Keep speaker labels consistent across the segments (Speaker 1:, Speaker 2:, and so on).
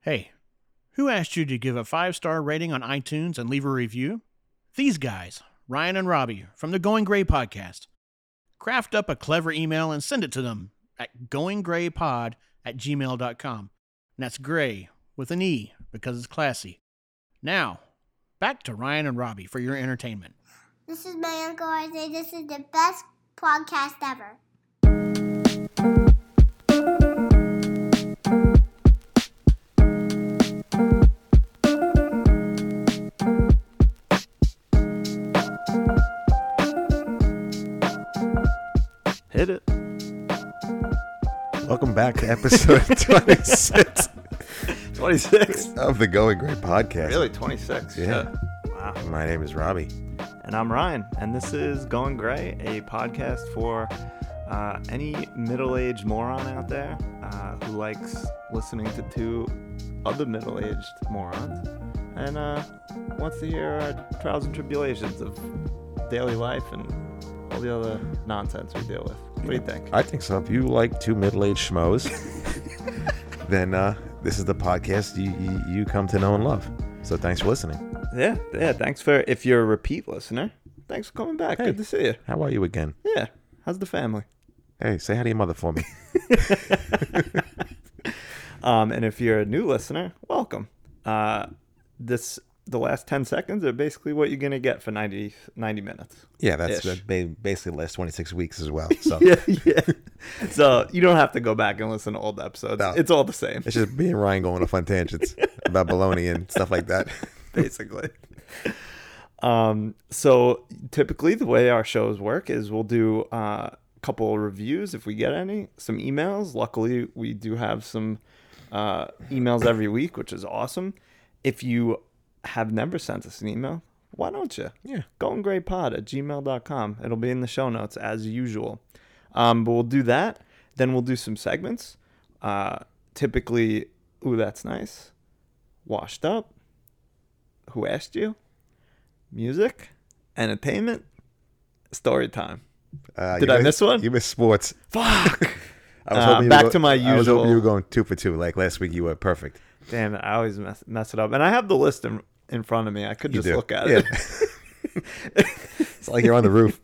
Speaker 1: Hey, who asked you to give a five star rating on iTunes and leave a review? These guys, Ryan and Robbie from the Going Gray podcast. Craft up a clever email and send it to them at goinggraypod at gmail.com. And that's gray with an E because it's classy. Now, back to Ryan and Robbie for your entertainment.
Speaker 2: This is my Uncle Isaiah. This is the best podcast ever.
Speaker 3: Hit it.
Speaker 4: Welcome back to episode 26
Speaker 3: 26.
Speaker 4: of the Going Great podcast.
Speaker 3: Really, 26.
Speaker 4: Yeah.
Speaker 3: Wow.
Speaker 4: My name is Robbie.
Speaker 3: And I'm Ryan, and this is Going Gray, a podcast for uh, any middle aged moron out there uh, who likes listening to two other middle aged morons and uh, wants to hear our trials and tribulations of daily life and all the other nonsense we deal with. What do you think?
Speaker 4: I think so. If you like two middle aged schmoes, then uh, this is the podcast you, you, you come to know and love. So thanks for listening.
Speaker 3: Yeah, yeah. Thanks for if you're a repeat listener. Thanks for coming back.
Speaker 4: Hey.
Speaker 3: Good to see you.
Speaker 4: How are you again?
Speaker 3: Yeah. How's the family?
Speaker 4: Hey, say hi to your mother for me.
Speaker 3: Um, and if you're a new listener, welcome. Uh, this the last ten seconds are basically what you're gonna get for 90, 90 minutes.
Speaker 4: Yeah, that's
Speaker 3: Ish.
Speaker 4: that ba- basically the last 26 weeks as well. So
Speaker 3: yeah. So you don't have to go back and listen to old episodes.
Speaker 4: No.
Speaker 3: It's all the same,
Speaker 4: it's just me and Ryan going off on tangents about baloney and stuff like that.
Speaker 3: basically. um, so typically the way our shows work is we'll do uh, a couple of reviews if we get any, some emails. Luckily, we do have some uh, emails every week, which is awesome. If you have never sent us an email, why don't you?
Speaker 4: Yeah.
Speaker 3: goldengraypod at gmail.com. It'll be in the show notes as usual. Um, but we'll do that. Then we'll do some segments. Uh, typically, ooh, that's nice. Washed up. Who asked you? Music, entertainment, story time.
Speaker 4: Uh,
Speaker 3: Did
Speaker 4: you
Speaker 3: I miss one?
Speaker 4: You missed sports.
Speaker 3: Fuck.
Speaker 4: I was
Speaker 3: Uh,
Speaker 4: hoping you
Speaker 3: back
Speaker 4: were go-
Speaker 3: to my
Speaker 4: I was hoping you
Speaker 3: usual-
Speaker 4: were going two for two. Like last week, you were perfect.
Speaker 3: Damn it! I always mess, mess it up, and I have the list in, in front of me. I could
Speaker 4: You
Speaker 3: just
Speaker 4: do.
Speaker 3: look at
Speaker 4: Yeah.
Speaker 3: it.
Speaker 4: It's like you're on the roof.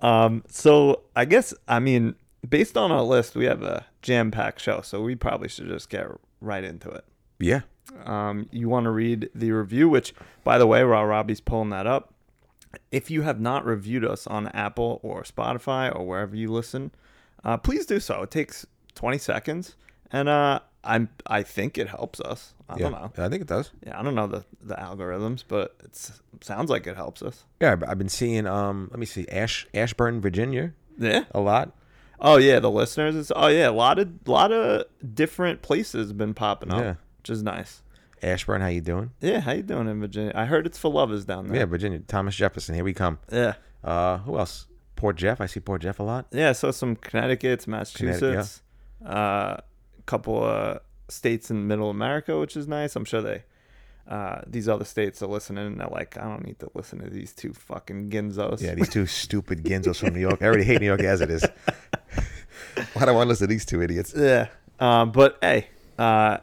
Speaker 3: Um, so I guess I mean, based on our list, we have a jam-packed show, so we probably should just get right into it.
Speaker 4: Yeah.
Speaker 3: Um, you want to read the review, which, by the way, while Robbie's pulling that up, if you have not reviewed us on Apple or Spotify or wherever you listen, uh, please do so. It takes 20 seconds, and uh, I'm I think it helps us. I
Speaker 4: yeah.
Speaker 3: don't know.
Speaker 4: I think it does.
Speaker 3: Yeah, I don't know the the algorithms, but it's, it sounds like it helps us.
Speaker 4: Yeah, I've- I've been seeing. Um, let me see, Ash Ashburn, Virginia,
Speaker 3: Yeah.
Speaker 4: a lot.
Speaker 3: Oh yeah, the listeners. Is, oh yeah, a lot of lot of different places have been popping up,
Speaker 4: Yeah.
Speaker 3: which is nice.
Speaker 4: Ashburn, how you doing?
Speaker 3: Yeah, how you doing in Virginia? I heard it's for lovers down
Speaker 4: Yeah,
Speaker 3: there.
Speaker 4: Virginia. Thomas Jefferson, here we come.
Speaker 3: Yeah,
Speaker 4: Uh, who else? Port Jeff. I see Port Jeff a lot.
Speaker 3: yeah. So some Connecticut's, Massachusetts, uh, a couple of states in Middle America, which is nice. I'm sure they. Uh, these other states are listening and they're like, I don't need to listen to these two fucking ginzos.
Speaker 4: Yeah, these two stupid ginzos from New York. I already hate New York as it is. Why do I want to listen to these two idiots?
Speaker 3: Yeah. Um, but hey, uh,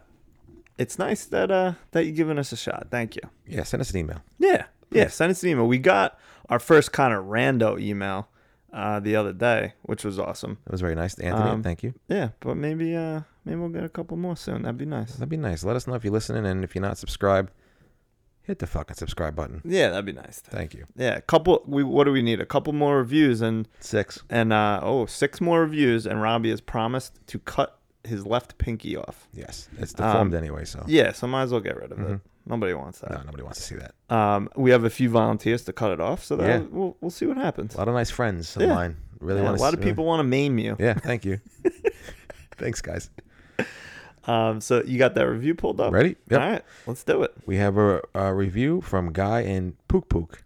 Speaker 3: it's nice that uh, that you're giving us a shot. Thank you.
Speaker 4: Yeah, send us an email.
Speaker 3: Yeah. Yeah. Send us an email. We got our first kind of rando email uh, the other day, which was awesome.
Speaker 4: That was very nice, Anthony.
Speaker 3: Um,
Speaker 4: thank you.
Speaker 3: Yeah, but maybe uh maybe we'll get a couple more soon. That'd be nice.
Speaker 4: That'd be nice. Let us know if you're listening, and if you're not subscribed, hit the fucking subscribe button.
Speaker 3: Yeah, that'd be nice.
Speaker 4: Thank you.
Speaker 3: Yeah, a couple we what do we need? A couple more reviews and
Speaker 4: Six.
Speaker 3: and uh oh, six more reviews and Robbie has promised to cut his left pinky off.
Speaker 4: Yes, it's deformed anyway, so
Speaker 3: Yeah, so might as well get rid of it.
Speaker 4: Mm-hmm.
Speaker 3: Nobody wants that.
Speaker 4: no, nobody wants to see that.
Speaker 3: Um, we have a few volunteers to cut it off, so that
Speaker 4: Yeah.
Speaker 3: we'll we'll see what happens.
Speaker 4: A lot of nice friends of
Speaker 3: Yeah.
Speaker 4: mine. Really
Speaker 3: Yeah,
Speaker 4: want
Speaker 3: a lot of people want to maim you.
Speaker 4: Yeah, thank you. Thanks, guys.
Speaker 3: Um, so you got that review pulled up?
Speaker 4: Ready? Yep.
Speaker 3: All right, let's do it.
Speaker 4: We have a, a review from Guy and Pook Pook.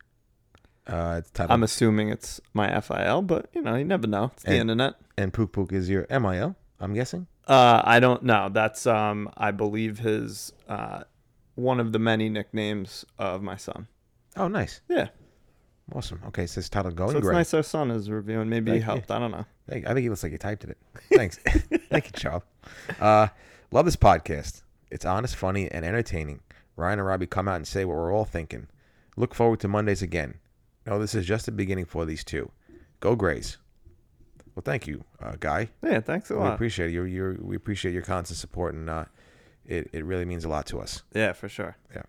Speaker 4: Uh, it's titled,
Speaker 3: I'm assuming it's my FIL, but you know, you never know. It's the
Speaker 4: And-
Speaker 3: internet.
Speaker 4: and Pook Pook is your MIL, I'm guessing.
Speaker 3: Uh, I don't know. That's um, I believe his uh, one of the many nicknames of my son.
Speaker 4: Oh, nice.
Speaker 3: Yeah,
Speaker 4: Awesome. Okay, it says titled Going
Speaker 3: so it's
Speaker 4: Gray.
Speaker 3: nice our son is reviewing. Maybe he
Speaker 4: Thank you.
Speaker 3: helped. I don't know.
Speaker 4: Hey, I think he looks like he typed it. Thanks. Thank you, Charles. Uh, love this podcast. It's honest, funny, and entertaining. Ryan and Robbie come out and say what we're all thinking. Look forward to Mondays again. No, this is just the beginning for these two. Go Grays. Well, thank you, uh, Guy.
Speaker 3: Yeah, thanks a
Speaker 4: We
Speaker 3: lot.
Speaker 4: appreciate your your we appreciate your constant support, and uh, it it really means a lot to us.
Speaker 3: Yeah, for sure.
Speaker 4: Yeah.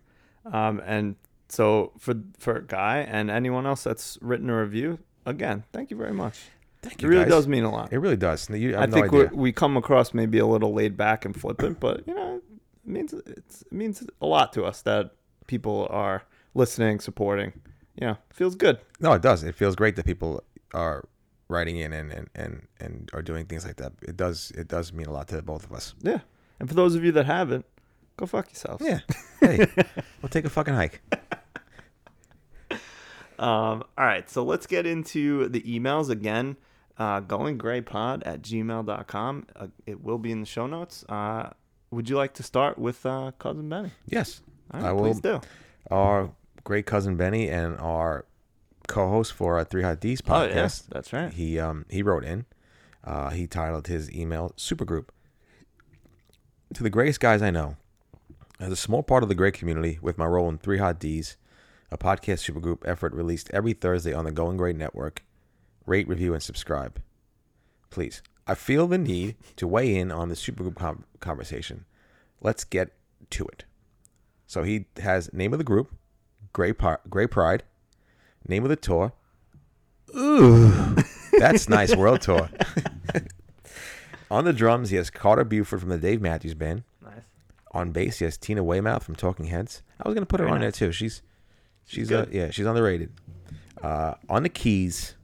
Speaker 3: Um, and so for for Guy and anyone else that's written a review, again, thank you very much.
Speaker 4: Thank
Speaker 3: It really
Speaker 4: guys.
Speaker 3: does mean a lot.
Speaker 4: It really does. You- I,
Speaker 3: I
Speaker 4: have no
Speaker 3: think
Speaker 4: idea.
Speaker 3: we we come across maybe a little laid back and flippant, but you know, it means it's, it means a lot to us that people are listening, supporting. You know, feels good.
Speaker 4: No, it does. It feels great that people are writing in and and and, and are doing things like that. It does. It does mean a lot to both of us.
Speaker 3: Yeah. And for those of you that haven't, go fuck yourselves.
Speaker 4: Yeah. Hey, we'll take a fucking hike.
Speaker 3: Um, all right, so let's get into the emails again. Uh, goinggraypod at gmail.com. Uh, it will be in the show notes. Uh, would you like to start with uh, Cousin Benny?
Speaker 4: Yes,
Speaker 3: All right,
Speaker 4: I will.
Speaker 3: Please do.
Speaker 4: Our great cousin Benny and our co-host for our Three Hot D's podcast.
Speaker 3: yes, Oh, that's right.
Speaker 4: He um he wrote in. Uh, he titled his email "Supergroup." To the greatest guys I know, as a small part of the great community, with my role in Three Hot D's, a podcast supergroup effort released every Thursday on the Going Great Network. Rate, review, and subscribe, please. I feel the need to weigh in on the supergroup com- conversation. Let's get to it. So he has name of the group, Gray, Pri- Gray Pride, name of the tour. Ooh, that's nice world tour. On the drums, he has Carter Buford from the Dave Matthews Band.
Speaker 3: Nice.
Speaker 4: On bass, he has Tina Weymouth from Talking Heads. I was gonna put her
Speaker 3: Very
Speaker 4: on
Speaker 3: nice.
Speaker 4: there too. She's she's uh,
Speaker 3: good.
Speaker 4: yeah she's underrated. Uh, on the keys,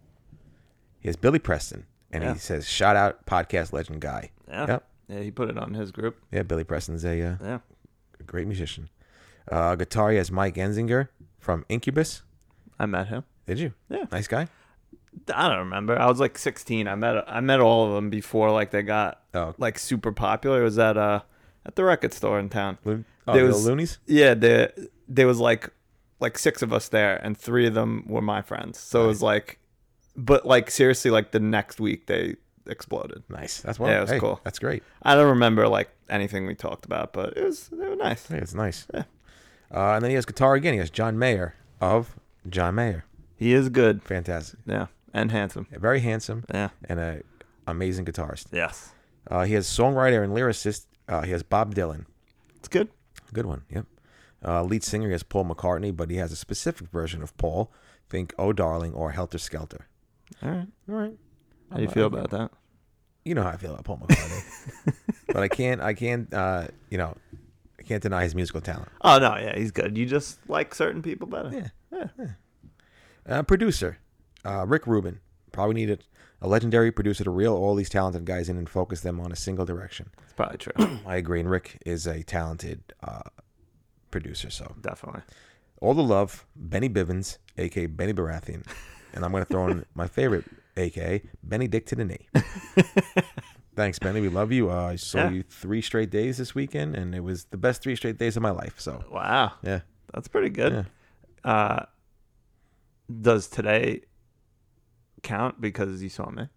Speaker 4: he has Billy Preston, and
Speaker 3: Yeah.
Speaker 4: he says shout out podcast legend guy.
Speaker 3: Yeah.
Speaker 4: Yep.
Speaker 3: Yeah, he put it on his group.
Speaker 4: Yeah, Billy Preston's a uh,
Speaker 3: Yeah.
Speaker 4: a great musician. Uh, guitar he has Mike Enzinger from Incubus.
Speaker 3: I met him.
Speaker 4: Did you?
Speaker 3: Yeah.
Speaker 4: Nice guy.
Speaker 3: I don't remember. I was like 16. I met I met all of them before like they got
Speaker 4: Oh.
Speaker 3: like super popular. It was at uh at the record store in town.
Speaker 4: Loon- oh,
Speaker 3: There
Speaker 4: the
Speaker 3: was-
Speaker 4: Loonies.
Speaker 3: Yeah, there there was like like six of us there, and three of them were my friends. So it was like, but like seriously, like the next week they exploded.
Speaker 4: Nice. That's one.
Speaker 3: Yeah, it was
Speaker 4: hey,
Speaker 3: cool.
Speaker 4: That's great.
Speaker 3: I don't remember like anything we talked about, but it was they were nice.
Speaker 4: Hey, it's nice. Uh, and then he has guitar again. He has John Mayer of John Mayer.
Speaker 3: He is good.
Speaker 4: Fantastic.
Speaker 3: Yeah, and handsome.
Speaker 4: Very handsome
Speaker 3: Yeah.
Speaker 4: and a amazing guitarist.
Speaker 3: Yes,
Speaker 4: Uh, he has songwriter and lyricist. Uh, he has Bob Dylan.
Speaker 3: it's good.
Speaker 4: Good one. Yep. Uh, lead singer is Paul McCartney, but he has a specific version of Paul. Think "Oh Darling" or "Helter Skelter."
Speaker 3: All right.
Speaker 4: All right.
Speaker 3: How do you feel about that?
Speaker 4: you know how I feel about Paul McCartney, but I can't, I can't, uh, you know, I can't deny his musical talent.
Speaker 3: Oh no, yeah, he's good. You just like certain people better.
Speaker 4: Yeah.
Speaker 3: Yeah.
Speaker 4: Uh, producer, uh, Rick Rubin, probably needed a legendary producer to reel all these talented guys in and focus them on a single direction.
Speaker 3: It's probably true.
Speaker 4: I agree, and Rick is a talented uh, producer. So
Speaker 3: Definitely.
Speaker 4: all the love, Benny Bivens, aka Benny Baratheon, and I'm gonna throw in my favorite, aka Benny Dick to the knee. Thanks, Benny. We love you. Uh, I saw
Speaker 3: Yeah.
Speaker 4: you three straight days this weekend, and it was the best three straight days of my life. So
Speaker 3: Wow.
Speaker 4: yeah.
Speaker 3: That's pretty good. Uh, does today count because you saw me?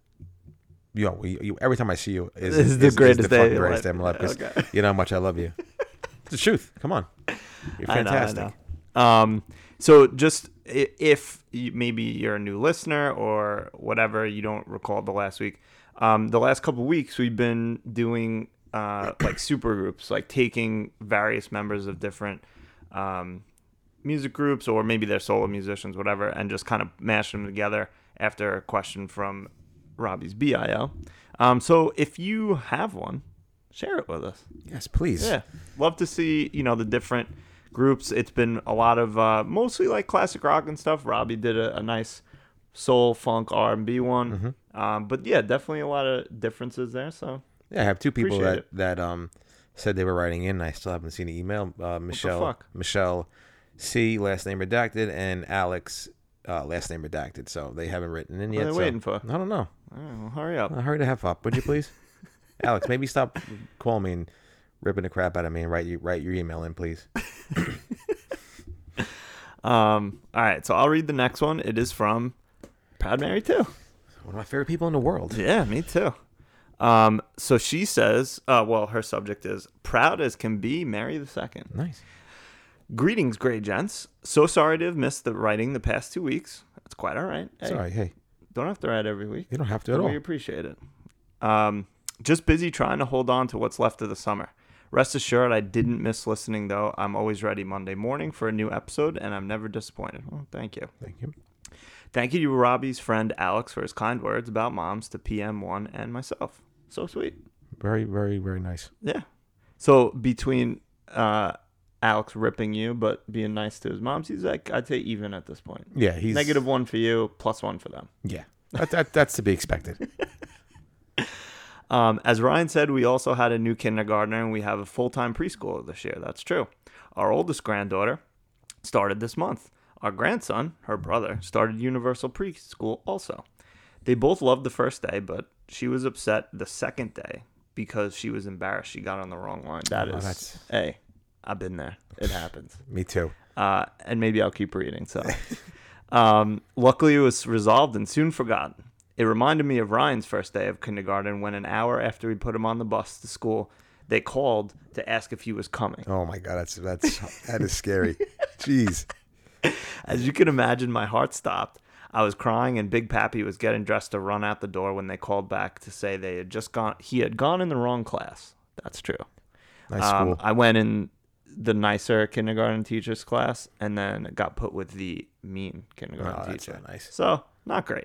Speaker 4: yo, we, you, every time I see you is,
Speaker 3: This is the greatest day of
Speaker 4: fucking
Speaker 3: your life.
Speaker 4: greatest day of my life. 'cause
Speaker 3: Okay.
Speaker 4: You know how much I love you. It's the truth. Come on, you're
Speaker 3: I know, I
Speaker 4: fantastic.
Speaker 3: know. Um, so just i- if you, maybe you're a new listener or whatever, you don't recall the last week. Um, the last couple weeks we've been doing uh, like super groups, like taking various members of different um, music groups or maybe they're solo musicians, whatever, and just kind of mash them together after a question from Robbie's BIL. Um, so if you have one, share it with us.
Speaker 4: Yes, please.
Speaker 3: Yeah, love to see you know the different groups. It's been a lot of uh, mostly like classic rock and stuff. Robbie did a, a nice soul funk R and B one, um, but yeah, definitely a lot of differences there. So
Speaker 4: Yeah, I have two people
Speaker 3: Appreciate
Speaker 4: that that um said they were writing in. and I still haven't seen the email. Uh, Michelle,
Speaker 3: fuck?
Speaker 4: Michelle C, last name redacted, and Alex, uh, last name redacted. So they haven't written in yet.
Speaker 3: they
Speaker 4: so-
Speaker 3: waiting for?
Speaker 4: I don't know.
Speaker 3: all right, well, hurry up.
Speaker 4: Uh, hurry the F up, would you please? Alex, maybe stop calling me and ripping the crap out of me and write you write your email in, please.
Speaker 3: Um, all right, so I'll read the next one. It is from Proud Mary Two.
Speaker 4: One of my favorite people in the world.
Speaker 3: Yeah, me too. Um, so she says, uh, well, her subject is proud as can be, Mary the Second.
Speaker 4: Nice.
Speaker 3: Greetings, gray gents. So sorry to have missed the writing the past two weeks. That's quite all right. Hey,
Speaker 4: Sorry. Hey,
Speaker 3: Don't have to write every week.
Speaker 4: you don't have to at all.
Speaker 3: We appreciate it. Um, just busy trying to hold on to what's left of the summer. Rest assured, I didn't miss listening though. I'm always ready Monday morning for a new episode, and I'm never disappointed. Well, thank you.
Speaker 4: Thank you.
Speaker 3: Thank you to Robbie's friend Alex for his kind words about moms to PM1 and myself. So sweet.
Speaker 4: Very, very, very nice.
Speaker 3: Yeah. So between uh, Alex ripping you but being nice to his moms, he's like, I'd say even at this point.
Speaker 4: Yeah, he's
Speaker 3: Negative one for you, plus one for them.
Speaker 4: Yeah, that, that, that's to be expected.
Speaker 3: Um, as Ryan said, we also had a new kindergartner and we have a full time preschooler this year. That's true. Our oldest granddaughter started this month. Our grandson, her brother, started Universal Preschool also. They both loved the first day, but she was upset the second day because she was embarrassed she got on the wrong line. That is,
Speaker 4: Oh, that's-
Speaker 3: hey, I've been there. It happens
Speaker 4: Me too.
Speaker 3: uh, and maybe I'll keep reading. So, um, luckily, it was resolved and soon forgotten. It reminded me of Ryan's first day of kindergarten when, an hour after we put him on the bus to school, they called to ask if he was coming.
Speaker 4: Oh my god, that's that's that is scary. Jeez.
Speaker 3: As you can imagine, my heart stopped. I was crying, and Big Pappy was getting dressed to run out the door when they called back to say they had just gone. He had gone in the wrong class. That's true.
Speaker 4: Nice
Speaker 3: Um,
Speaker 4: school.
Speaker 3: I went in the nicer kindergarten teacher's class and then got put with the mean kindergarten
Speaker 4: Oh, that's
Speaker 3: teacher.
Speaker 4: not nice.
Speaker 3: So, not great.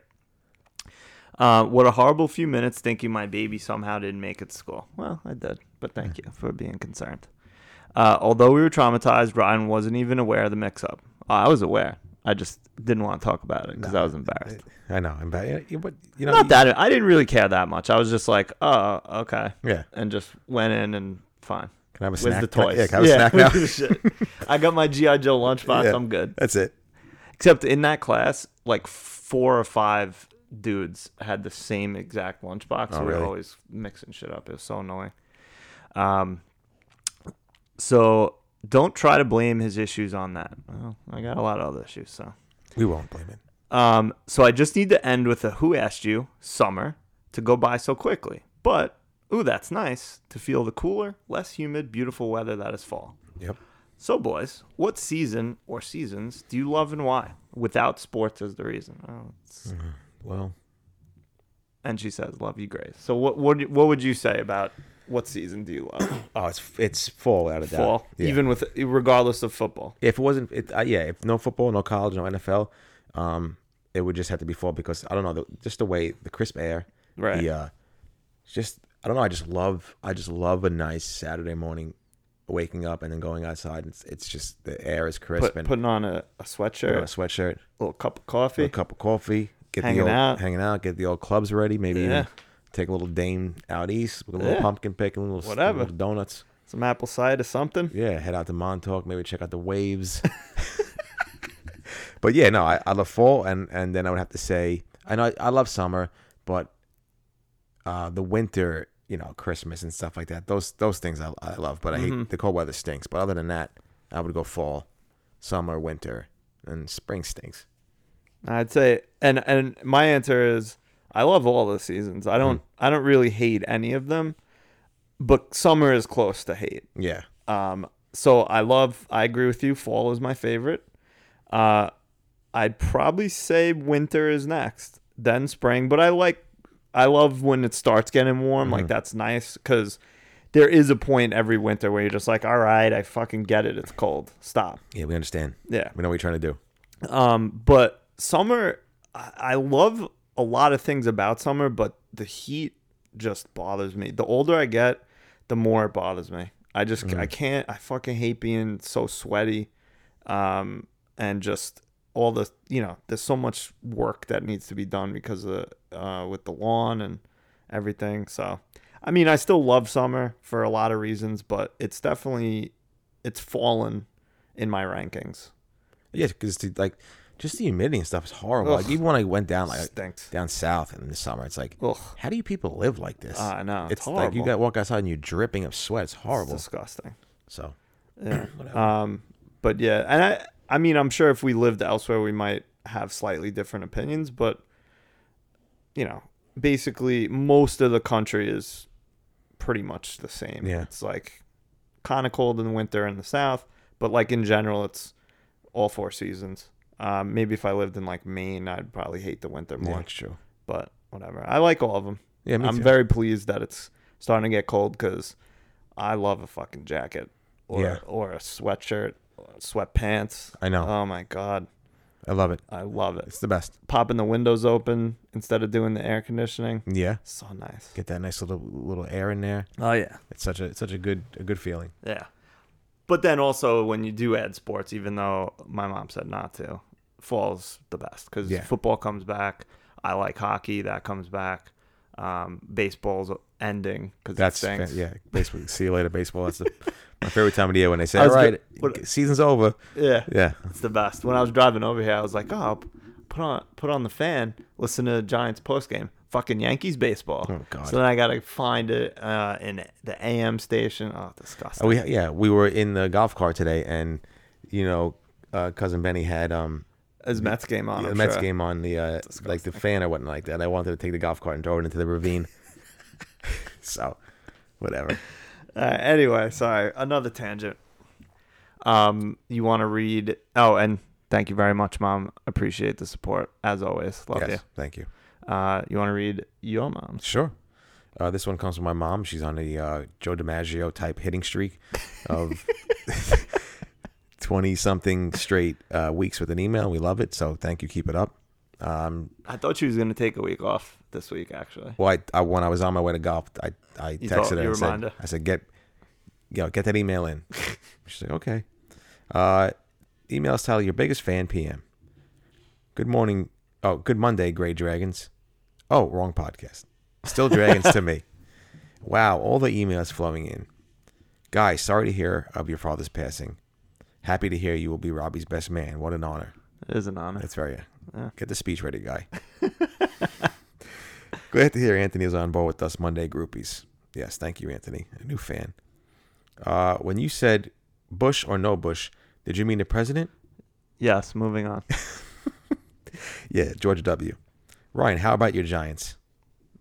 Speaker 3: Uh, what a horrible few minutes thinking my baby somehow didn't make it to school. Well, I did, but thank you for being concerned. Uh, although we were traumatized, Ryan wasn't even aware of the mix up. I was aware. I just didn't want to talk about it because I was embarrassed.
Speaker 4: I know. I'm bad. You, but you know,
Speaker 3: Not that I didn't really care that much. I was just like, oh, okay.
Speaker 4: Yeah.
Speaker 3: And just went in and fine.
Speaker 4: Can I have a
Speaker 3: Where's
Speaker 4: snack?
Speaker 3: the
Speaker 4: Can I-
Speaker 3: toys?
Speaker 4: yeah, can I have a snack now?
Speaker 3: who gives a shit? I got my GI Joe lunchbox.
Speaker 4: Yeah.
Speaker 3: I'm good.
Speaker 4: That's it.
Speaker 3: Except in that class, like four or five dudes had the same exact lunchbox. so we
Speaker 4: Oh, really?
Speaker 3: were always mixing shit up. It was so annoying. Um, so don't try to blame his issues on that. Well, I got a lot of other issues. So.
Speaker 4: We won't blame it.
Speaker 3: Um, so I just need to end with a who asked you summer to go by so quickly. But ooh, that's nice to feel the cooler, less humid, beautiful weather that is fall.
Speaker 4: Yep.
Speaker 3: So boys, what season or seasons do you love and why? Without sports as the reason. Oh, it's-
Speaker 4: Well,
Speaker 3: and she says, "Love you, Grace." So what what do- what would you say about what season do you love?
Speaker 4: oh, it's it's fall out of doubt.
Speaker 3: Fall,
Speaker 4: Yeah.
Speaker 3: even with regardless of football.
Speaker 4: if it wasn't, it, uh, yeah, if no football, no college, no NFL, um, it would just have to be fall because I don't know, the, just the way the crisp air,
Speaker 3: Right.
Speaker 4: The, uh, just I don't know. I just love. I just love a nice Saturday morning, waking up and then going outside. It's, it's just the air is crisp
Speaker 3: Put,
Speaker 4: and
Speaker 3: putting on a, a
Speaker 4: you know, a
Speaker 3: sweatshirt,
Speaker 4: sweatshirt,
Speaker 3: a little cup of coffee.
Speaker 4: a cup of coffee, get
Speaker 3: Hanging
Speaker 4: the old,
Speaker 3: out.
Speaker 4: hanging out, get the old clubs ready. Maybe
Speaker 3: Yeah.
Speaker 4: even take a little dame out east with a little
Speaker 3: Yeah.
Speaker 4: pumpkin picking, a little,
Speaker 3: Whatever.
Speaker 4: little donuts.
Speaker 3: some apple cider something.
Speaker 4: Yeah, head out to Montauk, maybe check out the waves. but yeah, no, I, I love fall, and and then I would have to say I know I, I love summer, but uh, the winter, you know, Christmas and stuff like that. Those those things I, I love, but I hate the cold weather stinks. But other than that, I would go fall, summer, winter, and spring stinks.
Speaker 3: I'd say, and and my answer is, I love all the seasons. I don't, I don't really hate any of them, but summer is close to hate.
Speaker 4: Yeah,
Speaker 3: Um, so I love, I agree with you. Fall is my favorite. Uh, I'd probably say winter is next, then spring. But I like, I love when it starts getting warm. Like that's nice because there is a point every winter where you're just like, all right, I fucking get it. It's cold. Stop.
Speaker 4: yeah, we understand.
Speaker 3: Yeah.
Speaker 4: We know what you're trying to do.
Speaker 3: Um, but summer, I I love a lot of things about summer, but the heat just bothers me. The older I get, the more it bothers me. I just I
Speaker 4: Mm.
Speaker 3: can't. I fucking hate being so sweaty, um, and just all the you know. There's so much work that needs to be done because of uh, with the lawn and everything. So, I mean, I still love summer for a lot of reasons, but it's definitely it's fallen in my rankings.
Speaker 4: Yeah, because like just the humidity and stuff is horrible. Like,
Speaker 3: Ugh.
Speaker 4: even when I went down like
Speaker 3: Stinks.
Speaker 4: down south in the summer, it's like,
Speaker 3: Ugh.
Speaker 4: how do you people live like this?
Speaker 3: Ah, I know. It's
Speaker 4: like you
Speaker 3: horrible.
Speaker 4: got walk outside and you're dripping of sweat. It's horrible.
Speaker 3: It's disgusting.
Speaker 4: so
Speaker 3: Yeah.
Speaker 4: whatever.
Speaker 3: um, but yeah, and I, I mean, I'm sure if we lived elsewhere, we might have slightly different opinions, but you know, basically most of the country is pretty much the same.
Speaker 4: Yeah.
Speaker 3: It's like kind of cold in the winter in the south, but like in general, it's all four seasons. Um, maybe if I lived in like Maine, I'd probably hate the winter more,
Speaker 4: that's true.
Speaker 3: but whatever. I like all of them.
Speaker 4: Yeah, me
Speaker 3: I'm
Speaker 4: too.
Speaker 3: very pleased that it's starting to get cold because I love a fucking jacket or,
Speaker 4: Yeah.
Speaker 3: or a sweatshirt, or sweatpants.
Speaker 4: I know.
Speaker 3: Oh my God.
Speaker 4: I love it.
Speaker 3: I love it.
Speaker 4: It's the best.
Speaker 3: Popping the windows open instead of doing the air conditioning.
Speaker 4: Yeah.
Speaker 3: So nice.
Speaker 4: Get that nice little little air in there.
Speaker 3: Oh, yeah.
Speaker 4: It's such a it's such a good a good feeling.
Speaker 3: Yeah. But then also when you do add sports, even though my mom said not to, fall's the best because
Speaker 4: Yeah.
Speaker 3: football comes back. I like hockey. That comes back. Um, baseball's ending because
Speaker 4: That's
Speaker 3: it
Speaker 4: fa-
Speaker 3: stinks.
Speaker 4: yeah. Baseball. See you later, baseball. That's the, my favorite time of the year when they say,
Speaker 3: I
Speaker 4: "All
Speaker 3: was
Speaker 4: right,
Speaker 3: go- what-
Speaker 4: season's over."
Speaker 3: Yeah.
Speaker 4: Yeah,
Speaker 3: It's the best. When I was driving over here, I was like, oh, put on put on the fan, listen to the Giants postgame. Fucking Yankees baseball.
Speaker 4: Oh, God.
Speaker 3: So then I gotta find it uh, in the AM station. Oh, disgusting.
Speaker 4: Oh, we yeah we were in the golf cart today, and you know, uh, cousin Benny had um
Speaker 3: It's Mets game on.
Speaker 4: the
Speaker 3: I'm
Speaker 4: Mets
Speaker 3: sure.
Speaker 4: game on the uh, like the fan or whatnot like that. I wanted to take the golf cart and throw it into the ravine. so, whatever.
Speaker 3: Uh, anyway, sorry. Another tangent. Um, you want to read? Oh, and thank you very much, mom. Appreciate the support as always. Love
Speaker 4: yes, thank you.
Speaker 3: you. Uh, you want to read your mom's?
Speaker 4: Sure. Uh, this one comes from my mom. She's on a uh, Joe DiMaggio type hitting streak of 20 something straight uh, weeks with an email. We love it. So thank you. Keep it up. Um,
Speaker 3: I thought she was gonna take a week off this week. Actually,
Speaker 4: well, I, I, when I was on my way to golf, I, I
Speaker 3: You
Speaker 4: texted
Speaker 3: thought-
Speaker 4: her
Speaker 3: you
Speaker 4: and
Speaker 3: remind her.
Speaker 4: said, I said, get, you know, get that email in. She's like, okay. Uh, email is titled Your Biggest Fan PM. Good morning. Oh, good Monday, Gray Dragons. Oh, wrong podcast. Still Dragons to me. Wow, all the emails flowing in. Guys, sorry to hear of your father's passing. Happy to hear you will be Robbie's best man. What an honor.
Speaker 3: it is an honor.
Speaker 4: That's very. uh, Get the speech ready, guy. Glad to hear Anthony is on board with us Monday groupies. Yes, thank you, Anthony, a new fan. Uh, when you said Bush or no Bush, did you mean the president?
Speaker 3: Yes. Moving on.
Speaker 4: Yeah, George W. Ryan, how about your Giants?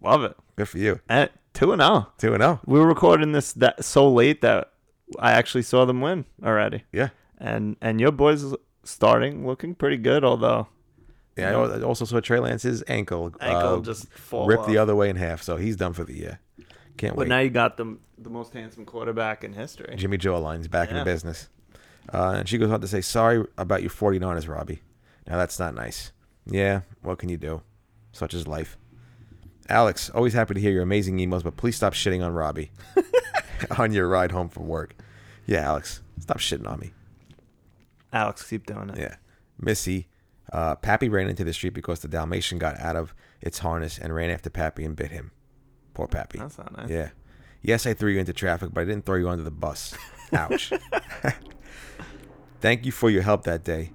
Speaker 3: Love it.
Speaker 4: Good for you.
Speaker 3: At two and oh. zero.
Speaker 4: Two and oh. zero.
Speaker 3: We were recording this that so late that I actually saw them win already.
Speaker 4: Yeah.
Speaker 3: And and your boys starting looking pretty good, although
Speaker 4: Yeah. I al- I also saw Trey Lance's ankle.
Speaker 3: ankle
Speaker 4: uh,
Speaker 3: just fall
Speaker 4: ripped
Speaker 3: off.
Speaker 4: the other way in half, so he's done for the year. Can't
Speaker 3: But
Speaker 4: wait.
Speaker 3: now you got the the most handsome quarterback in history.
Speaker 4: Jimmy Joe line's back in
Speaker 3: Yeah.
Speaker 4: the business. Uh, and she goes on to say, Sorry about your 49ers, Robbie. Now that's not nice. Yeah, what can you do? Such is life. Alex, always happy to hear your amazing emails, but please stop shitting on Robbie on your ride home from work. Yeah, Alex, stop shitting on me.
Speaker 3: Alex, keep doing it.
Speaker 4: Yeah. Missy, uh, Pappy ran into the street because the Dalmatian got out of its harness and ran after Pappy and bit him. Poor Pappy.
Speaker 3: That's not nice.
Speaker 4: Yeah. Yes, I threw you into traffic, but I didn't throw you under the bus. Ouch. Thank you for your help that day.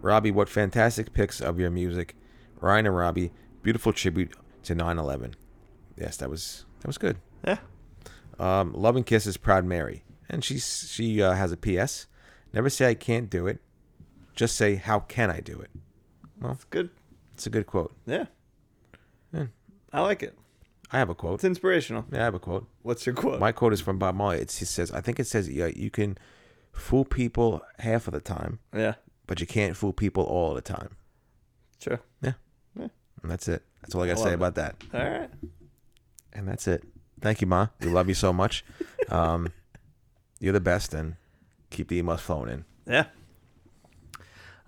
Speaker 4: Robbie, what fantastic picks of your music. Ryan and Robbie, beautiful tribute to 9 11. Yes, that was that was good.
Speaker 3: Yeah.
Speaker 4: Um, Love and Kisses, Proud Mary. And she's, she uh, has a PS. Never say I can't do it. Just say, how can I do it?
Speaker 3: It's good.
Speaker 4: It's a good quote.
Speaker 3: Yeah. I like it.
Speaker 4: I have a
Speaker 3: It's
Speaker 4: quote.
Speaker 3: inspirational.
Speaker 4: Yeah, I have a quote.
Speaker 3: What's your quote?
Speaker 4: My quote is from Bob Marley. It's, it says, I think it says, yeah, you can fool people half of the time,
Speaker 3: Yeah.
Speaker 4: but you can't fool people all the time.
Speaker 3: Sure.
Speaker 4: Yeah.
Speaker 3: Yeah.
Speaker 4: And that's it. That's all I got to
Speaker 3: love
Speaker 4: say
Speaker 3: it.
Speaker 4: about that.
Speaker 3: All right.
Speaker 4: And that's it. Thank you, Ma. We love you so much. Um, you're the best, and keep the emails flowing in.
Speaker 3: Yeah.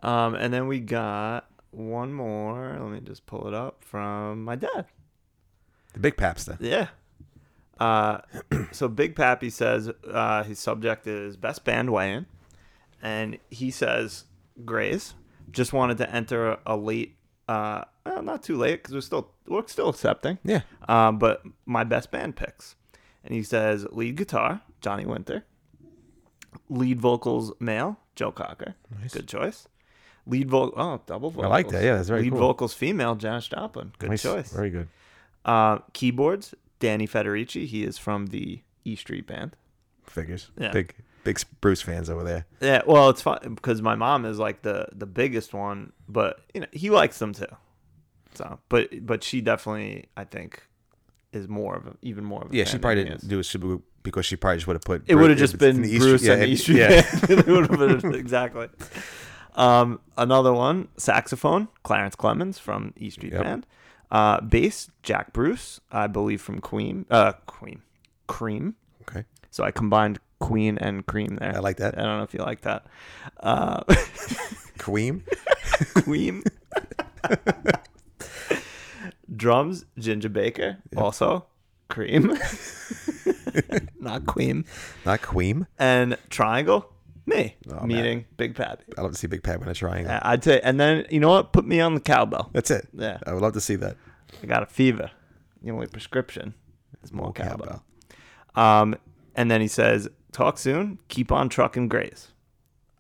Speaker 3: Um, and then we got one more. Let me just pull it up from my dad.
Speaker 4: The big papster.
Speaker 3: Yeah. Uh, so Big Pappy says uh, his subject is best bandwagon, and he says Grays just wanted to enter a, a late, uh, well, not too late because we're still we're still accepting.
Speaker 4: Yeah.
Speaker 3: Um, but my best band picks, and he says lead guitar Johnny Winter, lead vocals male Joe Cocker, good choice. Lead vocal, oh, double vocals.
Speaker 4: I like that. Yeah, that's very
Speaker 3: Lead
Speaker 4: cool.
Speaker 3: vocals female Janis Joplin, good
Speaker 4: Nice.
Speaker 3: choice.
Speaker 4: Very good.
Speaker 3: Uh, keyboards, Danny Federici. He is from the E Street Band.
Speaker 4: Figures.
Speaker 3: Yeah.
Speaker 4: Big, big Bruce fans over there.
Speaker 3: Yeah, well, it's fun because my mom is like the the biggest one, but you know he likes them too. So, but but she definitely, I think, is more of a, even more of a
Speaker 4: Yeah,
Speaker 3: fan
Speaker 4: she
Speaker 3: than
Speaker 4: probably
Speaker 3: he
Speaker 4: didn't
Speaker 3: is.
Speaker 4: do a super group because she probably just would have put.
Speaker 3: It
Speaker 4: Bru-
Speaker 3: would have just
Speaker 4: if it's
Speaker 3: been
Speaker 4: in the East-
Speaker 3: Bruce
Speaker 4: yeah,
Speaker 3: and the
Speaker 4: it-
Speaker 3: East Street
Speaker 4: yeah.
Speaker 3: Band. it would have been exactly. Um, another one, saxophone, Clarence Clemens from East Street
Speaker 4: Yep.
Speaker 3: Band. Uh, bass, Jack Bruce, I believe from Queen. Uh, Queen, Cream.
Speaker 4: Okay.
Speaker 3: So I combined Queen and Cream there.
Speaker 4: I like that.
Speaker 3: I don't know if you like that. Uh,
Speaker 4: Queen.
Speaker 3: Queen. Drums, Ginger Baker, also Cream. Not Queen.
Speaker 4: Not Queen.
Speaker 3: and triangle me
Speaker 4: Oh,
Speaker 3: meeting Big Pappy.
Speaker 4: I love to see Big Pat win a triangle.
Speaker 3: Yeah, I'd say, and then you know what? Put me on the cowbell.
Speaker 4: That's it.
Speaker 3: Yeah.
Speaker 4: I would love to see that.
Speaker 3: I got a fever. The only prescription is more cowbell.
Speaker 4: Cowbell.
Speaker 3: Um, and then he says, "Talk soon. Keep on trucking, Grace."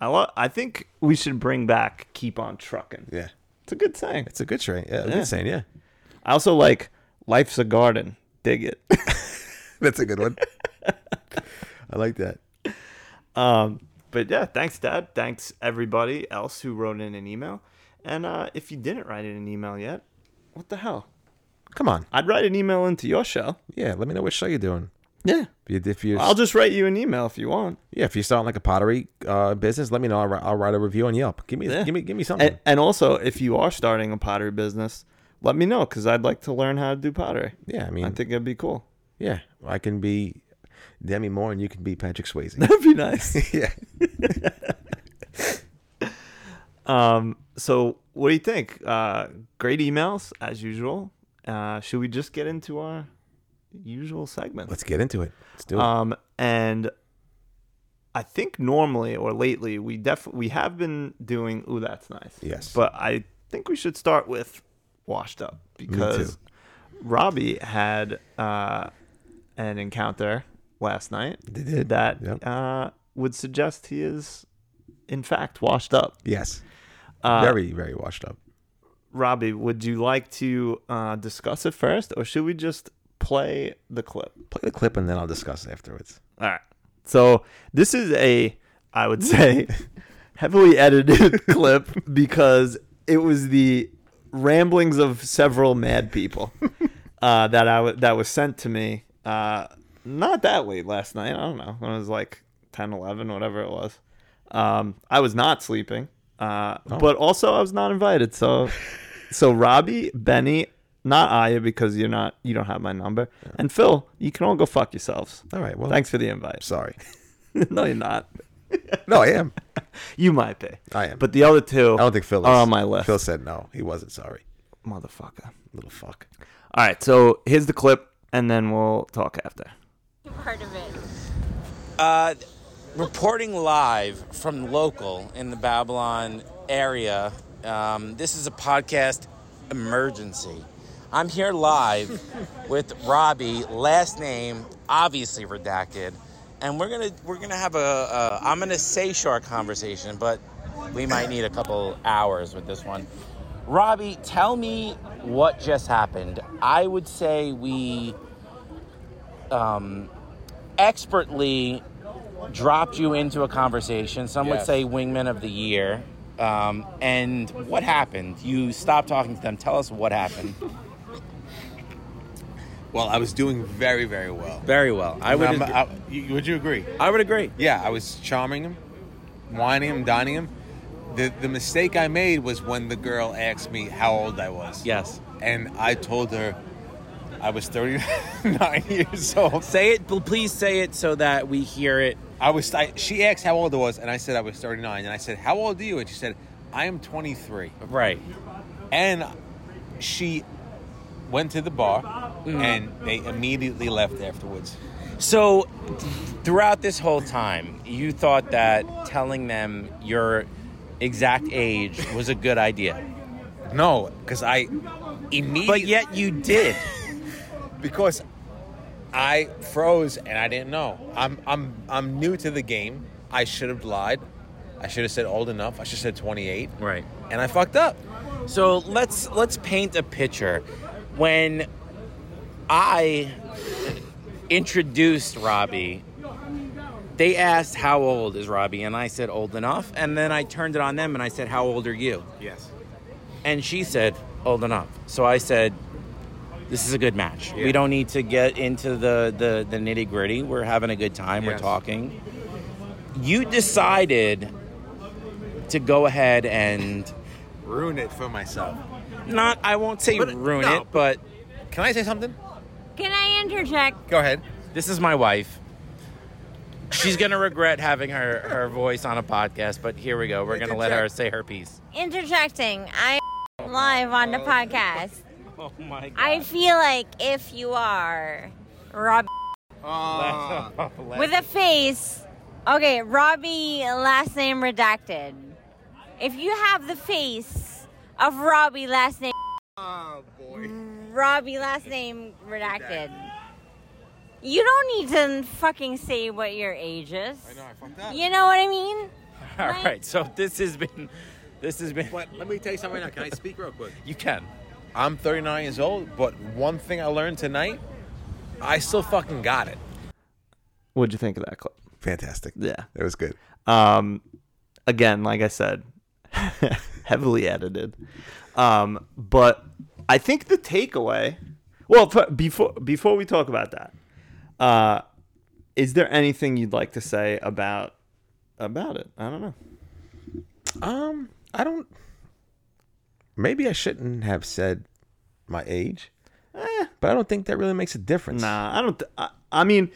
Speaker 3: I lo- I think we should bring back "Keep on trucking."
Speaker 4: Yeah.
Speaker 3: It's a good saying.
Speaker 4: It's a good train. Yeah, a
Speaker 3: Yeah.
Speaker 4: good saying. Yeah.
Speaker 3: I also like "Life's a garden." Dig it.
Speaker 4: That's a good one. I like that.
Speaker 3: Um, but yeah, thanks, Dad. Thanks everybody else who wrote in an email. And uh, if you didn't write in an email yet, what the hell?
Speaker 4: Come on.
Speaker 3: I'd write an email into your show.
Speaker 4: Yeah. Let me know what show you're doing.
Speaker 3: Yeah.
Speaker 4: If you, if you
Speaker 3: I'll just write you an email if you want.
Speaker 4: yeah, if you're starting like a pottery uh, business, let me know. I'll, wri- I'll write a review on Yelp. Give me
Speaker 3: Yeah.
Speaker 4: give me give me something.
Speaker 3: And, and also, if you are starting a pottery business, let me know because I'd like to learn how to do pottery.
Speaker 4: yeah. I mean,
Speaker 3: I think it'd be cool.
Speaker 4: yeah. I can be Demi Moore and you can be Patrick Swayze.
Speaker 3: That'd be nice.
Speaker 4: yeah.
Speaker 3: um, so, what do you think? Uh, great emails as usual. Uh, should we just get into our usual segment?
Speaker 4: Let's get into it. Let's do it.
Speaker 3: Um, and I think normally or lately we def we have been doing. Ooh, that's nice.
Speaker 4: Yes.
Speaker 3: But I think we should start with washed up because Robbie had uh, an encounter last night
Speaker 4: They did.
Speaker 3: that
Speaker 4: Yep.
Speaker 3: uh, would suggest he is, in fact, washed up.
Speaker 4: yes.
Speaker 3: Uh,
Speaker 4: very very washed up.
Speaker 3: Robbie, would you like to uh, discuss it first, or should we just play the clip?
Speaker 4: Play the clip and then I'll discuss it afterwards.
Speaker 3: All right. So this is a, I would say, heavily edited clip because it was the ramblings of several mad people uh, that I w- that was sent to me. Uh, not that late last night. I don't know. When it was like 10, 11, whatever it was. Um, I was not sleeping, uh, but also I was not invited. So, so Robbie, Benny, not Aya because you're not you don't have my number, and Phil, you can all go fuck yourselves.
Speaker 4: All right. Well,
Speaker 3: Thanks for the invite.
Speaker 4: Sorry.
Speaker 3: no, you're not.
Speaker 4: No, I am.
Speaker 3: You might be.
Speaker 4: I am.
Speaker 3: But the other two
Speaker 4: I don't think Phil is.
Speaker 3: are on my list.
Speaker 4: Phil said no. He wasn't sorry.
Speaker 3: Motherfucker.
Speaker 4: Little fuck.
Speaker 3: All right, so here's the clip, and then we'll talk after.
Speaker 5: part of it.
Speaker 6: Uh, reporting live from local in the Babylon area. Um, this is a podcast emergency. I'm here live with Robbie, last name obviously redacted, and we're gonna we're gonna have a, a I'm gonna say shark conversation, but we might need a couple hours with this one. Robbie, tell me what just happened. I would say we um, expertly dropped you into a conversation. Some would
Speaker 7: Yes.
Speaker 6: say wingman of the year. Um, and what happened? You stopped talking to them. Tell us what happened.
Speaker 7: Well, I was doing very, very well.
Speaker 6: Very well. I would.
Speaker 7: I'm-
Speaker 6: agree-
Speaker 7: I- you- would you agree?
Speaker 6: I would agree.
Speaker 7: Yeah, I was charming him, whining him, dining him. The the mistake I made was when the girl asked me how old I was.
Speaker 6: Yes.
Speaker 7: And I told her I was 39 years old.
Speaker 6: Say it. pl- Please say it so that we hear it.
Speaker 7: I was I, she asked how old I was and I said I was 39 and I said how old are you and she said I am 23.
Speaker 6: Right.
Speaker 7: And she went to the bar and they immediately left afterwards.
Speaker 6: So, th- throughout this whole time, you thought that telling them your exact age was a good idea,
Speaker 7: No, because I immediately
Speaker 6: but yet you did.
Speaker 7: because I froze and I didn't know. I'm I'm I'm new to the game. I should have lied. I should have said old enough. I should have said 28.
Speaker 6: Right.
Speaker 7: And I fucked up.
Speaker 6: So let's let's paint a picture. When I introduced Robbie, they asked how old is Robbie, and I said old enough. And then I turned it on them and I said, "How old are you?"
Speaker 7: Yes.
Speaker 6: And she said, old enough. So I said, this is a good match.
Speaker 7: Yeah.
Speaker 6: We don't need to get into the, the, the nitty gritty. We're having a good time. We're
Speaker 7: Yes.
Speaker 6: talking. You decided to go ahead and
Speaker 7: Ruin it for myself.
Speaker 6: not, I won't say
Speaker 7: But-
Speaker 6: ruin
Speaker 7: no,
Speaker 6: it, but
Speaker 7: Can I say something?
Speaker 5: Can I interject?
Speaker 7: Go ahead.
Speaker 6: this is my wife. She's going to regret having her, her voice on a podcast, but here we go. We're going to let her say her piece.
Speaker 5: Interjecting. I live on the podcast.
Speaker 6: Oh my God.
Speaker 5: I feel like if you are Rob with a face, okay, Robbie last name redacted. If you have the face of Robbie last name,
Speaker 7: Oh boy.
Speaker 5: Robbie last name redacted. You don't need to fucking say what your age is.
Speaker 7: I know I fucked up.
Speaker 5: You know what I mean?
Speaker 6: All right, so this has been, this has been.
Speaker 7: But let me tell you something right now. Can I speak real quick?
Speaker 6: You can.
Speaker 7: I'm 39 years old, but one thing I learned tonight, I still fucking got it.
Speaker 3: What'd you think of that clip?
Speaker 4: Fantastic.
Speaker 3: Yeah.
Speaker 4: It was good.
Speaker 3: Um, again, like I said, heavily edited. Um, but I think the takeaway. Well, f- before before we talk about that, uh, is there anything you'd like to say about about it? I don't know.
Speaker 4: Um, I don't. Maybe I shouldn't have said my age, Eh, but I don't think that really makes a difference.
Speaker 3: Nah, I don't. Th- I, I mean,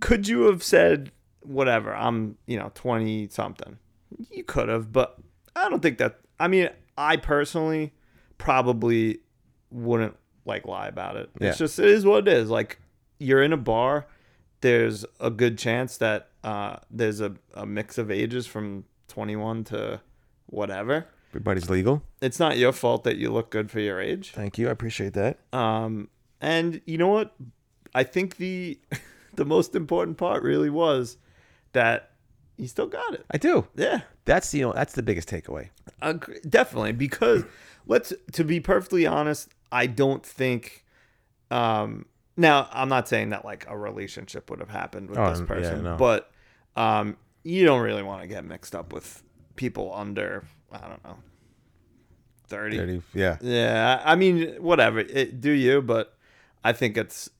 Speaker 3: could you have said whatever? I'm, you know, twenty something. You could have, but I don't think that. I mean, I personally probably wouldn't like lie about it.
Speaker 4: Yeah.
Speaker 3: It's just it is what it is. Like you're in a bar. There's a good chance that uh, there's a, a mix of ages from 21 to whatever.
Speaker 4: Everybody's legal.
Speaker 3: It's not your fault that you look good for your age.
Speaker 4: Thank you. I appreciate that.
Speaker 3: Um, and you know what? I think the the most important part really was that he still got it.
Speaker 4: I do.
Speaker 3: Yeah,
Speaker 4: That's the that's the biggest takeaway.
Speaker 3: agree- definitely. Because let's to be perfectly honest, I don't think. Um, now I'm not saying that like a relationship would have happened with
Speaker 4: Oh,
Speaker 3: this
Speaker 4: yeah,
Speaker 3: person,
Speaker 4: no.
Speaker 3: but um, you don't really want to get mixed up with people under I don't know 30,
Speaker 4: Thirty- Yeah.
Speaker 3: yeah, I I mean, whatever. It, do you? But I think it's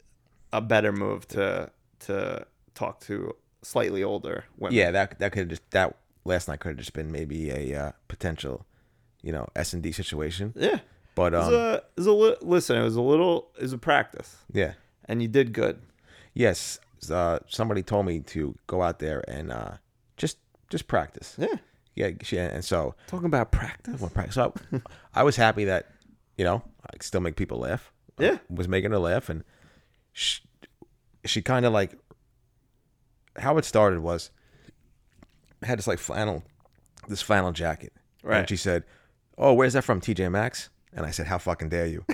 Speaker 3: a better move to to talk to slightly older women.
Speaker 4: Yeah. That that could just that last night could have just been maybe a uh, potential, you know, S and D situation.
Speaker 3: yeah.
Speaker 4: But
Speaker 3: It was
Speaker 4: um,
Speaker 3: a, it was a li- listen. It was a little. It was a practice,
Speaker 4: yeah.
Speaker 3: and you did good.
Speaker 4: Yes. Uh, somebody told me to go out there and uh, just just practice.
Speaker 3: Yeah.
Speaker 4: Yeah. She, and so
Speaker 3: Talking about practice.
Speaker 4: Well, practice. So I, I was happy that, you know, I could still make people laugh. I
Speaker 3: Yeah.
Speaker 4: was making her laugh. And she, she kind of like, how it started was, I had this like flannel, this flannel jacket.
Speaker 3: Right.
Speaker 4: And she said, Oh, where's that from? TJ Maxx? And I said, How fucking dare you?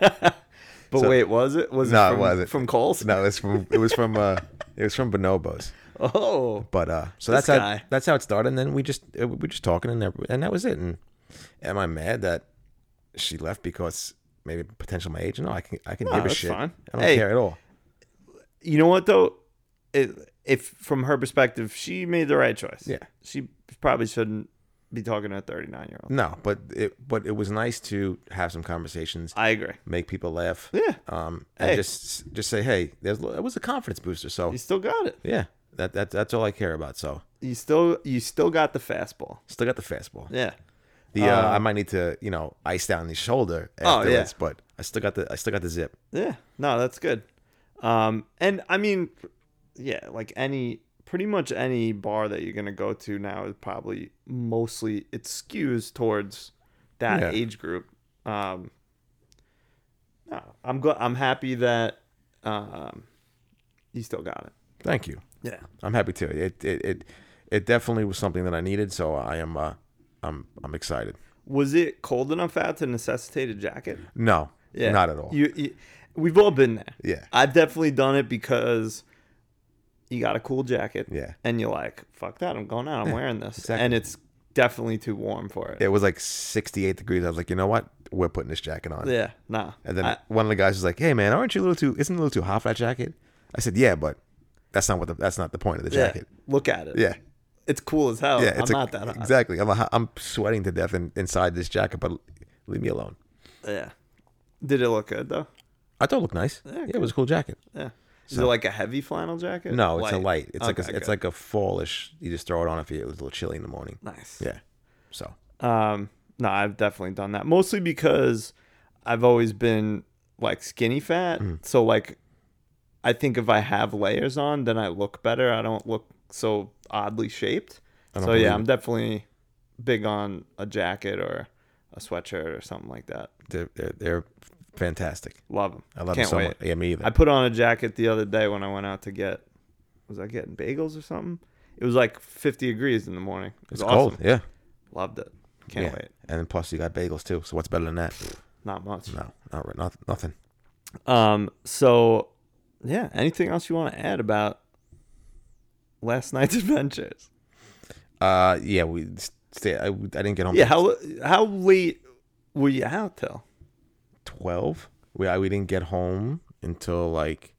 Speaker 3: But wait, was it? Was
Speaker 4: No,
Speaker 3: it
Speaker 4: it
Speaker 3: from,
Speaker 4: wasn't.
Speaker 3: from Coles?
Speaker 4: no, it's from, it was from, uh, it was from Bonobos.
Speaker 3: Oh,
Speaker 4: But uh, so
Speaker 3: This
Speaker 4: that's how
Speaker 3: guy.
Speaker 4: that's how it started. And then we just uh, we were just talking, and every- and that was it. And am I mad that she left because maybe potential my age? No, I can I can give a
Speaker 3: that's
Speaker 4: shit.
Speaker 3: fine.
Speaker 4: I don't
Speaker 3: Hey.
Speaker 4: care at all.
Speaker 3: you know what though? It, if from her perspective, she made the right choice.
Speaker 4: Yeah.
Speaker 3: she probably shouldn't be talking to a 39 year old.
Speaker 4: No, but it but it was nice to have some conversations,
Speaker 3: I agree.
Speaker 4: make people laugh.
Speaker 3: Yeah.
Speaker 4: Um, and
Speaker 3: Hey.
Speaker 4: just just say, hey, there's it was a confidence booster. So
Speaker 3: You still got it.
Speaker 4: yeah, that that that's all I care about. So
Speaker 3: You still you still got the fastball.
Speaker 4: still got the fastball.
Speaker 3: Yeah.
Speaker 4: The uh, I might need to you know ice down the shoulder
Speaker 3: Oh, yeah.
Speaker 4: afterwards, but I still got the I still got the zip.
Speaker 3: Yeah. No, that's good. Um, and I mean, yeah, like any, pretty much any bar that you're gonna go to now is probably mostly it skews towards that
Speaker 4: Yeah.
Speaker 3: age group. Um, no, I'm glad. I'm happy that um, you still got it.
Speaker 4: Thank you.
Speaker 3: Yeah.
Speaker 4: I'm happy to. It it it, it definitely was something that I needed, so I am uh I'm I'm excited.
Speaker 3: Was it cold enough out to necessitate a jacket?
Speaker 4: No. Not at all.
Speaker 3: You, you, we've all been there.
Speaker 4: Yeah.
Speaker 3: I've definitely done it because you got a cool jacket.
Speaker 4: Yeah.
Speaker 3: And you're like, fuck that, I'm going out, I'm wearing this.
Speaker 4: exactly.
Speaker 3: And it's definitely too warm for it.
Speaker 4: it was like 68 degrees. I was like, "You know what? We're putting this jacket on."
Speaker 3: yeah, nah.
Speaker 4: And then
Speaker 3: I-
Speaker 4: one of the guys was like, "Hey man, aren't you a little too isn't it a little too hot for that jacket?" I said, "Yeah, but that's not what the, that's not the point of the
Speaker 3: yeah,
Speaker 4: jacket."
Speaker 3: look at it.
Speaker 4: Yeah.
Speaker 3: It's cool as hell.
Speaker 4: Yeah,
Speaker 3: I'm
Speaker 4: it's a-
Speaker 3: not that hot.
Speaker 4: Exactly. I'm a, I'm sweating to death in, inside this jacket, but leave me alone.
Speaker 3: Yeah. Did it look good though?
Speaker 4: I thought it looked nice. Yeah, it was a cool jacket.
Speaker 3: Yeah. Is it like a heavy flannel jacket?
Speaker 4: No, it's a light. It's like
Speaker 3: Okay,
Speaker 4: a, it's
Speaker 3: good.
Speaker 4: like a fallish. You just throw it on if you, it was a little chilly in the morning.
Speaker 3: nice.
Speaker 4: Yeah. So
Speaker 3: Um, no, I've definitely done that. Mostly because I've always been like skinny fat.
Speaker 4: Mm.
Speaker 3: So like I think if I have layers on, then I look better. I don't look so oddly shaped.
Speaker 4: don't
Speaker 3: So yeah,
Speaker 4: believe
Speaker 3: I'm
Speaker 4: it.
Speaker 3: definitely big on a jacket or a sweatshirt or something like that.
Speaker 4: they're they're, they're fantastic.
Speaker 3: Love them.
Speaker 4: I love
Speaker 3: Can't
Speaker 4: them so
Speaker 3: wait.
Speaker 4: much. Yeah, me either.
Speaker 3: I put on a jacket the other day when I went out to get was I getting bagels or something? It was like 50 degrees in the morning. It was
Speaker 4: it's
Speaker 3: awesome.
Speaker 4: cold. Yeah.
Speaker 3: Loved it. Can't
Speaker 4: yeah.
Speaker 3: wait.
Speaker 4: And then plus you got bagels too. So what's better than that?
Speaker 3: Not much.
Speaker 4: No, not, re- not nothing.
Speaker 3: Um, so yeah, anything else you want to add about last night's adventures?
Speaker 4: Uh, yeah, we stay. I, I didn't get home.
Speaker 3: Yeah, how how late were you out till?
Speaker 4: twelve. We I, we didn't get home until like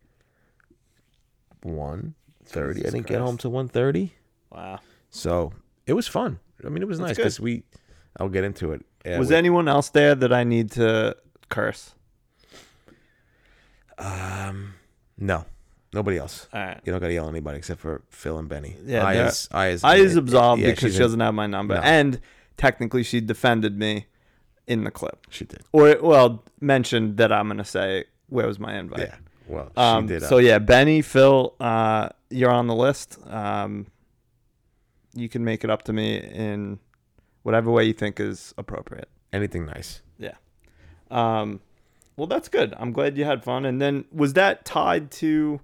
Speaker 4: one thirty. I didn't get home till one thirty.
Speaker 3: Wow.
Speaker 4: So it was fun. I mean, it was nice
Speaker 3: good.
Speaker 4: because we. I'll get into it. Yeah,
Speaker 3: Was
Speaker 4: we-
Speaker 3: anyone else there that I need to curse?
Speaker 4: no nobody else?
Speaker 3: All right.
Speaker 4: You don't got to yell at anybody except for Phil and Benny.
Speaker 3: Yeah,
Speaker 4: I
Speaker 3: they're-
Speaker 4: is, I is,
Speaker 3: I is absolved
Speaker 4: yeah,
Speaker 3: because
Speaker 4: she's
Speaker 3: she
Speaker 4: in-
Speaker 3: doesn't have my number,
Speaker 4: No.
Speaker 3: and technically she defended me in the clip,
Speaker 4: She did.
Speaker 3: or well mentioned that I'm gonna say where was my invite.
Speaker 4: Yeah. Well,
Speaker 3: Um,
Speaker 4: she did.
Speaker 3: so
Speaker 4: uh,
Speaker 3: yeah, Benny, Phil, uh, you're on the list. Um, you can make it up to me in whatever way you think is appropriate.
Speaker 4: anything nice?
Speaker 3: Yeah. Um, well, that's good. I'm glad you had fun. And then was that tied to?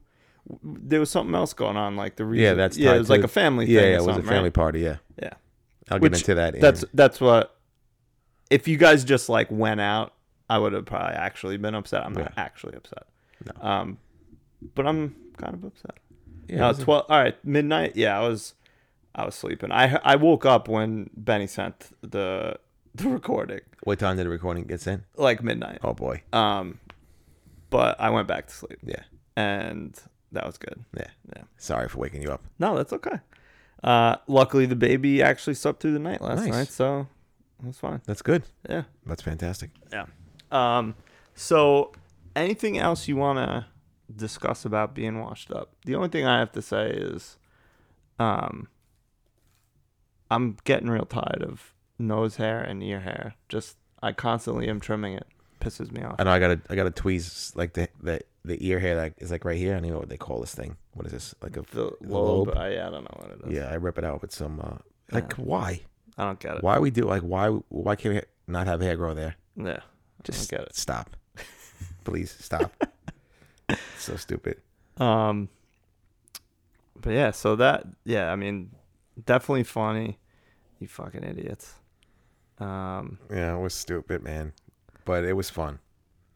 Speaker 3: There was something else going on, like the reason.
Speaker 4: Yeah, that's
Speaker 3: yeah.
Speaker 4: tied
Speaker 3: It was
Speaker 4: to-
Speaker 3: like a family.
Speaker 4: Yeah,
Speaker 3: thing or
Speaker 4: yeah, it was a
Speaker 3: something, right?
Speaker 4: family party. Yeah,
Speaker 3: Yeah.
Speaker 4: I'll
Speaker 3: Which-
Speaker 4: get into that. in-
Speaker 3: That's that's what. If you guys just like went out, I would have probably actually been upset. I'm not
Speaker 4: Yeah.
Speaker 3: actually upset. Um, but I'm kind of upset.
Speaker 4: yeah, it
Speaker 3: no,
Speaker 4: was a-
Speaker 3: twelve. All right, midnight. Yeah, I was, I was sleeping. I I woke up when Benny sent the the recording,
Speaker 4: What time did the recording get sent?
Speaker 3: like midnight.
Speaker 4: Oh boy.
Speaker 3: Um, but I went back to sleep,
Speaker 4: Yeah.
Speaker 3: and that was good.
Speaker 4: Yeah.
Speaker 3: Yeah.
Speaker 4: Sorry for waking you up.
Speaker 3: No, that's okay. Uh, luckily the baby actually slept through the night last
Speaker 4: Nice.
Speaker 3: night, so that's fine.
Speaker 4: That's good.
Speaker 3: Yeah.
Speaker 4: That's fantastic.
Speaker 3: Yeah. Um, so anything else you want to discuss about being washed up? The only thing I have to say is, um, I'm getting real tired of nose hair and ear hair. Just I constantly am trimming it. Pisses me off.
Speaker 4: I know I got to I got to tweeze like the the the ear hair like is like right here. I don't even know what they call this thing. What is this? Like a
Speaker 3: The
Speaker 4: a
Speaker 3: lobe. I, I don't know what it is.
Speaker 4: Yeah, I rip it out with some. Uh, like why?
Speaker 3: I don't get it.
Speaker 4: Why we do like why why can't we ha- not have hair grow there?
Speaker 3: Yeah.
Speaker 4: Just
Speaker 3: I don't get
Speaker 4: stop. Please stop. so stupid.
Speaker 3: it. Um. But yeah, so that yeah, I mean, definitely funny. You fucking idiots. Um.
Speaker 4: Yeah, it was stupid, man. But it was fun,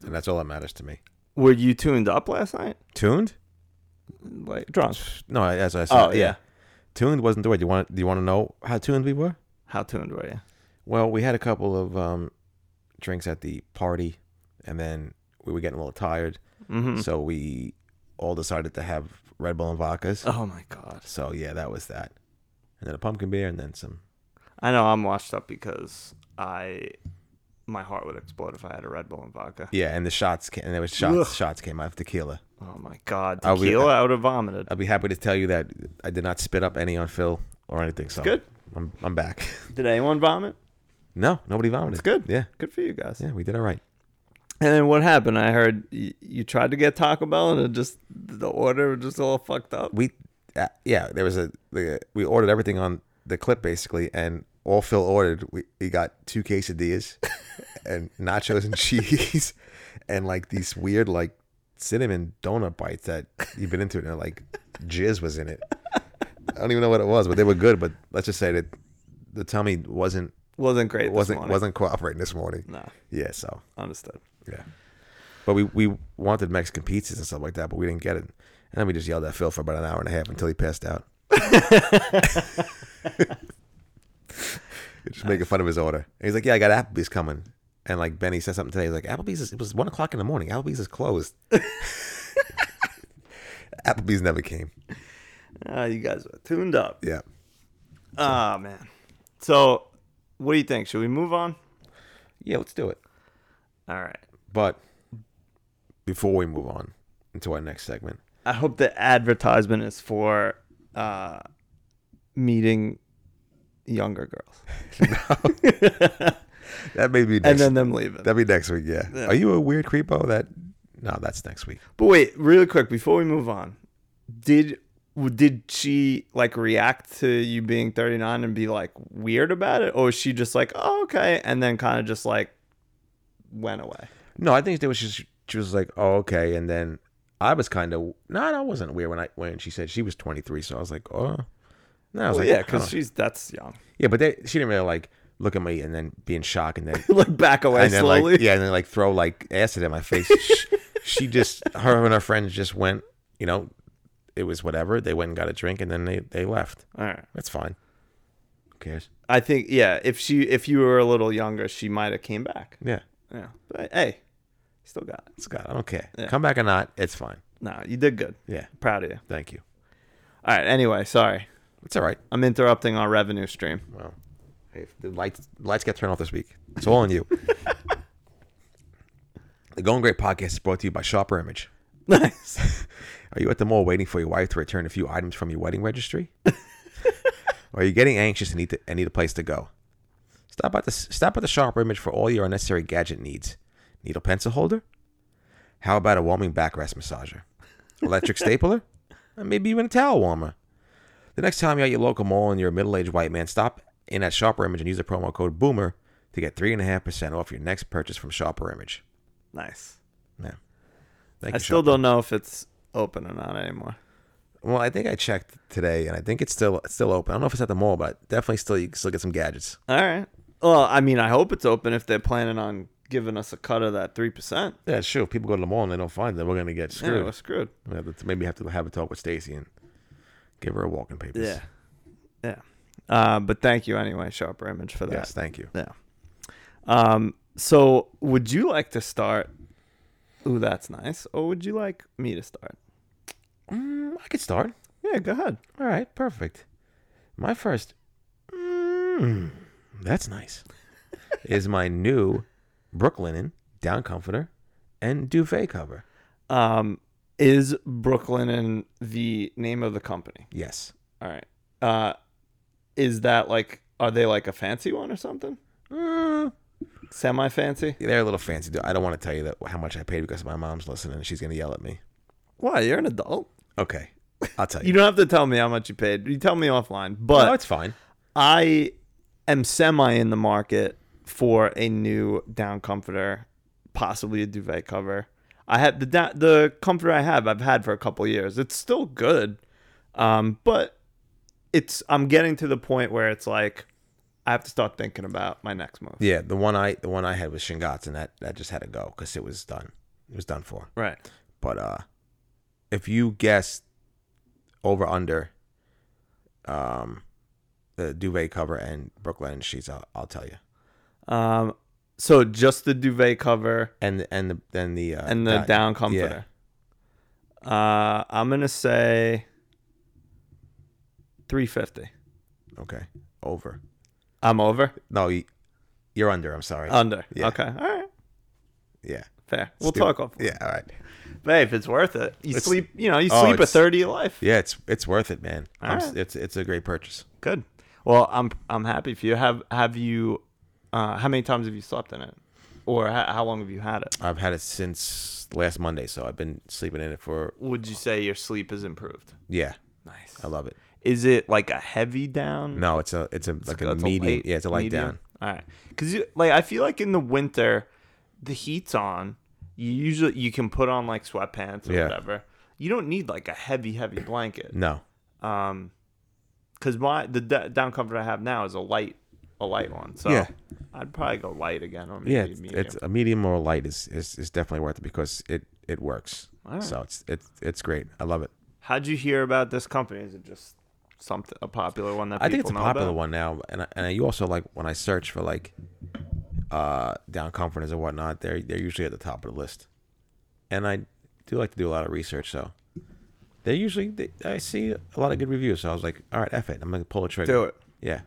Speaker 4: and that's all that matters to me.
Speaker 3: Were you tuned up last night?
Speaker 4: Tuned?
Speaker 3: Like drunk?
Speaker 4: No, as I said.
Speaker 3: Oh, yeah.
Speaker 4: Tuned wasn't the word. Do you want do you want to know how tuned we were?
Speaker 3: How tuned were you?
Speaker 4: Well, we had a couple of um, drinks at the party, and then we were getting a little tired,
Speaker 3: Mm-hmm.
Speaker 4: so we all decided to have Red Bull and vodkas.
Speaker 3: Oh my god!
Speaker 4: So yeah, that was that, and then a pumpkin beer, and then some.
Speaker 3: I know I'm washed up because I, my heart would explode if I had a Red Bull and vodka.
Speaker 4: Yeah, and the shots came, and there was shots.
Speaker 3: Ugh.
Speaker 4: Shots came out of tequila.
Speaker 3: Oh my god!
Speaker 4: I'll be-
Speaker 3: Tequila, I would have vomited.
Speaker 4: I'll be happy to tell you that I did not spit up any on Phil or anything. So
Speaker 3: Good.
Speaker 4: I'm I'm back.
Speaker 3: Did anyone vomit?
Speaker 4: no, nobody vomited.
Speaker 3: It's good.
Speaker 4: Yeah,
Speaker 3: good for you guys.
Speaker 4: yeah, we did all right.
Speaker 3: And then what happened? I heard you, you tried to get Taco Bell and it just the order was just all fucked up.
Speaker 4: we uh, yeah there was a the, we ordered everything on the clip basically and all phil ordered we he got two quesadillas and nachos and cheese and like these weird like cinnamon donut bites that you've been into and they're like jizz was in it i don't even know what it was but they were good but let's just say that the tummy wasn't
Speaker 3: wasn't great. this
Speaker 4: wasn't
Speaker 3: morning.
Speaker 4: wasn't cooperating this morning
Speaker 3: No,
Speaker 4: yeah so
Speaker 3: understood.
Speaker 4: yeah. But we, we wanted Mexican pizzas and stuff like that, but we didn't get it. And then we just yelled at Phil for about an hour and a half until he passed out. just making fun of his order. And he's like, Yeah, I got Applebee's coming. And like Benny said something today. He's like, Applebee's is, it was one o'clock in the morning. Applebee's is closed. Applebee's never came.
Speaker 3: Ah, you guys were tuned up.
Speaker 4: Yeah.
Speaker 3: Ah man. So, what do you think? Should we move on?
Speaker 4: Yeah, let's do it.
Speaker 3: All right.
Speaker 4: But before we move on into our next segment,
Speaker 3: I hope the advertisement is for uh, meeting younger girls
Speaker 4: that may be next,
Speaker 3: and then them leaving.
Speaker 4: that'd be next week. Yeah. Are you a weird creepo? That no, that's next week.
Speaker 3: But wait, really quick before we move on, did w- did she like react to you being 39 and be like weird about it, or was she just like, oh okay, and then kind of just like went away?
Speaker 4: No, I think there was just she was like, oh okay, and then I was kind of no, I wasn't weird when I when she said she was 23, so I was like, oh. No, I was
Speaker 3: Well,
Speaker 4: like, oh.
Speaker 3: yeah,
Speaker 4: I don't-
Speaker 3: because she's that's young.
Speaker 4: yeah, but they, she didn't really like look at me and then be in shock and then
Speaker 3: like back away
Speaker 4: and then
Speaker 3: slowly.
Speaker 4: like yeah, and then like throw like acid in my face. she, she just her and her friends just went, you know, it was whatever. They went and got a drink and then they they left.
Speaker 3: All right.
Speaker 4: That's fine. Who cares?
Speaker 3: I think yeah. If she if you were a little younger, she might have came back.
Speaker 4: Yeah,
Speaker 3: Yeah. But hey, still got it.
Speaker 4: it's got. I don't care. Come back or not, it's fine.
Speaker 3: No, you did good.
Speaker 4: Yeah,
Speaker 3: Proud of you.
Speaker 4: thank you.
Speaker 3: All right. Anyway, sorry.
Speaker 4: It's all right.
Speaker 3: I'm interrupting our revenue stream.
Speaker 4: Well, hey, if the lights lights got turned off this week. It's all on you. the Going Great podcast is brought to you by Shopper Image.
Speaker 3: Nice.
Speaker 4: Are you at the mall waiting for your wife to return a few items from your wedding registry? Or are you getting anxious and need, to, and need a place to go? Stop at the stop at the Sharper Image for all your unnecessary gadget needs. Need a pencil holder? How about a warming backrest massager? Electric stapler? And maybe even a towel warmer. The next time you're at your local mall and you're a middle-aged white man, stop in at Sharper Image and use the promo code Boomer to get three and a half percent off your next purchase from Sharper Image.
Speaker 3: nice.
Speaker 4: Yeah. Thank
Speaker 3: I
Speaker 4: you,
Speaker 3: still
Speaker 4: Shopper.
Speaker 3: don't know if it's open or not anymore.
Speaker 4: Well, I think I checked today, and I think it's still it's still open. I don't know if it's at the mall, but definitely still you can still get some gadgets.
Speaker 3: All right. Well, I mean, I hope it's open if they're planning on giving us a cut of that three percent.
Speaker 4: Yeah, sure. If people go to the mall and they don't find them, we're gonna get
Speaker 3: Yeah,
Speaker 4: screwed.
Speaker 3: we're screwed.
Speaker 4: We have to- maybe have to have a talk with Stacy and give her a walking papers.
Speaker 3: Yeah. Yeah. Uh, but thank you anyway, Sharper Image, for that.
Speaker 4: Yes, thank you.
Speaker 3: Yeah. Um, so would you like to start? Ooh, that's nice. Or would you like me to start?
Speaker 4: Mm, I could start.
Speaker 3: Yeah, go ahead.
Speaker 4: All right, perfect. My first, mm, that's nice, is my new Brooklinen down comforter and duvet cover.
Speaker 3: Um, is Brooklyn in the name of the company?
Speaker 4: Yes.
Speaker 3: All right. Uh, is that like, are they like a fancy one or something?
Speaker 4: Mm,
Speaker 3: Semi fancy?
Speaker 4: they're a little fancy. though. I don't want to tell you that how much I paid because my mom's listening and she's gonna yell at me.
Speaker 3: Why? You're an adult.
Speaker 4: Okay, I'll tell you.
Speaker 3: You don't have to tell me how much you paid. You tell me offline. But
Speaker 4: no, it's fine.
Speaker 3: I am semi in the market for a new down comforter, possibly a duvet cover. I had the da- the comforter I have I've had for a couple years. It's still good, um, but it's I'm getting to the point where it's like I have to start thinking about my next move.
Speaker 4: Yeah, the one I the one I had was Shingatsu, and that that just had to go because it was done. It was done for.
Speaker 3: Right.
Speaker 4: But uh, if you guessed over under, um, the duvet cover and Brooklyn sheets, I'll, I'll tell you.
Speaker 3: Um, so just the duvet cover
Speaker 4: And and the then the uh,
Speaker 3: and the
Speaker 4: that-
Speaker 3: down
Speaker 4: yeah.
Speaker 3: comforter. Uh, I'm gonna say three fifty.
Speaker 4: Okay, over.
Speaker 3: I'm over.
Speaker 4: No, you, you're under. I'm sorry.
Speaker 3: Under.
Speaker 4: Yeah.
Speaker 3: Okay. All right.
Speaker 4: yeah,
Speaker 3: Fair. We'll
Speaker 4: Stupid.
Speaker 3: talk off.
Speaker 4: Yeah, all right.
Speaker 3: But hey, if it's worth it, you
Speaker 4: It's-
Speaker 3: sleep. You know, you
Speaker 4: Oh,
Speaker 3: sleep a
Speaker 4: it's-
Speaker 3: third of your life.
Speaker 4: Yeah, it's it's worth it, man. I'm, s
Speaker 3: right.
Speaker 4: It's it's a great purchase.
Speaker 3: Good. Well, I'm I'm happy for you. Have Have you? Uh, how many times have you slept in it? Or how, how long have you had it?
Speaker 4: I've had it since last Monday, so I've been sleeping in it for
Speaker 3: Would you say your sleep is improved?
Speaker 4: yeah.
Speaker 3: Nice.
Speaker 4: I love it.
Speaker 3: Is it like a heavy down?
Speaker 4: No, it's a it's a like a
Speaker 3: That's
Speaker 4: medium.
Speaker 3: light
Speaker 4: yeah, it's a light
Speaker 3: medium?
Speaker 4: down.
Speaker 3: All right, because like I feel like in the winter, the heat's on. You usually you can put on like sweatpants or
Speaker 4: Yeah.
Speaker 3: whatever. You don't need like a heavy heavy blanket.
Speaker 4: No,
Speaker 3: um because my the d- down comfort i have now is a light a light one so
Speaker 4: Yeah.
Speaker 3: i'd probably go light again or maybe
Speaker 4: yeah,
Speaker 3: yeah,
Speaker 4: it's, it's a medium or a light is, is is definitely worth it because it it works.
Speaker 3: Alright.
Speaker 4: So it's it's it's great. I love it.
Speaker 3: how'd you hear about this company is it just something a popular one that
Speaker 4: I think it's
Speaker 3: people
Speaker 4: a
Speaker 3: know
Speaker 4: popular
Speaker 3: about?
Speaker 4: one now, and I, and I, you also like when I search for like uh down conferences and whatnot, they're they're usually at the top of the list. And I do like to do a lot of research, so they usually they, I see a lot of good reviews. So I was like, all right, F it, I'm gonna pull a trigger.
Speaker 3: do it
Speaker 4: Yeah,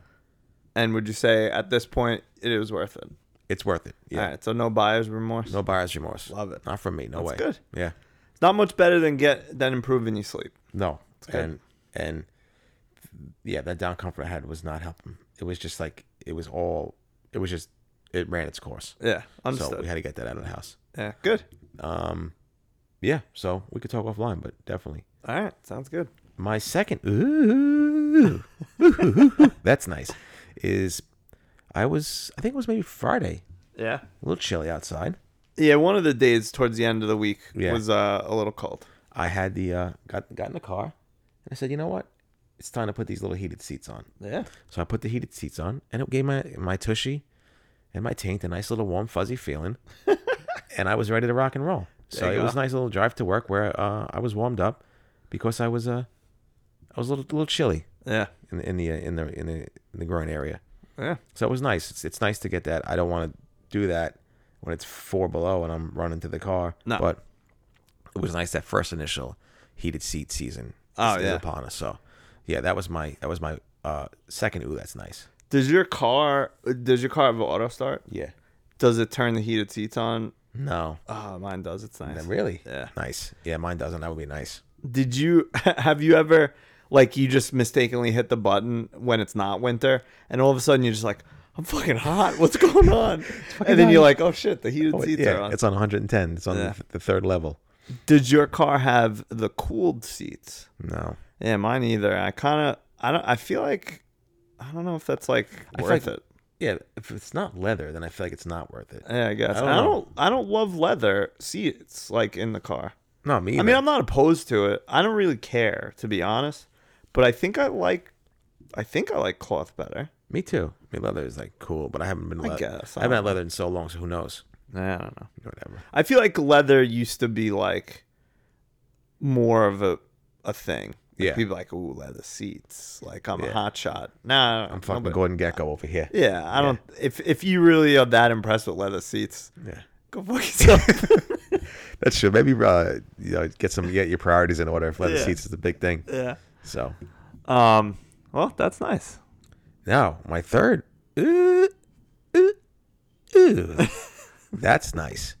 Speaker 3: and would you say at this point it is worth it
Speaker 4: It's worth it. Yeah.
Speaker 3: All right, so no buyer's remorse.
Speaker 4: No buyer's remorse.
Speaker 3: Love it.
Speaker 4: Not from me. No way.
Speaker 3: That's good.
Speaker 4: Yeah.
Speaker 3: It's not much better than get than improving your sleep.
Speaker 4: No.
Speaker 3: good.
Speaker 4: And and yeah, that down comfort I had was not helping. It was just like it was all. It was just it ran its course.
Speaker 3: Yeah,
Speaker 4: So
Speaker 3: understood.
Speaker 4: we had to get that out of the house.
Speaker 3: yeah, good.
Speaker 4: Um, yeah. So we could talk offline, but definitely
Speaker 3: All right, sounds good.
Speaker 4: my second. Ooh, Ooh. that's nice. Is I was I think it was maybe Friday.
Speaker 3: Yeah.
Speaker 4: A little chilly outside.
Speaker 3: Yeah, one of the days towards the end of the week
Speaker 4: Yeah.
Speaker 3: was uh, a little cold.
Speaker 4: I had the uh, got got in the car, and I said, you know what? It's time to put these little heated seats on.
Speaker 3: Yeah.
Speaker 4: So I put the heated seats on, and it gave my my tushy and my taint a nice little warm fuzzy feeling, and I was ready to rock and roll. So
Speaker 3: There
Speaker 4: it
Speaker 3: you
Speaker 4: was a
Speaker 3: go.
Speaker 4: nice little drive to work where uh, I was warmed up because I was uh, I was a little, little chilly
Speaker 3: Yeah.
Speaker 4: in the in the uh, in the in the, in the groin area.
Speaker 3: Yeah.
Speaker 4: So it was nice. It's, it's nice to get that. I don't want to do that when it's four below and I'm running to the car.
Speaker 3: No.
Speaker 4: But it was nice that first initial heated seat season
Speaker 3: Oh,
Speaker 4: is
Speaker 3: yeah.
Speaker 4: upon us. So yeah, that was my that was my uh, second. Ooh, that's nice.
Speaker 3: Does your car does your car have an auto start?
Speaker 4: Yeah.
Speaker 3: Does it turn the heated seats on?
Speaker 4: No.
Speaker 3: Oh, mine does. It's nice.
Speaker 4: Then really?
Speaker 3: Yeah.
Speaker 4: Nice. Yeah, mine doesn't. That would be nice.
Speaker 3: Did you have you ever like you just mistakenly hit the button when it's not winter and all of a sudden you're just like I'm fucking hot. What's going on? and then you're like, oh shit, the heated
Speaker 4: Oh,
Speaker 3: seats
Speaker 4: yeah,
Speaker 3: are on.
Speaker 4: it's on 110. It's on
Speaker 3: Yeah.
Speaker 4: the, the third level.
Speaker 3: Did your car have the cooled seats?
Speaker 4: No.
Speaker 3: Yeah, mine either. I kind of I don't I feel like I don't know if that's like
Speaker 4: I feel
Speaker 3: worth
Speaker 4: like-
Speaker 3: it.
Speaker 4: Yeah, if it's not leather, then I feel like it's not worth it.
Speaker 3: Yeah, I guess. I
Speaker 4: I don't
Speaker 3: don't.
Speaker 4: know.
Speaker 3: I don't, love leather seats like in the car.
Speaker 4: No, me.
Speaker 3: I mean, I'm not opposed to it. I don't really care to be honest, but I think I like. I think I like cloth better.
Speaker 4: me too. I mean, leather is like cool, but I haven't been.
Speaker 3: I
Speaker 4: leather.
Speaker 3: guess.
Speaker 4: I haven't had leather in so long, so who knows?
Speaker 3: I don't know.
Speaker 4: Whatever.
Speaker 3: I feel like leather used to be like more of a a thing. Like,
Speaker 4: Yeah.
Speaker 3: people like ooh leather seats. Like I'm
Speaker 4: Yeah.
Speaker 3: a hot shot. Nah,
Speaker 4: I'm fucking
Speaker 3: nobody-
Speaker 4: Gordon Gecko over here.
Speaker 3: Yeah, I don't. If if you really are that impressed with leather seats,
Speaker 4: Yeah.
Speaker 3: go fuck yourself.
Speaker 4: That's true. Maybe uh, you know, get some get your priorities in order. If leather
Speaker 3: Yeah.
Speaker 4: seats is the big thing.
Speaker 3: yeah.
Speaker 4: So
Speaker 3: Um. Well, that's nice.
Speaker 4: now my third. Ooh, ooh, ooh. That's nice.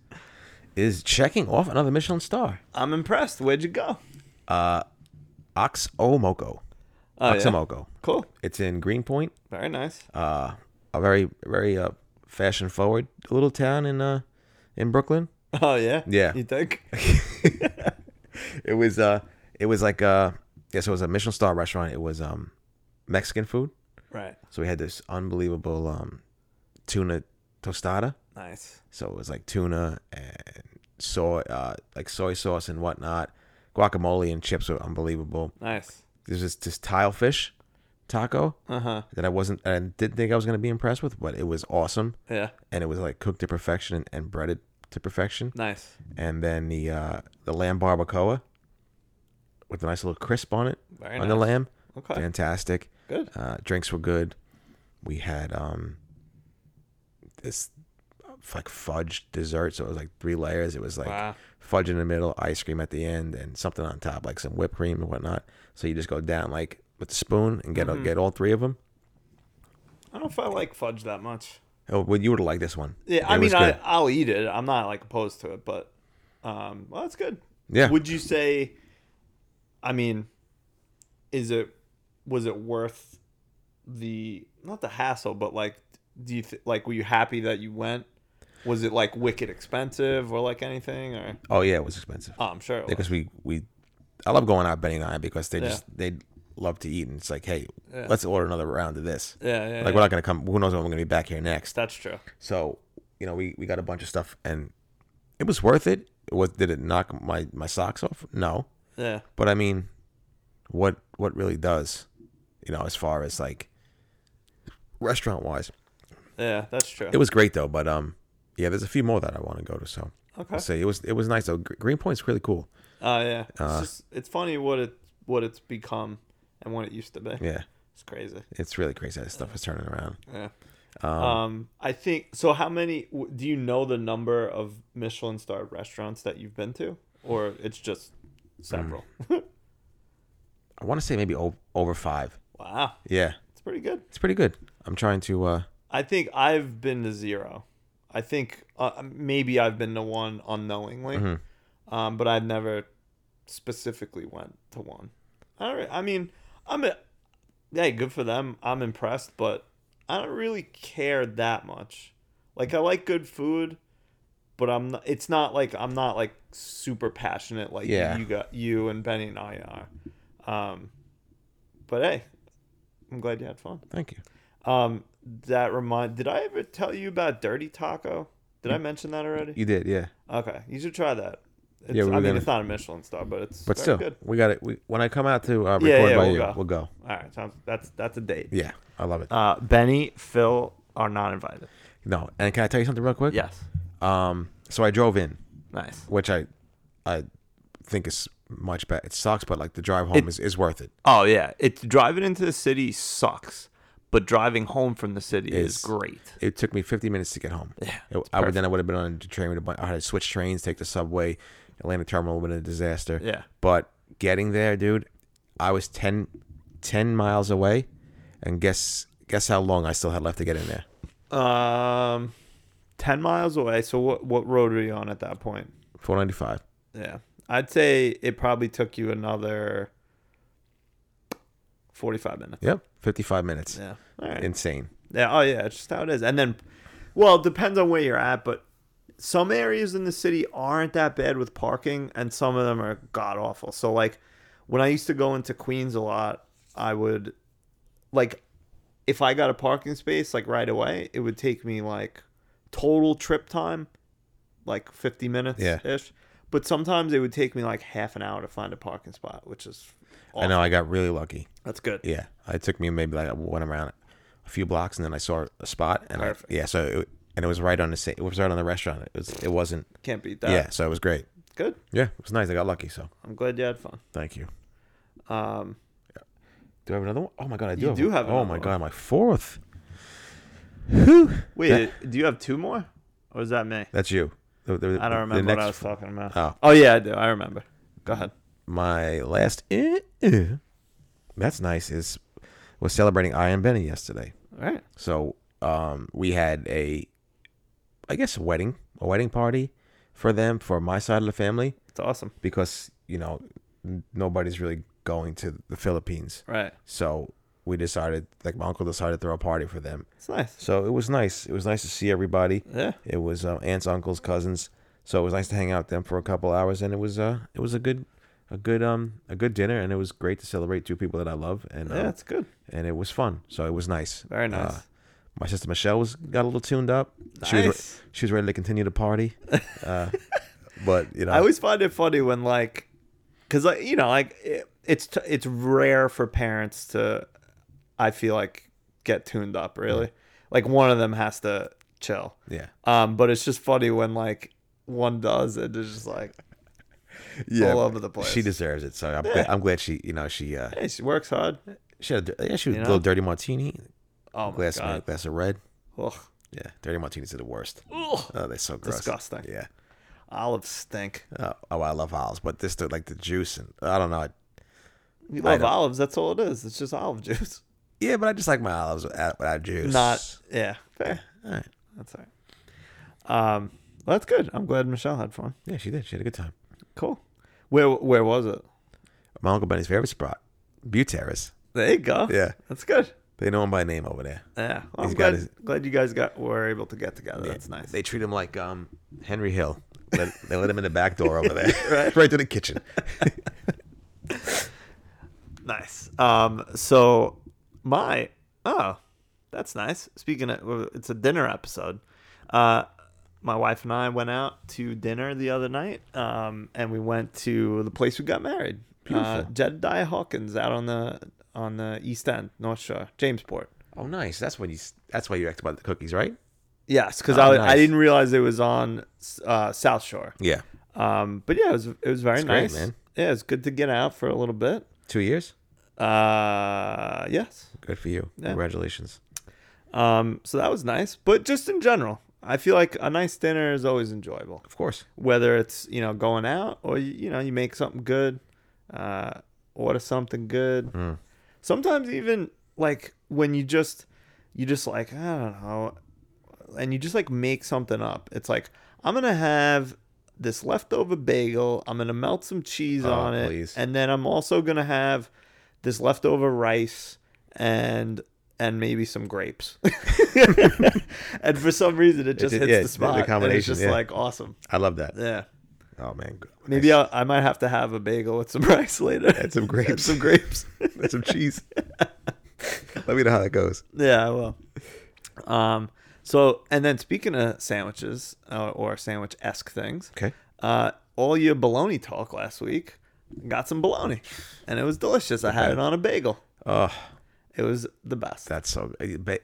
Speaker 4: Is checking off another Michelin star.
Speaker 3: I'm impressed. Where'd you go?
Speaker 4: Oxomoco.
Speaker 3: Oh, yeah.
Speaker 4: Oxomoco.
Speaker 3: Cool.
Speaker 4: It's in Greenpoint.
Speaker 3: Very nice.
Speaker 4: Uh, a very very uh, fashion forward little town in uh in Brooklyn.
Speaker 3: oh yeah.
Speaker 4: yeah.
Speaker 3: You think?
Speaker 4: It was uh it was like uh yes it was a Michelin star restaurant. It was um Mexican food.
Speaker 3: right.
Speaker 4: So we had this unbelievable um, tuna tostada.
Speaker 3: Nice.
Speaker 4: So it was like tuna and soy, uh, like soy sauce and whatnot. Guacamole and chips were unbelievable.
Speaker 3: Nice. Uh-huh.
Speaker 4: There's this this tile fish taco that I wasn't, I didn't think I was gonna be impressed with, but it was awesome,
Speaker 3: Yeah.
Speaker 4: and it was like cooked to perfection and, and breaded to perfection.
Speaker 3: Nice.
Speaker 4: And then the uh, the lamb barbacoa with a nice little crisp on it
Speaker 3: Very
Speaker 4: on the
Speaker 3: nice.
Speaker 4: lamb.
Speaker 3: Okay.
Speaker 4: Fantastic.
Speaker 3: Good.
Speaker 4: Uh, drinks were good. We had um this uh, like fudge dessert, so it was like three layers. It was like
Speaker 3: Wow.
Speaker 4: fudge in the middle, ice cream at the end, and something on top, like some whipped cream and whatnot. So you just go down like with the spoon and get
Speaker 3: Mm-hmm.
Speaker 4: get all three of them.
Speaker 3: I don't know if I like fudge that much.
Speaker 4: Oh, well, you would have liked this one.
Speaker 3: Yeah. I
Speaker 4: It was
Speaker 3: mean, I,
Speaker 4: good.
Speaker 3: I'll eat it. I'm not like opposed to it, but um, well, that's good.
Speaker 4: yeah,
Speaker 3: Would you say? I mean, is it? Was it worth the not the hassle, but like, do you th- like? Were you happy that you went? Was it like wicked expensive or like anything? Or
Speaker 4: oh yeah, it was expensive
Speaker 3: oh, I'm sure. It was.
Speaker 4: because we we I love going out Benny and I because they
Speaker 3: Yeah.
Speaker 4: just they love to eat and it's like hey, let's order another round of this.
Speaker 3: Yeah, yeah.
Speaker 4: Like
Speaker 3: yeah.
Speaker 4: we're not gonna come. Who knows when we're gonna be back here next?
Speaker 3: That's true.
Speaker 4: So you know, we we got a bunch of stuff, and it was worth it. it was did it knock my my socks off? No,
Speaker 3: Yeah.
Speaker 4: but I mean, what what really does, you know, as far as like restaurant wise,
Speaker 3: Yeah, that's true.
Speaker 4: it was great though. But um, yeah, there's a few more that I want to go to. So
Speaker 3: okay.
Speaker 4: I'll say it was it was nice though. Gr- Greenpoint's really cool.
Speaker 3: Oh yeah. It's
Speaker 4: Uh.
Speaker 3: just it's funny what it what it's become and what it used to be.
Speaker 4: Yeah,
Speaker 3: It's crazy.
Speaker 4: it's really crazy how this stuff is turning around.
Speaker 3: Yeah. Um, I think so how many w- do you know the number of Michelin star restaurants that you've been to or it's just several?
Speaker 4: I want to say maybe o- over five.
Speaker 3: wow.
Speaker 4: Yeah,
Speaker 3: It's pretty good.
Speaker 4: it's pretty good. I'm trying to uh
Speaker 3: I think I've been to zero. I think uh, maybe I've been to one unknowingly, um, but I've never specifically went to one. I don't. re- I mean, I'm. A, hey, good for them. I'm impressed, but I don't really care that much. Like I like good food, but I'm. Not, it's not like I'm not like super passionate like
Speaker 4: Yeah.
Speaker 3: you got you and Benny and I are. Um, but hey, I'm glad you had fun.
Speaker 4: Thank you.
Speaker 3: Um, that remind. Did I ever tell you about Dirty Taco? Did I mention that already?
Speaker 4: You did, yeah.
Speaker 3: Okay, you should try that. It's,
Speaker 4: Yeah, we
Speaker 3: I
Speaker 4: were
Speaker 3: mean
Speaker 4: gonna-
Speaker 3: it's not a Michelin star, but it's
Speaker 4: But
Speaker 3: very
Speaker 4: still,
Speaker 3: good.
Speaker 4: we got it. We, when I come out to uh, record
Speaker 3: Yeah, yeah,
Speaker 4: by
Speaker 3: we'll
Speaker 4: you,
Speaker 3: go.
Speaker 4: we'll go.
Speaker 3: All right, sounds that's that's a date.
Speaker 4: Yeah, I love it.
Speaker 3: Uh, Benny, Phil are not invited.
Speaker 4: no, and can I tell you something real quick?
Speaker 3: Yes,
Speaker 4: Um, so I drove in,
Speaker 3: nice.
Speaker 4: which I, I think is much better. It sucks, but like the drive home is is worth it.
Speaker 3: Oh yeah, it's driving into the city sucks, but driving home from the city is,
Speaker 4: Is-
Speaker 3: great.
Speaker 4: It took me 50 minutes to get home. Yeah, I would then I would have been on the train with a bunch. I had to switch trains, take the subway. Atlanta terminal would have been a disaster.
Speaker 3: Yeah.
Speaker 4: but getting there, dude, I was 10, 10 miles away, and guess guess how long I still had left to get in there.
Speaker 3: Um, ten miles away. So what what road were you on at that point?
Speaker 4: 495.
Speaker 3: Yeah, I'd say it probably took you another forty-five minutes.
Speaker 4: Yep, 55 minutes.
Speaker 3: Yeah, all right.
Speaker 4: Insane.
Speaker 3: Yeah, oh yeah, it's just how it is. And then, well, it depends on where you're at, but some areas in the city aren't that bad with parking, and some of them are god awful. So like, when I used to go into Queens a lot, I would, like, if I got a parking space like right away, it would take me like total trip time, like fifty minutes
Speaker 4: Yeah.
Speaker 3: ish. But sometimes it would take me like half an hour to find a parking spot, which is
Speaker 4: I know I got really lucky.
Speaker 3: that's good.
Speaker 4: Yeah, it took me maybe like one around a few blocks, and then I saw a spot, and I, yeah, so it, and it was right on the sa- it was right on the restaurant. It was it wasn't
Speaker 3: Can't beat that.
Speaker 4: yeah, so it was great.
Speaker 3: good.
Speaker 4: Yeah, it was nice. I got lucky, so
Speaker 3: I'm glad you had fun.
Speaker 4: thank you.
Speaker 3: Um.
Speaker 4: Do I have another one? Oh my god, I do.
Speaker 3: You
Speaker 4: have
Speaker 3: do
Speaker 4: one.
Speaker 3: have
Speaker 4: Oh
Speaker 3: another
Speaker 4: my
Speaker 3: one.
Speaker 4: god, my fourth.
Speaker 3: Wait, do you have two more? Or is that me?
Speaker 4: That's you. The- the-
Speaker 3: I
Speaker 4: the
Speaker 3: don't remember what
Speaker 4: next-
Speaker 3: I was talking about.
Speaker 4: Oh.
Speaker 3: yeah, I do. I remember. Go ahead.
Speaker 4: My last. eh, eh, that's nice. Is was celebrating I and Benny yesterday.
Speaker 3: All right.
Speaker 4: So um, we had a, I guess, a wedding, a wedding party for them for my side of the family
Speaker 3: It's awesome.
Speaker 4: because you know n- nobody's really going to the Philippines.
Speaker 3: Right.
Speaker 4: So we decided, like my uncle decided to throw a party for them.
Speaker 3: It's nice.
Speaker 4: So it was nice. It was nice to see everybody.
Speaker 3: Yeah.
Speaker 4: It was um, aunts, uncles, cousins. So it was nice to hang out with them for a couple hours, and it was uh, it was a good, a good um, a good dinner, and it was great to celebrate two people that I love, and
Speaker 3: Yeah,
Speaker 4: um,
Speaker 3: it's good.
Speaker 4: and it was fun. So it was nice. Uh,
Speaker 3: Very nice.
Speaker 4: my sister Michelle was got a little tuned up. She was
Speaker 3: Nice.
Speaker 4: re- she was ready to continue the party. Uh, but you know,
Speaker 3: I always find it funny when like, cause like you know like it, it's t- it's rare for parents to, I feel like get tuned up really. Like one of them has to chill.
Speaker 4: yeah,
Speaker 3: Um, but it's just funny when like one does and it's just like,
Speaker 4: yeah,
Speaker 3: all over the place.
Speaker 4: She deserves it. So I'm, glad, I'm glad she, you know, she uh,
Speaker 3: hey, she works hard.
Speaker 4: she had a, yeah, she was
Speaker 3: You
Speaker 4: a little
Speaker 3: know?
Speaker 4: dirty martini,
Speaker 3: Oh my
Speaker 4: glass
Speaker 3: god.
Speaker 4: glass of red.
Speaker 3: Ugh.
Speaker 4: Yeah, dirty martinis are the worst. Oh, they're so gross.
Speaker 3: Disgusting.
Speaker 4: Yeah.
Speaker 3: Olives stink.
Speaker 4: Uh, oh, I love olives, but this the, like the juice and I don't know.
Speaker 3: You
Speaker 4: I
Speaker 3: love
Speaker 4: don't-
Speaker 3: olives. That's all it is. It's just olive juice.
Speaker 4: Yeah, but I just like my olives without, without juice.
Speaker 3: Not yeah. Fair.
Speaker 4: All right.
Speaker 3: That's all right. Um, well, that's good. I'm glad Michelle had fun.
Speaker 4: Yeah, she did. She had a good time.
Speaker 3: Cool. Where where was it?
Speaker 4: My uncle Benny's favorite spot, Butte Terrace.
Speaker 3: There you go.
Speaker 4: Yeah.
Speaker 3: that's good.
Speaker 4: They know him by name over there.
Speaker 3: Yeah, well, I'm
Speaker 4: He's got
Speaker 3: glad,
Speaker 4: his-
Speaker 3: glad you guys got were able to get together. That's nice.
Speaker 4: They treat him like um, Henry Hill. Let- they let him in the back door over there, right, right to the kitchen.
Speaker 3: Nice. Um, so my oh, that's nice. Speaking of, well, it's a dinner episode. Uh, my wife and I went out to dinner the other night. Um, and we went to the place we got married. Uh, Jedediah Hawkins out on the on the East End, North Shore, Jamesport.
Speaker 4: Oh, nice. That's when you. s- That's why you asked about the cookies, right?
Speaker 3: Yes, because
Speaker 4: Oh,
Speaker 3: I,
Speaker 4: nice.
Speaker 3: I didn't realize it was on uh, South Shore.
Speaker 4: Yeah.
Speaker 3: Um, but yeah, it was it was very
Speaker 4: That's great,
Speaker 3: nice.
Speaker 4: man.
Speaker 3: Yeah, it's good to get out for a little bit.
Speaker 4: Two years.
Speaker 3: Uh, yes.
Speaker 4: Good for you. Congratulations.
Speaker 3: Um, so that was nice. But just in general, I feel like a nice dinner is always enjoyable,
Speaker 4: Of course.
Speaker 3: whether it's you know going out or you, you know you make something good, uh, order something good.
Speaker 4: Hmm.
Speaker 3: Sometimes even like when you just you just like I don't know, and you just like make something up. It's like I'm gonna have this leftover bagel. I'm gonna melt some cheese
Speaker 4: Oh,
Speaker 3: on it,
Speaker 4: please.
Speaker 3: and then I'm also gonna have this leftover rice and and maybe some grapes. and for some reason, it just
Speaker 4: did-
Speaker 3: hits
Speaker 4: yeah,
Speaker 3: the
Speaker 4: the- the
Speaker 3: spot. and it's
Speaker 4: combination,
Speaker 3: just
Speaker 4: yeah.
Speaker 3: like awesome.
Speaker 4: I love that.
Speaker 3: Yeah.
Speaker 4: Oh man,
Speaker 3: Maybe I, I might have to have a bagel with some rice later.
Speaker 4: add some grapes,
Speaker 3: some grapes.
Speaker 4: Add some cheese. Let me know how that goes.
Speaker 3: Yeah, I will. Um, so, and then speaking of sandwiches uh, or sandwich esque things,
Speaker 4: Okay.
Speaker 3: uh, all your bologna talk last week got some bologna, and it was delicious. I had it on a bagel.
Speaker 4: Oh,
Speaker 3: It was the best.
Speaker 4: that's so. Ba-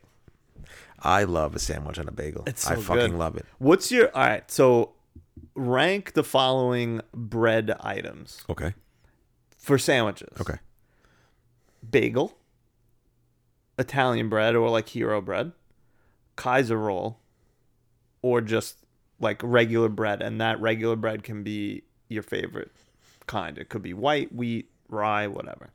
Speaker 4: I love a sandwich and a bagel.
Speaker 3: It's
Speaker 4: I
Speaker 3: so
Speaker 4: fucking
Speaker 3: good.
Speaker 4: love it.
Speaker 3: What's your all right? So, rank the following bread items
Speaker 4: Okay.
Speaker 3: for sandwiches:
Speaker 4: Okay.
Speaker 3: bagel, Italian bread or like hero bread, Kaiser roll, or just like regular bread. And that regular bread can be your favorite kind. It could be white, wheat, rye, whatever.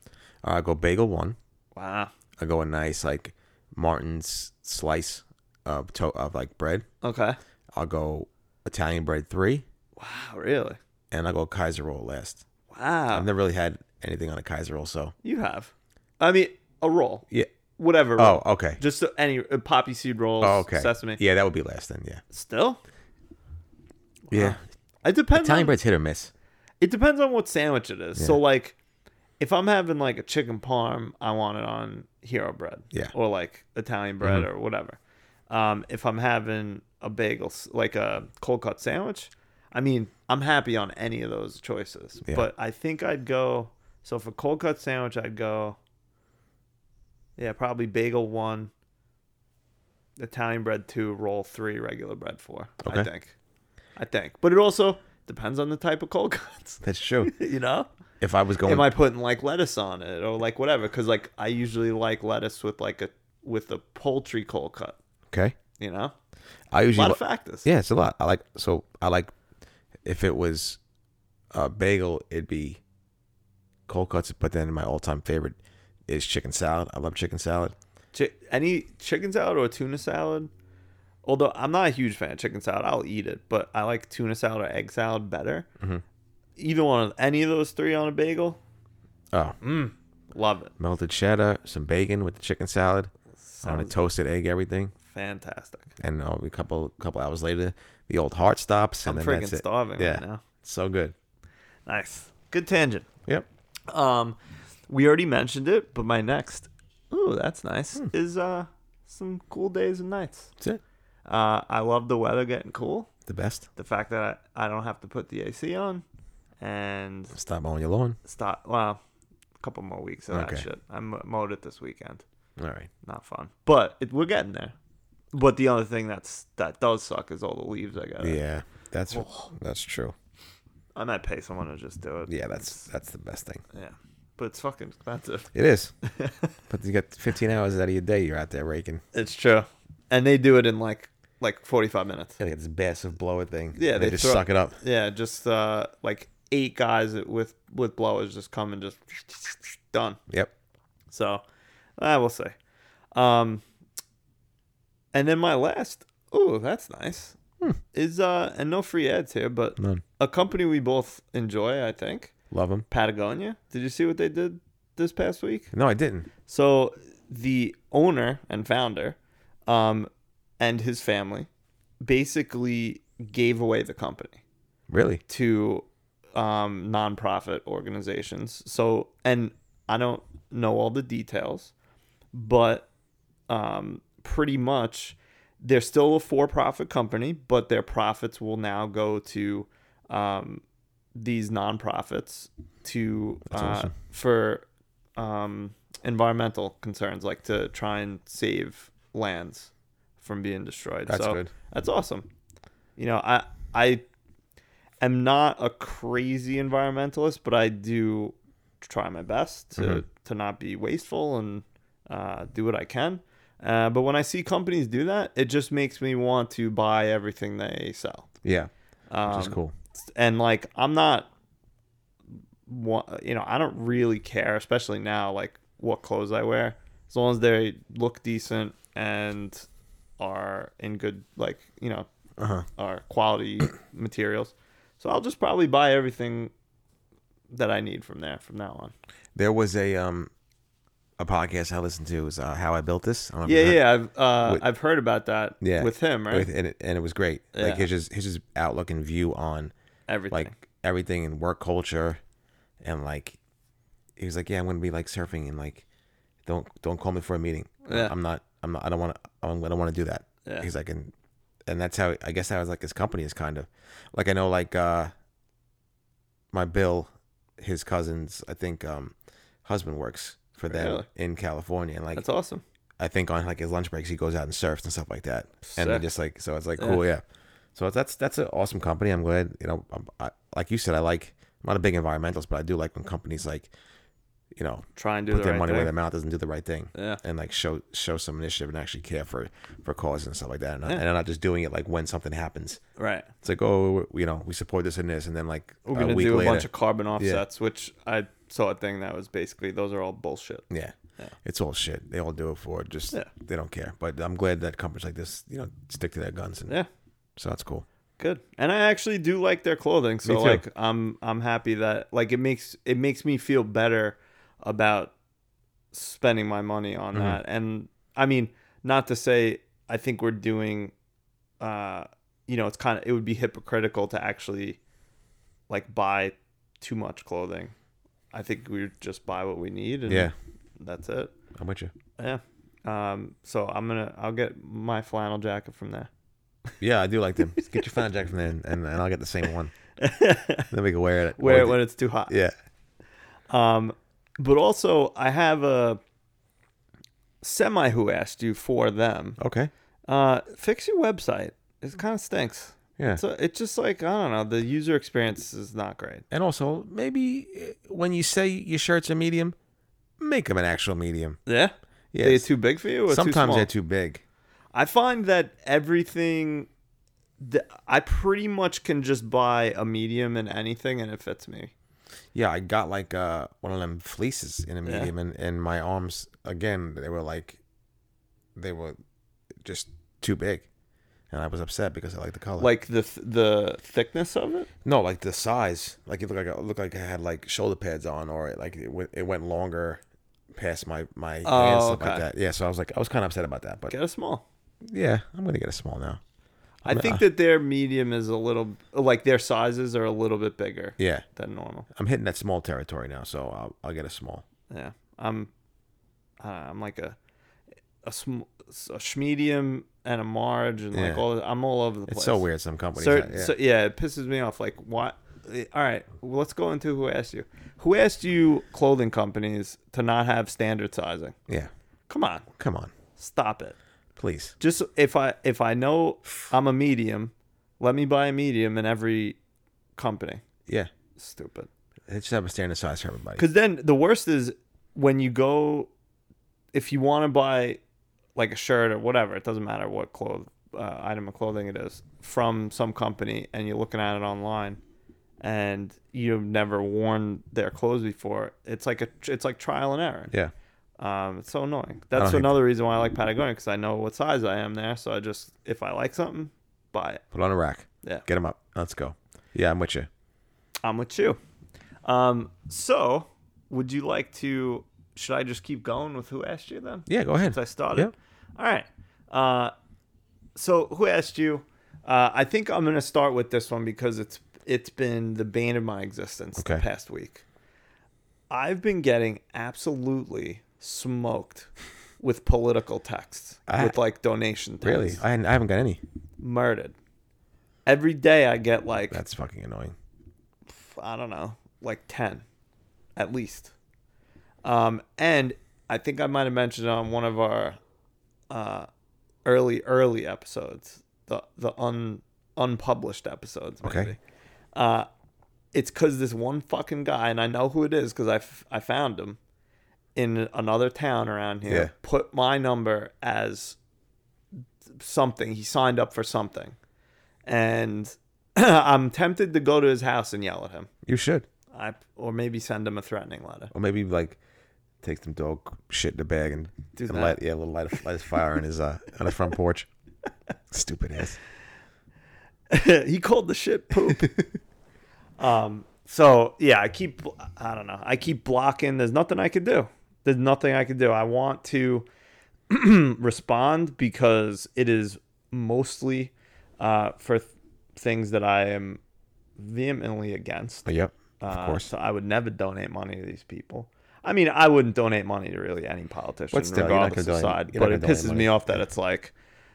Speaker 4: All right. I'll Uh, go bagel one.
Speaker 3: Wow.
Speaker 4: I go a nice like Martin's slice of to- of like bread.
Speaker 3: Okay.
Speaker 4: I'll go Italian bread three,
Speaker 3: Wow, really?
Speaker 4: and I'll go Kaiser roll last.
Speaker 3: Wow.
Speaker 4: I've never really had anything on a Kaiser roll, so
Speaker 3: you have. I mean, a roll.
Speaker 4: yeah.
Speaker 3: Whatever.
Speaker 4: Oh,
Speaker 3: roll.
Speaker 4: okay.
Speaker 3: Just any uh, poppy seed rolls,
Speaker 4: Oh, okay.
Speaker 3: sesame.
Speaker 4: Yeah, that would be last then. Yeah.
Speaker 3: Still,
Speaker 4: Yeah.
Speaker 3: it depends.
Speaker 4: Italian
Speaker 3: on-
Speaker 4: bread's hit or miss.
Speaker 3: It depends on what sandwich it is. So like if I'm having like a chicken parm, I want it on hero bread.
Speaker 4: Yeah. Mm-hmm.
Speaker 3: Or like Italian bread or whatever. Um, if I'm having a bagel s- like a cold cut sandwich, I mean, I'm happy on any of those choices.
Speaker 4: Yeah.
Speaker 3: But I think I'd go so for cold cut sandwich I'd go Yeah, probably bagel one, Italian bread two, roll three, regular bread four. I
Speaker 4: Okay.
Speaker 3: think. I think. But it also depends on the type of cold cuts
Speaker 4: That's true.
Speaker 3: you know
Speaker 4: if I was going,
Speaker 3: am i putting like lettuce on it or like whatever because like i usually like lettuce with like a with a poultry cold cut
Speaker 4: okay.
Speaker 3: you know
Speaker 4: I
Speaker 3: a
Speaker 4: usually
Speaker 3: lot
Speaker 4: li-
Speaker 3: of factors
Speaker 4: Yeah, it's a lot. I like so I like if it was a bagel, it'd be cold cuts. But then my all-time favorite is chicken salad. I love chicken salad.
Speaker 3: Chi- any chicken salad or tuna salad although i'm not a huge fan of chicken salad i'll eat it but i like tuna salad or egg salad better either one of any of those three on a bagel
Speaker 4: Oh,
Speaker 3: Mm. love it
Speaker 4: melted cheddar, some bacon with the chicken salad on a toasted egg, everything,
Speaker 3: fantastic
Speaker 4: and uh, a couple couple hours later, the old heart stops. And
Speaker 3: i'm
Speaker 4: then
Speaker 3: freaking
Speaker 4: that's it.
Speaker 3: starving
Speaker 4: Yeah,
Speaker 3: right now
Speaker 4: so good.
Speaker 3: nice good tangent
Speaker 4: Yep.
Speaker 3: Um, we already mentioned it, but my next, ooh, that's nice, is uh some cool days and nights.
Speaker 4: That's it.
Speaker 3: Uh, I love the weather getting cool.
Speaker 4: The best.
Speaker 3: The fact that I, I don't have to put the AC on, and
Speaker 4: Stop mowing your lawn.
Speaker 3: stop. Well, a couple more weeks of that
Speaker 4: Okay.
Speaker 3: shit. I m- mowed it this weekend.
Speaker 4: All right.
Speaker 3: Not fun, but it, we're getting there. But the other thing that's that does suck is all the leaves I got.
Speaker 4: Yeah, that's that's true.
Speaker 3: I might pay someone to just do it.
Speaker 4: Yeah, that's that's the best thing.
Speaker 3: yeah, but it's fucking expensive.
Speaker 4: It is. but you got 15 hours out of your day. You're out there raking.
Speaker 3: It's true, and they do it in like like forty five minutes.
Speaker 4: And they got this massive blower thing.
Speaker 3: Yeah,
Speaker 4: they,
Speaker 3: they
Speaker 4: just
Speaker 3: throw-
Speaker 4: suck it up.
Speaker 3: Yeah, just uh, like eight guys with with blowers just come and just done.
Speaker 4: Yep.
Speaker 3: So I will say, um, and then my last. Oh, that's nice. Is uh, and no free ads here, but
Speaker 4: None.
Speaker 3: a company we both enjoy, I think.
Speaker 4: Love them.
Speaker 3: Patagonia. Did you see what they did this past week?
Speaker 4: No, I didn't.
Speaker 3: So the owner and founder, um, and his family, basically gave away the company
Speaker 4: Really?
Speaker 3: to um, nonprofit organizations. So, and I don't know all the details, but um, pretty much they're still a for profit company, but their profits will now go to um, these nonprofits to uh,
Speaker 4: awesome.
Speaker 3: for um, environmental concerns, like to try and save lands from being destroyed.
Speaker 4: That's
Speaker 3: so
Speaker 4: good.
Speaker 3: That's awesome. You know, I I am not a crazy environmentalist, but I do try my best to,
Speaker 4: Mm-hmm.
Speaker 3: to not be wasteful and uh, do what I can. Uh, but when I see companies do that, it just makes me want to buy everything they sell.
Speaker 4: Yeah. Which
Speaker 3: Um,
Speaker 4: is cool.
Speaker 3: And like, I'm not, wa- you know, I don't really care, especially now, like what clothes I wear, as long as they look decent and are in good like you know
Speaker 4: Uh-huh.
Speaker 3: are quality materials. So I'll just probably buy everything that I need from there from now on.
Speaker 4: There was a um a podcast I listened to. It was uh, How I Built This. I don't know if
Speaker 3: Yeah,
Speaker 4: you heard-
Speaker 3: yeah, I've uh,
Speaker 4: With-
Speaker 3: I've heard about that.
Speaker 4: yeah.
Speaker 3: with him, right?
Speaker 4: and, it, and it was great. Like
Speaker 3: Yeah.
Speaker 4: his just his just outlook and view on
Speaker 3: everything.
Speaker 4: like everything in work culture, and like he was like, yeah, I'm gonna be like surfing and like don't don't call me for a meeting.
Speaker 3: Yeah.
Speaker 4: I'm not. I'm not. I don't want to. I don't want to do that.
Speaker 3: Yeah.
Speaker 4: He's like, and and that's how I guess that was like his company is kind of like I know like uh my Bill, his cousins, I think um husband works for them
Speaker 3: Really?
Speaker 4: in California, and like
Speaker 3: that's awesome.
Speaker 4: I think on like his lunch breaks he goes out and surfs and stuff like that. And then
Speaker 3: Sick.
Speaker 4: just like so, it's like cool, yeah. So that's that's an awesome company. I'm glad you know. I'm, I, like you said, I like I'm not a big environmentalist, but I do like when companies like you know
Speaker 3: Try and do
Speaker 4: put
Speaker 3: the
Speaker 4: their
Speaker 3: right
Speaker 4: money where
Speaker 3: thing.
Speaker 4: their mouth is and do the right thing.
Speaker 3: Yeah.
Speaker 4: And like show show some initiative and actually care for for causes and stuff like that. And, and they're not just doing it like when something happens.
Speaker 3: Right.
Speaker 4: It's like oh you know we support this and this, and then like
Speaker 3: We're
Speaker 4: a
Speaker 3: gonna
Speaker 4: week
Speaker 3: do a
Speaker 4: later,
Speaker 3: bunch of carbon offsets, which I saw a thing that was basically those are all bullshit.
Speaker 4: Yeah. It's all shit. They all do it for just
Speaker 3: Yeah.
Speaker 4: they don't care. But I'm glad that companies like this, you know, stick to their guns and
Speaker 3: Yeah.
Speaker 4: so that's cool.
Speaker 3: Good. And I actually do like their clothing, so
Speaker 4: Me too.
Speaker 3: like I'm I'm happy that like it makes it makes me feel better about spending my money on
Speaker 4: Mm-hmm.
Speaker 3: that. And I mean, not to say I think we're doing uh you know, it's kind of it would be hypocritical to actually like buy too much clothing. I think we would just buy what we need and
Speaker 4: Yeah.
Speaker 3: that's it.
Speaker 4: I'm with you.
Speaker 3: Yeah. Um so I'm going to I'll get my flannel jacket from there.
Speaker 4: Yeah, I do like them. Get your flannel jacket from there and, and, and I'll get the same one. then we can wear it.
Speaker 3: Wear it when it's too hot.
Speaker 4: Yeah.
Speaker 3: Um, but also, I have a semi who asked you for them.
Speaker 4: Okay.
Speaker 3: Uh, fix your website. It kind of stinks.
Speaker 4: Yeah.
Speaker 3: So it's just like I don't know. The user experience is not great.
Speaker 4: and also maybe eh, when you say your shirt's a medium, make them an actual medium.
Speaker 3: Yeah.
Speaker 4: Yeah.
Speaker 3: They're too big for you. Or
Speaker 4: Sometimes
Speaker 3: too small?
Speaker 4: they're too big.
Speaker 3: I find that everything. th- I pretty much can just buy a medium in anything and it fits me.
Speaker 4: Yeah, I got like uh one of them fleeces in a medium, and and my arms again they were like, they were just too big, and I was upset because I like the color.
Speaker 3: Like the th- the thickness of it.
Speaker 4: no, like the size, like it looked like I looked like I had like shoulder pads on, or it, like it went it went longer past my my hands
Speaker 3: Oh,
Speaker 4: stuff like
Speaker 3: okay.
Speaker 4: that. Yeah, so I was like I was kind of upset about that, but
Speaker 3: Get a small.
Speaker 4: yeah, I'm gonna get a small now.
Speaker 3: I
Speaker 4: uh,
Speaker 3: think that their medium is a little like their sizes are a little bit bigger
Speaker 4: Yeah,
Speaker 3: than normal.
Speaker 4: I'm hitting that small territory now, so I'll I'll get a small.
Speaker 3: Yeah, I'm. I don't know, I'm like a a, sm- a schmedium and a marge and like
Speaker 4: Yeah.
Speaker 3: all. I'm all over the place.
Speaker 4: It's so weird. Some companies,
Speaker 3: So,
Speaker 4: yeah.
Speaker 3: so- yeah, it pisses me off. Like what? All right, well, let's go into who asked you. Who asked you clothing companies to not have standard sizing?
Speaker 4: yeah,
Speaker 3: Come on,
Speaker 4: come on,
Speaker 3: stop it.
Speaker 4: please.
Speaker 3: Just if I if I know I'm a medium, let me buy a medium in every company.
Speaker 4: Yeah,
Speaker 3: Stupid.
Speaker 4: they should have a standard size for everybody.
Speaker 3: Because then the worst is when you go, if you want to buy like a shirt or whatever, it doesn't matter what cloth uh, item of clothing it is from some company, and you're looking at it online, and you've never worn their clothes before. It's like a it's like trial and error.
Speaker 4: Yeah.
Speaker 3: Um, it's so annoying. That's
Speaker 4: hate
Speaker 3: another reason why I like Patagonia because I know what size I am there. So I just if I like something, buy it.
Speaker 4: Put on a rack.
Speaker 3: Yeah.
Speaker 4: Get them up. Let's go. Yeah, I'm with you.
Speaker 3: I'm with you. Um, so would you like to? Should I just keep going with who asked you then?
Speaker 4: Yeah, go ahead.
Speaker 3: Since I started.
Speaker 4: Yep.
Speaker 3: All right. Uh, so who asked you? Uh, I think I'm gonna start with this one because it's it's been the bane of my existence the
Speaker 4: Okay.
Speaker 3: past week. I've been getting absolutely smoked with political texts,
Speaker 4: I-
Speaker 3: with like donation texts,
Speaker 4: Really? I, hadn't- I haven't got any.
Speaker 3: murdered. Every day I get like
Speaker 4: That's fucking annoying.
Speaker 3: I don't know, like 10 at least. Um, and I think I might have mentioned on one of our uh, early, early episodes, the, the un, unpublished episodes. Maybe.
Speaker 4: Okay.
Speaker 3: Uh, it's because this one fucking guy, and I know who it is because I, f- I found him in another town around here,
Speaker 4: Yeah.
Speaker 3: put my number as something. He signed up for something. And I'm tempted to go to his house and yell at him.
Speaker 4: You should.
Speaker 3: I or maybe send him a threatening letter.
Speaker 4: Or maybe like take some dog shit in the bag and,
Speaker 3: Do
Speaker 4: and
Speaker 3: that.
Speaker 4: light yeah, a little light, of, light his fire on his uh on his front porch. Stupid ass.
Speaker 3: he called the shit poop. um, so yeah, I keep I don't know. I keep blocking. There's nothing I could do. There's nothing I could do. I want to respond because it is mostly uh, for th- things that I am vehemently against.
Speaker 4: Yep. Of
Speaker 3: Uh,
Speaker 4: course.
Speaker 3: So I would never donate money to these people. I mean, I wouldn't donate money to really any politician,
Speaker 4: But still, you're not
Speaker 3: regardless
Speaker 4: gonna
Speaker 3: of
Speaker 4: donate-
Speaker 3: side.
Speaker 4: you're not
Speaker 3: But it
Speaker 4: gonna donate
Speaker 3: pisses
Speaker 4: money.
Speaker 3: me off that it's like,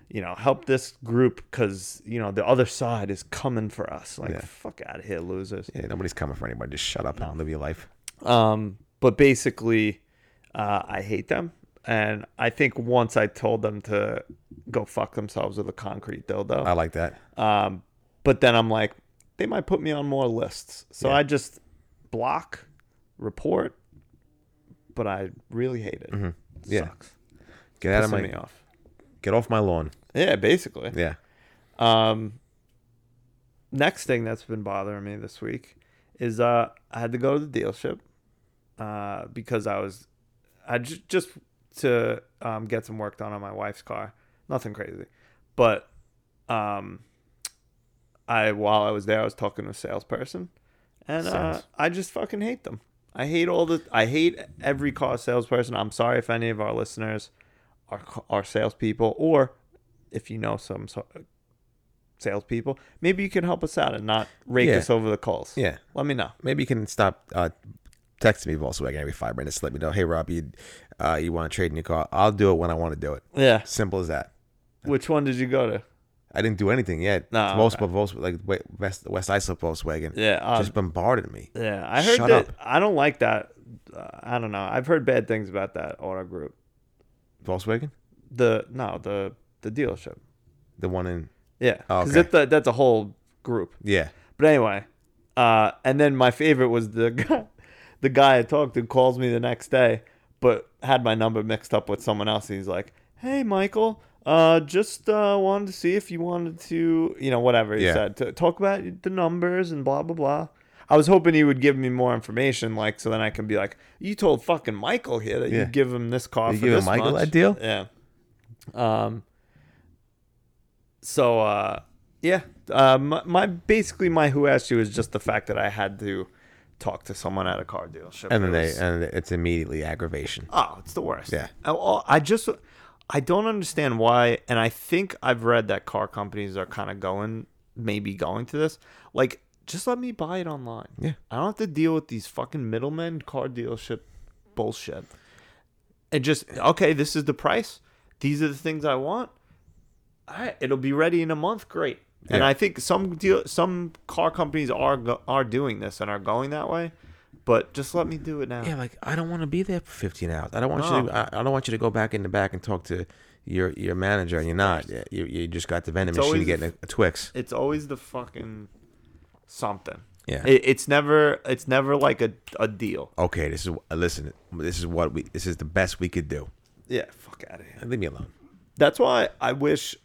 Speaker 3: you know, help this group because you know the other side is coming for us. Like,
Speaker 4: Yeah.
Speaker 3: fuck out of here, losers.
Speaker 4: Yeah, nobody's coming for anybody. Just shut up and live your life.
Speaker 3: Um, but basically, uh, I hate them, and I think once I told them to go fuck themselves with a concrete dildo.
Speaker 4: I like that.
Speaker 3: Um, but then I'm like, they might put me on more lists. So I just block, report, but I really hate it.
Speaker 4: Mm-hmm. Yeah.
Speaker 3: Sucks.
Speaker 4: Get out
Speaker 3: Pissing
Speaker 4: of my
Speaker 3: me off.
Speaker 4: get off my lawn.
Speaker 3: Yeah, basically.
Speaker 4: Yeah.
Speaker 3: Um, next thing that's been bothering me this week is uh, I had to go to the dealership uh, because I was I just just to um, get some work done on my wife's car. Nothing crazy, but um, I while I was there, I was talking to a salesperson, and uh,
Speaker 4: Sales.
Speaker 3: I just fucking hate them. I hate all the. I hate every car salesperson. I'm sorry if any of our listeners are ca- are salespeople, or if you know some so- salespeople, maybe you can help us out and not rake
Speaker 4: Yeah.
Speaker 3: us over the coals.
Speaker 4: Yeah.
Speaker 3: let me know.
Speaker 4: Maybe you can stop uh, texting me Volkswagen every five minutes. to Let me know. Hey, Rob, you uh, you want to trade in your car? I'll do it when I want to do it.
Speaker 3: Yeah,
Speaker 4: Simple as that.
Speaker 3: which one did you go to?
Speaker 4: I didn't do anything yet.
Speaker 3: No,
Speaker 4: It's
Speaker 3: okay.
Speaker 4: Most of Volkswagen, like wait, West West Islip Volkswagen,
Speaker 3: Yeah, uh,
Speaker 4: just bombarded me.
Speaker 3: Yeah, I heard
Speaker 4: Shut
Speaker 3: that.
Speaker 4: up.
Speaker 3: I don't like that. Uh, I don't know. I've heard bad things about that auto group.
Speaker 4: Volkswagen,
Speaker 3: The no, the the dealership.
Speaker 4: the one in
Speaker 3: Yeah,
Speaker 4: Oh,
Speaker 3: because
Speaker 4: okay.
Speaker 3: that's a whole group.
Speaker 4: yeah,
Speaker 3: But anyway, uh, and then my favorite was the guy, the guy I talked to calls me the next day, but had my number mixed up with someone else. He's like, "Hey, Michael, uh, just uh, wanted to see if you wanted to, you know, whatever he
Speaker 4: Yeah.
Speaker 3: said, to talk about the numbers and blah blah blah." I was hoping he would give me more information, like so then I can be like, "You told fucking Michael here that
Speaker 4: Yeah.
Speaker 3: you give him this car
Speaker 4: You
Speaker 3: for
Speaker 4: give him
Speaker 3: this
Speaker 4: Michael
Speaker 3: much."
Speaker 4: that deal?
Speaker 3: Yeah. Um. So uh, yeah, uh, my, my basically my who asked you is just the fact that I had to talk to someone at a car dealership.
Speaker 4: and then
Speaker 3: It
Speaker 4: they
Speaker 3: was-
Speaker 4: and it's immediately aggravation.
Speaker 3: oh, it's the worst.
Speaker 4: Yeah.
Speaker 3: I, oh, I just I don't understand why, and I think I've read that car companies are kind of going maybe going to this like. Just let me buy it online.
Speaker 4: Yeah.
Speaker 3: I don't have to deal with these fucking middlemen car dealership bullshit. And just okay, this is the price. These are the things I want. All right, it'll be ready in a month. Great. And
Speaker 4: Yeah.
Speaker 3: I think some deal, some car companies are go- are doing this and are going that way. But just let me do it now.
Speaker 4: Yeah, like I don't want to be there for 15 hours. I don't want you.
Speaker 3: No.
Speaker 4: To, I, I don't want you to go back in the back and talk to your your manager. And you're not. You, you just got the vending
Speaker 3: It's
Speaker 4: machine
Speaker 3: always-
Speaker 4: getting a, a Twix.
Speaker 3: It's always the fucking something.
Speaker 4: Yeah.
Speaker 3: It, it's never it's never like a, a deal.
Speaker 4: okay, this is uh, listen. This is what we. This is the best we could do.
Speaker 3: Yeah, fuck out of here.
Speaker 4: Leave me alone.
Speaker 3: That's why I wish,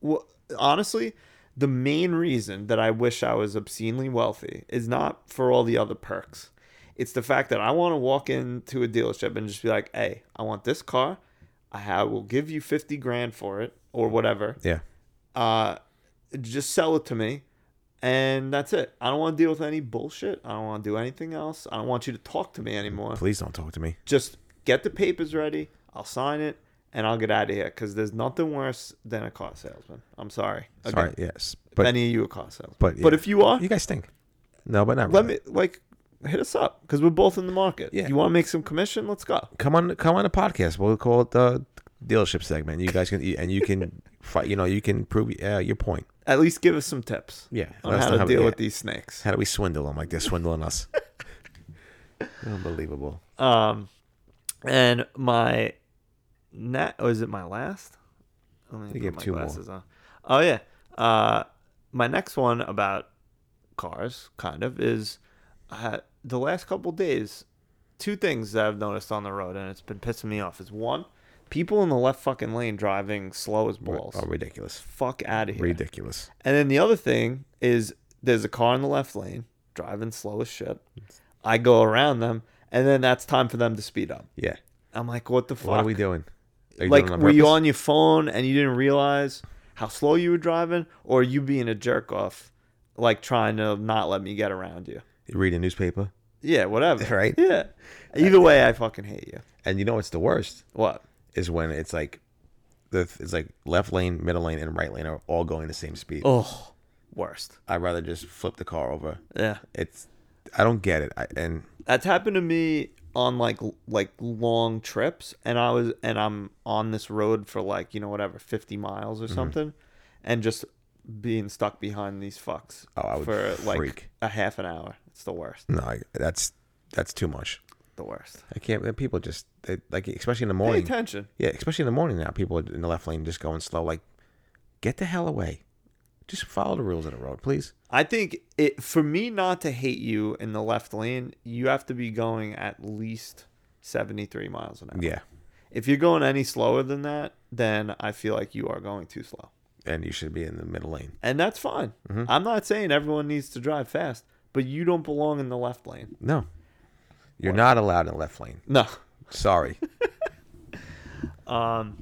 Speaker 3: well, honestly, the main reason that I wish I was obscenely wealthy is not for all the other perks. It's the fact that I want to walk into a dealership and just be like, hey, I want this car. I have, will give you 50 grand for it or whatever.
Speaker 4: Yeah.
Speaker 3: Uh, just sell it to me. And that's it. I don't want to deal with any bullshit. I don't want to do anything else. I don't want you to talk to me anymore
Speaker 4: Please don't talk to me.
Speaker 3: just get the papers ready. I'll sign it and I'll get out of here because there's nothing worse than a car salesman. I'm sorry. Again,
Speaker 4: Sorry. Yes.
Speaker 3: if
Speaker 4: But
Speaker 3: any of you are car salesman.
Speaker 4: but yeah.
Speaker 3: if you are,
Speaker 4: you guys stink. No, but not
Speaker 3: let
Speaker 4: really.
Speaker 3: me like hit us up because we're both in the market.
Speaker 4: Yeah.
Speaker 3: You want to make some commission? Let's go.
Speaker 4: come on come on a podcast we'll call it the dealership segment you guys can and you can fight you know you can prove uh, your point
Speaker 3: At least give us some tips.
Speaker 4: Yeah,
Speaker 3: On
Speaker 4: let us
Speaker 3: how
Speaker 4: know
Speaker 3: to
Speaker 4: how-
Speaker 3: deal
Speaker 4: yeah.
Speaker 3: with these snakes.
Speaker 4: how do we swindle them like they're swindling us unbelievable
Speaker 3: Um, and my net was it my last? Let me
Speaker 4: You
Speaker 3: put
Speaker 4: gave
Speaker 3: my
Speaker 4: two more.
Speaker 3: glasses on. Oh yeah. Uh, my next one about cars, kind of, is uh, the last couple days. Two things that I've noticed on the road, and it's been pissing me off. Is one, people in the left fucking lane driving slow as balls.
Speaker 4: oh ridiculous
Speaker 3: Fuck out of here.
Speaker 4: ridiculous
Speaker 3: And then the other thing is there's a car in the left lane driving slow as shit. I go around them, and then that's time for them to speed up.
Speaker 4: yeah
Speaker 3: I'm like, what the fuck?
Speaker 4: what are we doing Are you
Speaker 3: like,
Speaker 4: doing it on
Speaker 3: were you
Speaker 4: purpose?
Speaker 3: on your phone and you didn't realize? how slow you were driving or you being a jerk off, like trying to not let me get around you.
Speaker 4: You read a newspaper,
Speaker 3: Yeah, whatever.
Speaker 4: Right.
Speaker 3: Yeah. Either way, I fucking hate you.
Speaker 4: and you know what's the worst
Speaker 3: What?
Speaker 4: is when it's like the it's like left lane, middle lane, and right lane are all going the same speed.
Speaker 3: Oh, worst.
Speaker 4: I'd rather just flip the car over.
Speaker 3: Yeah.
Speaker 4: It's I don't get it. I, and
Speaker 3: That's happened to me on like l- like long trips and I was and I'm on this road for like, you know, whatever, 50 miles
Speaker 4: Mm-hmm.
Speaker 3: or something and just being stuck behind these fucks
Speaker 4: Oh, I would
Speaker 3: for like
Speaker 4: freak.
Speaker 3: a half an hour. It's the worst.
Speaker 4: no, I, that's that's too much.
Speaker 3: The worst.
Speaker 4: I can't. People just they, like, especially in the
Speaker 3: Pay
Speaker 4: morning.
Speaker 3: attention.
Speaker 4: Yeah, especially in the morning now. People in the left lane just going slow. Like, get the hell away. Just follow the rules of the road, please.
Speaker 3: I think it for me not to hate you in the left lane, you have to be going at least 73 miles an hour.
Speaker 4: Yeah,
Speaker 3: If you're going any slower than that, then I feel like you are going too slow.
Speaker 4: and you should be in the middle lane.
Speaker 3: And that's fine.
Speaker 4: Mm-hmm.
Speaker 3: I'm not saying everyone needs to drive fast, but you don't belong in the left lane.
Speaker 4: No, you're not allowed in the left lane.
Speaker 3: No.
Speaker 4: Sorry.
Speaker 3: And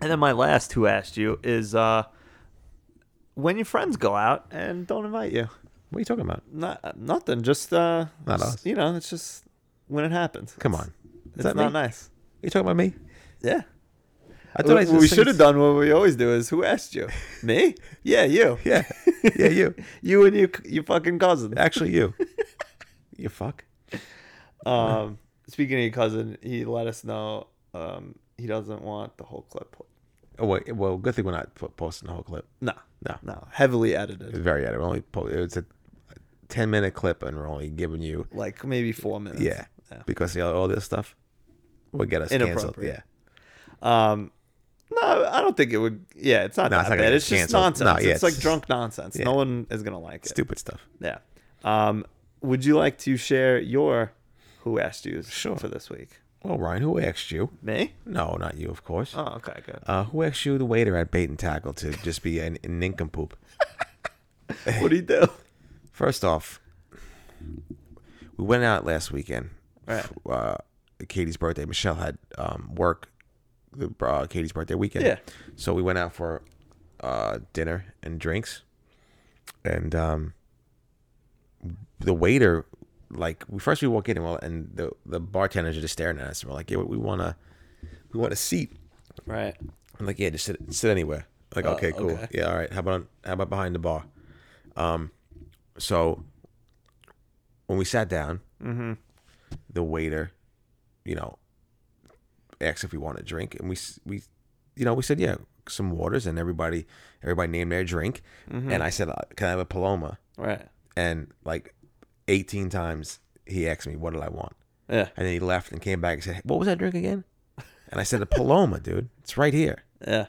Speaker 3: then my last who asked you is uh when your friends go out and don't invite you.
Speaker 4: what are you talking about?
Speaker 3: Not nothing, just uh
Speaker 4: Not
Speaker 3: just,
Speaker 4: us.
Speaker 3: you know, it's just when it happens.
Speaker 4: Come
Speaker 3: It's-
Speaker 4: on. Is
Speaker 3: It's
Speaker 4: that
Speaker 3: not
Speaker 4: me?
Speaker 3: nice.
Speaker 4: You talking about me?
Speaker 3: Yeah.
Speaker 4: I
Speaker 3: What
Speaker 4: was
Speaker 3: what we
Speaker 4: just saying-
Speaker 3: should have done what we always do is who asked you? Me? Yeah, you.
Speaker 4: Yeah, yeah, you.
Speaker 3: You and your your fucking cousin.
Speaker 4: Actually, you. you fuck.
Speaker 3: Um, speaking of your cousin, he let us know um, he doesn't want the whole clip.
Speaker 4: Oh wait. Well, good thing we're not po- posting the whole clip.
Speaker 3: No,
Speaker 4: No.
Speaker 3: no, heavily
Speaker 4: It's
Speaker 3: edited,
Speaker 4: very edit. We're only po- it's a ten minute clip, and we're only giving you
Speaker 3: like maybe four minutes.
Speaker 4: yeah, because you know, all this stuff will get us canceled. Yeah.
Speaker 3: Inappropriate. Um, no, I don't think it would. Yeah, it's not
Speaker 4: No,
Speaker 3: that
Speaker 4: it's not gonna
Speaker 3: bad.
Speaker 4: get
Speaker 3: It's just
Speaker 4: canceled.
Speaker 3: nonsense.
Speaker 4: No, yeah,
Speaker 3: it's,
Speaker 4: it's
Speaker 3: like
Speaker 4: just-
Speaker 3: drunk nonsense. No one is gonna like it.
Speaker 4: Stupid stuff.
Speaker 3: Yeah. Um, would you like to share your who asked you
Speaker 4: Sure.
Speaker 3: for this week?
Speaker 4: Well, Ryan, who asked you?
Speaker 3: Me?
Speaker 4: No, not you, of course.
Speaker 3: Oh, okay, good.
Speaker 4: Uh, who asked you, the waiter at Bait and Tackle, to just be a, a nincompoop?
Speaker 3: what do you do?
Speaker 4: First off, we went out last weekend.
Speaker 3: Right.
Speaker 4: Uh, Katie's birthday. Michelle had um, work. The uh, Katie's birthday weekend.
Speaker 3: Yeah.
Speaker 4: So we went out for uh, dinner and drinks, and um, the waiter, like, we first we walk in and well, and the the bartenders are just staring at us. We're like, yeah, we want to, we want a seat.
Speaker 3: Right.
Speaker 4: I'm like, yeah, just sit sit anywhere. Like, okay, cool. Yeah, all right. How about how about behind the bar? Um, so when we sat down,
Speaker 3: Mm-hmm.
Speaker 4: the waiter, you know, asked if we want a drink, and we s- we, you know, we said yeah, some waters, and everybody everybody named their drink, and I said, uh, can I have a Paloma?
Speaker 3: Right.
Speaker 4: And like, eighteen times he asked me, what did I want?
Speaker 3: Yeah.
Speaker 4: And then he left and came back and said, what was that drink again? And I said, a Paloma, dude. It's right here
Speaker 3: Yeah.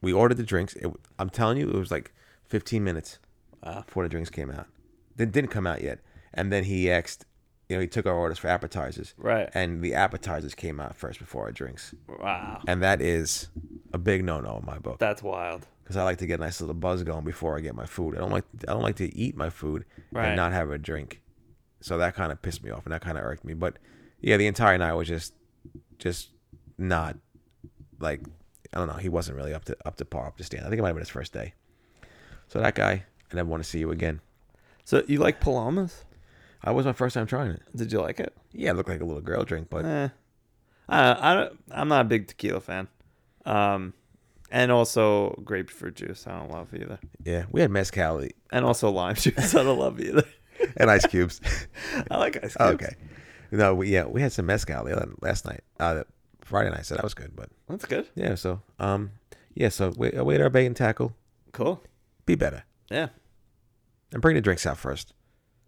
Speaker 4: we ordered the drinks. It, I'm telling you, it was like 15 minutes before the drinks came out. They didn't come out yet. And then he asked, you know, he took our orders for appetizers.
Speaker 3: Right.
Speaker 4: And the appetizers came out first before our drinks.
Speaker 3: Wow.
Speaker 4: And that is a big no-no in my book
Speaker 3: That's wild.
Speaker 4: because I like to get a nice little buzz going before I get my food. I don't like I don't like to eat my food
Speaker 3: Right.
Speaker 4: and not have a drink. So that kind of pissed me off and that kind of irked me. But yeah, the entire night was just just not like I don't know. He wasn't really up to up to par, up to stand. I think it might have been his first day. So that guy, I never want to see you again.
Speaker 3: So you like palomas?
Speaker 4: I was my first time trying it.
Speaker 3: Did you like it?
Speaker 4: Yeah, it looked like a little girl drink, but
Speaker 3: Eh. I, I don't, I'm not a big tequila fan. Um, and also grapefruit juice, I don't love either.
Speaker 4: yeah, we had mezcal
Speaker 3: And also lime juice, I don't love either.
Speaker 4: and ice cubes.
Speaker 3: I like ice cubes.
Speaker 4: okay, no, we, yeah, we had some mezcal last night, uh, Friday night. So that was good, but
Speaker 3: That's good.
Speaker 4: Yeah, so um yeah, so wait wait our bait and tackle.
Speaker 3: Cool.
Speaker 4: Be better.
Speaker 3: Yeah.
Speaker 4: And bring the drinks out first.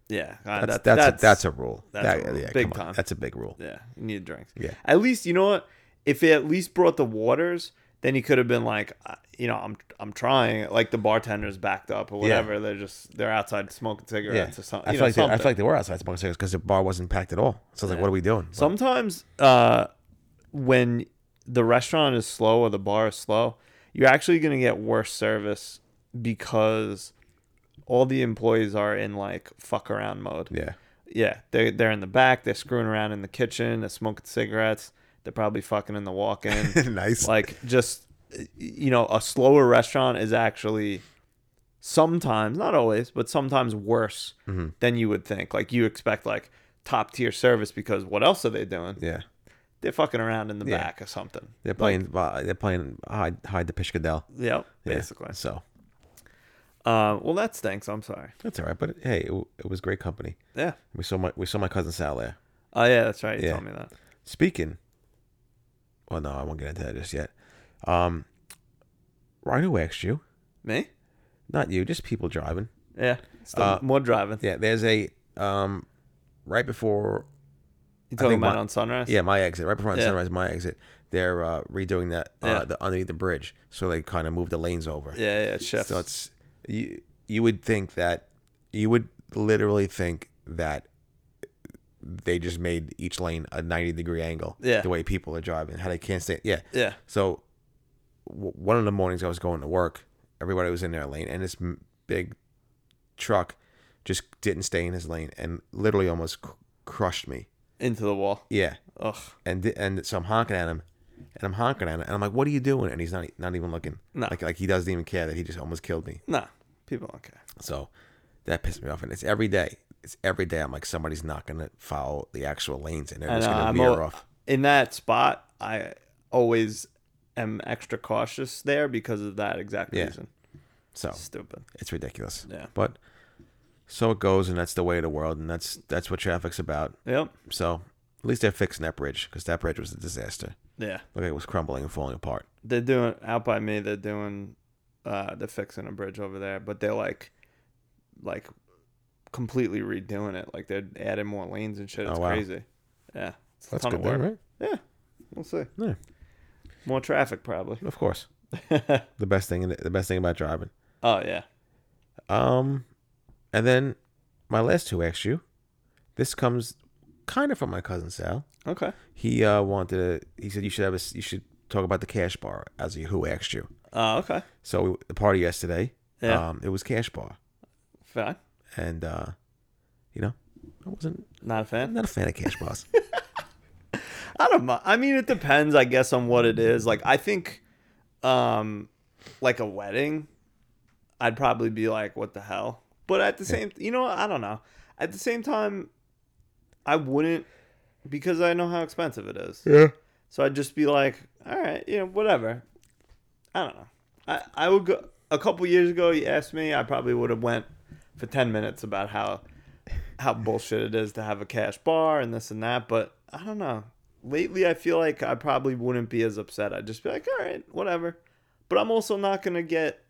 Speaker 3: Yeah. Uh,
Speaker 4: That's
Speaker 3: that-
Speaker 4: that's that's, a, that's a rule.
Speaker 3: that's
Speaker 4: That-
Speaker 3: a rule.
Speaker 4: yeah,
Speaker 3: Big
Speaker 4: come on.
Speaker 3: time.
Speaker 4: That's a big rule.
Speaker 3: Yeah. You need drinks.
Speaker 4: Yeah.
Speaker 3: At least, you know what? If it at least brought the waters, then he could have been like, uh, you know, I'm I'm trying. Like the bartender's backed up or whatever. They're just, they're outside smoking
Speaker 4: Yeah.
Speaker 3: cigarettes or something.
Speaker 4: I
Speaker 3: you
Speaker 4: feel
Speaker 3: know,
Speaker 4: like they, I
Speaker 3: something.
Speaker 4: feel like they were outside smoking cigarettes because the bar wasn't packed at all. So I was like, what are we doing? But
Speaker 3: Sometimes uh, when the restaurant is slow or the bar is slow, you're actually going to get worse service because all the employees are in like fuck around mode.
Speaker 4: yeah.
Speaker 3: Yeah, they're, they're in the back, they're screwing around in the kitchen, they're smoking cigarettes, they're probably fucking in the walk in.
Speaker 4: Nice.
Speaker 3: Like just you know, a slower restaurant is actually sometimes, not always, but sometimes worse
Speaker 4: Mm-hmm.
Speaker 3: than you would think. Like you expect like top tier service because what else are they doing?
Speaker 4: Yeah.
Speaker 3: They're fucking around in the
Speaker 4: Yeah.
Speaker 3: back or something.
Speaker 4: They're playing. uh, they're playing hide, hide the Pishkadel.
Speaker 3: Yep,
Speaker 4: Yeah.
Speaker 3: basically.
Speaker 4: So
Speaker 3: Uh, well, that stinks. I'm sorry.
Speaker 4: that's all right. But hey, it, w- it was great company.
Speaker 3: Yeah.
Speaker 4: We saw my we saw my cousin Sal there.
Speaker 3: Oh yeah, that's right. You
Speaker 4: Yeah.
Speaker 3: told me that.
Speaker 4: Speaking. Well, no, I won't get into that just yet. Um, Ryan who asked you,
Speaker 3: Me?
Speaker 4: not you, just people driving.
Speaker 3: Yeah. Still
Speaker 4: Uh,
Speaker 3: more driving.
Speaker 4: Yeah, there's a um, right before
Speaker 3: You
Speaker 4: I
Speaker 3: talking
Speaker 4: think
Speaker 3: about
Speaker 4: my-
Speaker 3: on sunrise?
Speaker 4: yeah my exit, right before
Speaker 3: Yeah.
Speaker 4: sunrise, my exit. They're uh, redoing that uh,
Speaker 3: Yeah.
Speaker 4: the underneath the bridge, so they kind of move the lanes over.
Speaker 3: Yeah, yeah. It shifts.
Speaker 4: So it's you. You would think that you would literally think that they just made each lane a ninety degree angle.
Speaker 3: Yeah.
Speaker 4: The way people are driving, how they can't stay. Yeah.
Speaker 3: yeah.
Speaker 4: So w- one of the mornings I was going to work, everybody was in their lane, and this m- big truck just didn't stay in his lane and literally almost cr- crushed me.
Speaker 3: Into the wall.
Speaker 4: Yeah.
Speaker 3: Ugh.
Speaker 4: And di- and so I'm honking at him, and I'm honking at him, and I'm like, "What are you doing?" And he's not e, not even looking.
Speaker 3: No.
Speaker 4: Like like he doesn't even care that he just almost killed me.
Speaker 3: Nah. People don't care.
Speaker 4: So that pissed me off, and it's every day. It's every day. I'm like, somebody's not gonna follow the actual lanes, and they're
Speaker 3: I
Speaker 4: just
Speaker 3: know,
Speaker 4: gonna
Speaker 3: I'm
Speaker 4: veer
Speaker 3: al-
Speaker 4: off.
Speaker 3: In that spot, I always am extra cautious there because of that exact
Speaker 4: Yeah. Oh.
Speaker 3: reason.
Speaker 4: So
Speaker 3: Stupid.
Speaker 4: it's ridiculous.
Speaker 3: Yeah.
Speaker 4: But so it goes, and that's the way of the world, and that's that's what traffic's about.
Speaker 3: Yep.
Speaker 4: So at least they're fixing that bridge because that bridge was a disaster.
Speaker 3: Yeah.
Speaker 4: Like it was crumbling and falling apart.
Speaker 3: They're doing out by me. They're doing. Uh, they're fixing a bridge over there, but they're like, like, completely redoing it. Like they're adding more lanes and shit. It's
Speaker 4: Oh, wow.
Speaker 3: crazy. Yeah. It's a ton of work. Yeah. We'll see.
Speaker 4: Yeah,
Speaker 3: More traffic probably.
Speaker 4: of course. the best thing, the best thing about driving.
Speaker 3: Oh yeah.
Speaker 4: Um, and then my last two asked you. This comes kind of from my cousin Sal.
Speaker 3: Okay.
Speaker 4: He uh wanted to. He said you should have a. s- You should talk about the cash bar as a who asked you.
Speaker 3: Oh, okay.
Speaker 4: So the party yesterday.
Speaker 3: Yeah.
Speaker 4: Um, it was cash bar,
Speaker 3: Fine.
Speaker 4: and uh, you know, I wasn't
Speaker 3: Not a
Speaker 4: I'm
Speaker 3: fan.
Speaker 4: not a fan of cash bars.
Speaker 3: I don't. mi- I mean, it depends, I guess, on what it is. Like, I think, um, like a wedding, I'd probably be like, "What the hell?" But at the same, you know, I don't know. At the same time, I wouldn't because I know how expensive it is. Yeah. So I'd just be like, "All right, you know, whatever." I don't know. I I would go a couple years ago. You asked me, I probably would have went for ten minutes about how how bullshit it is to have a cash bar and this and that. But I don't know. Lately, I feel like I probably wouldn't be as upset. I'd just be like, all right, whatever. But I'm also not gonna get.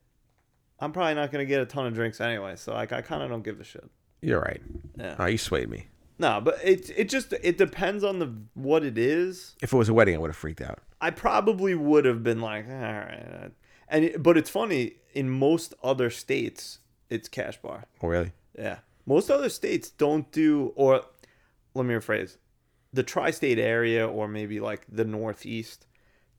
Speaker 3: I'm probably not gonna get a ton of drinks anyway. So like, I kind of don't give a shit.
Speaker 4: You're right.
Speaker 3: Yeah.
Speaker 4: Oh, you swayed me.
Speaker 3: No, but it it just it depends on the what it is.
Speaker 4: If it was a wedding, I would have freaked out.
Speaker 3: I probably would have been like, all right. And it, but it's funny in most other states, it's cash bar.
Speaker 4: Oh, really?
Speaker 3: Yeah. Most other states don't do, or let me rephrase the tri state area, or maybe like the Northeast,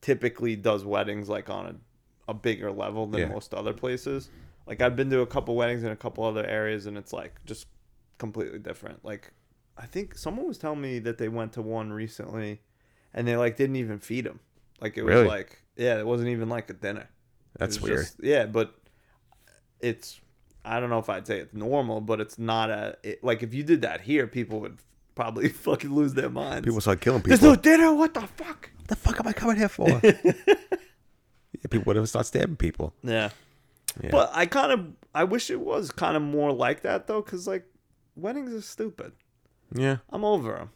Speaker 3: typically does weddings like on a, a bigger level than
Speaker 4: Yeah.
Speaker 3: most other places. Like, I've been to a couple weddings in a couple other areas, and it's like just completely different. Like, I think someone was telling me that they went to one recently and they like didn't even feed them. Like, it was
Speaker 4: Really?
Speaker 3: like, yeah, it wasn't even like a dinner.
Speaker 4: That's
Speaker 3: It's
Speaker 4: weird.
Speaker 3: just- yeah, but it's I don't know if I'd say it's normal, but it's not a it, like if you did that here, people would probably fucking lose their minds.
Speaker 4: People start killing people.
Speaker 3: There's no dinner. What the fuck?
Speaker 4: What the fuck am I coming here for? yeah, people would have started stabbing people.
Speaker 3: Yeah. But I kind of I wish it was kind of more like that though, because like weddings are stupid.
Speaker 4: Yeah,
Speaker 3: I'm over
Speaker 4: Uh-huh.
Speaker 3: them.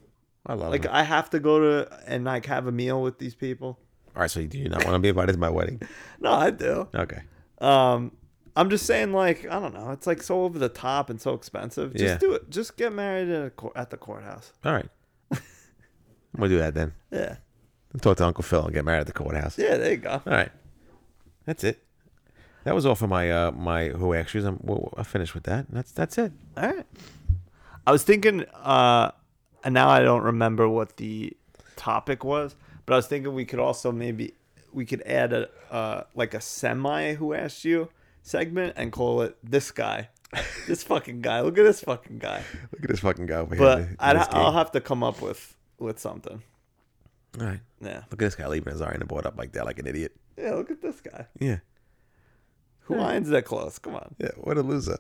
Speaker 4: I love
Speaker 3: Like
Speaker 4: it.
Speaker 3: I have to go to and like have a meal with these people.
Speaker 4: All right, so you do you not want to be invited to my wedding?
Speaker 3: No, I do.
Speaker 4: Okay.
Speaker 3: Um, I'm just saying, like, I don't know. It's like so over the top and so expensive. Just
Speaker 4: Yeah.
Speaker 3: do it. Just get married at, a cour- at the courthouse.
Speaker 4: All right. I'm gonna do that then.
Speaker 3: Yeah.
Speaker 4: Talk to Uncle Phil and get married at the courthouse.
Speaker 3: Yeah, there you go.
Speaker 4: All right. That's it. That was all for my uh my who extras. I'm well, I finished with that. That's that's it.
Speaker 3: All right. I was thinking, uh, and now I don't remember what the topic was, but I was thinking we could also maybe we could add a uh, like a semi who asked you segment and call it this guy, this fucking guy. Look at this fucking guy.
Speaker 4: Look at this fucking guy over
Speaker 3: But
Speaker 4: here.
Speaker 3: I'd,
Speaker 4: This
Speaker 3: I'll
Speaker 4: guy.
Speaker 3: have to come up with with something.
Speaker 4: all right.
Speaker 3: Yeah.
Speaker 4: Look at this guy leaving his iron board up like that, like an idiot.
Speaker 3: Yeah, look at this guy.
Speaker 4: Yeah.
Speaker 3: Hawaiian's that close. Come on.
Speaker 4: Yeah. What a loser.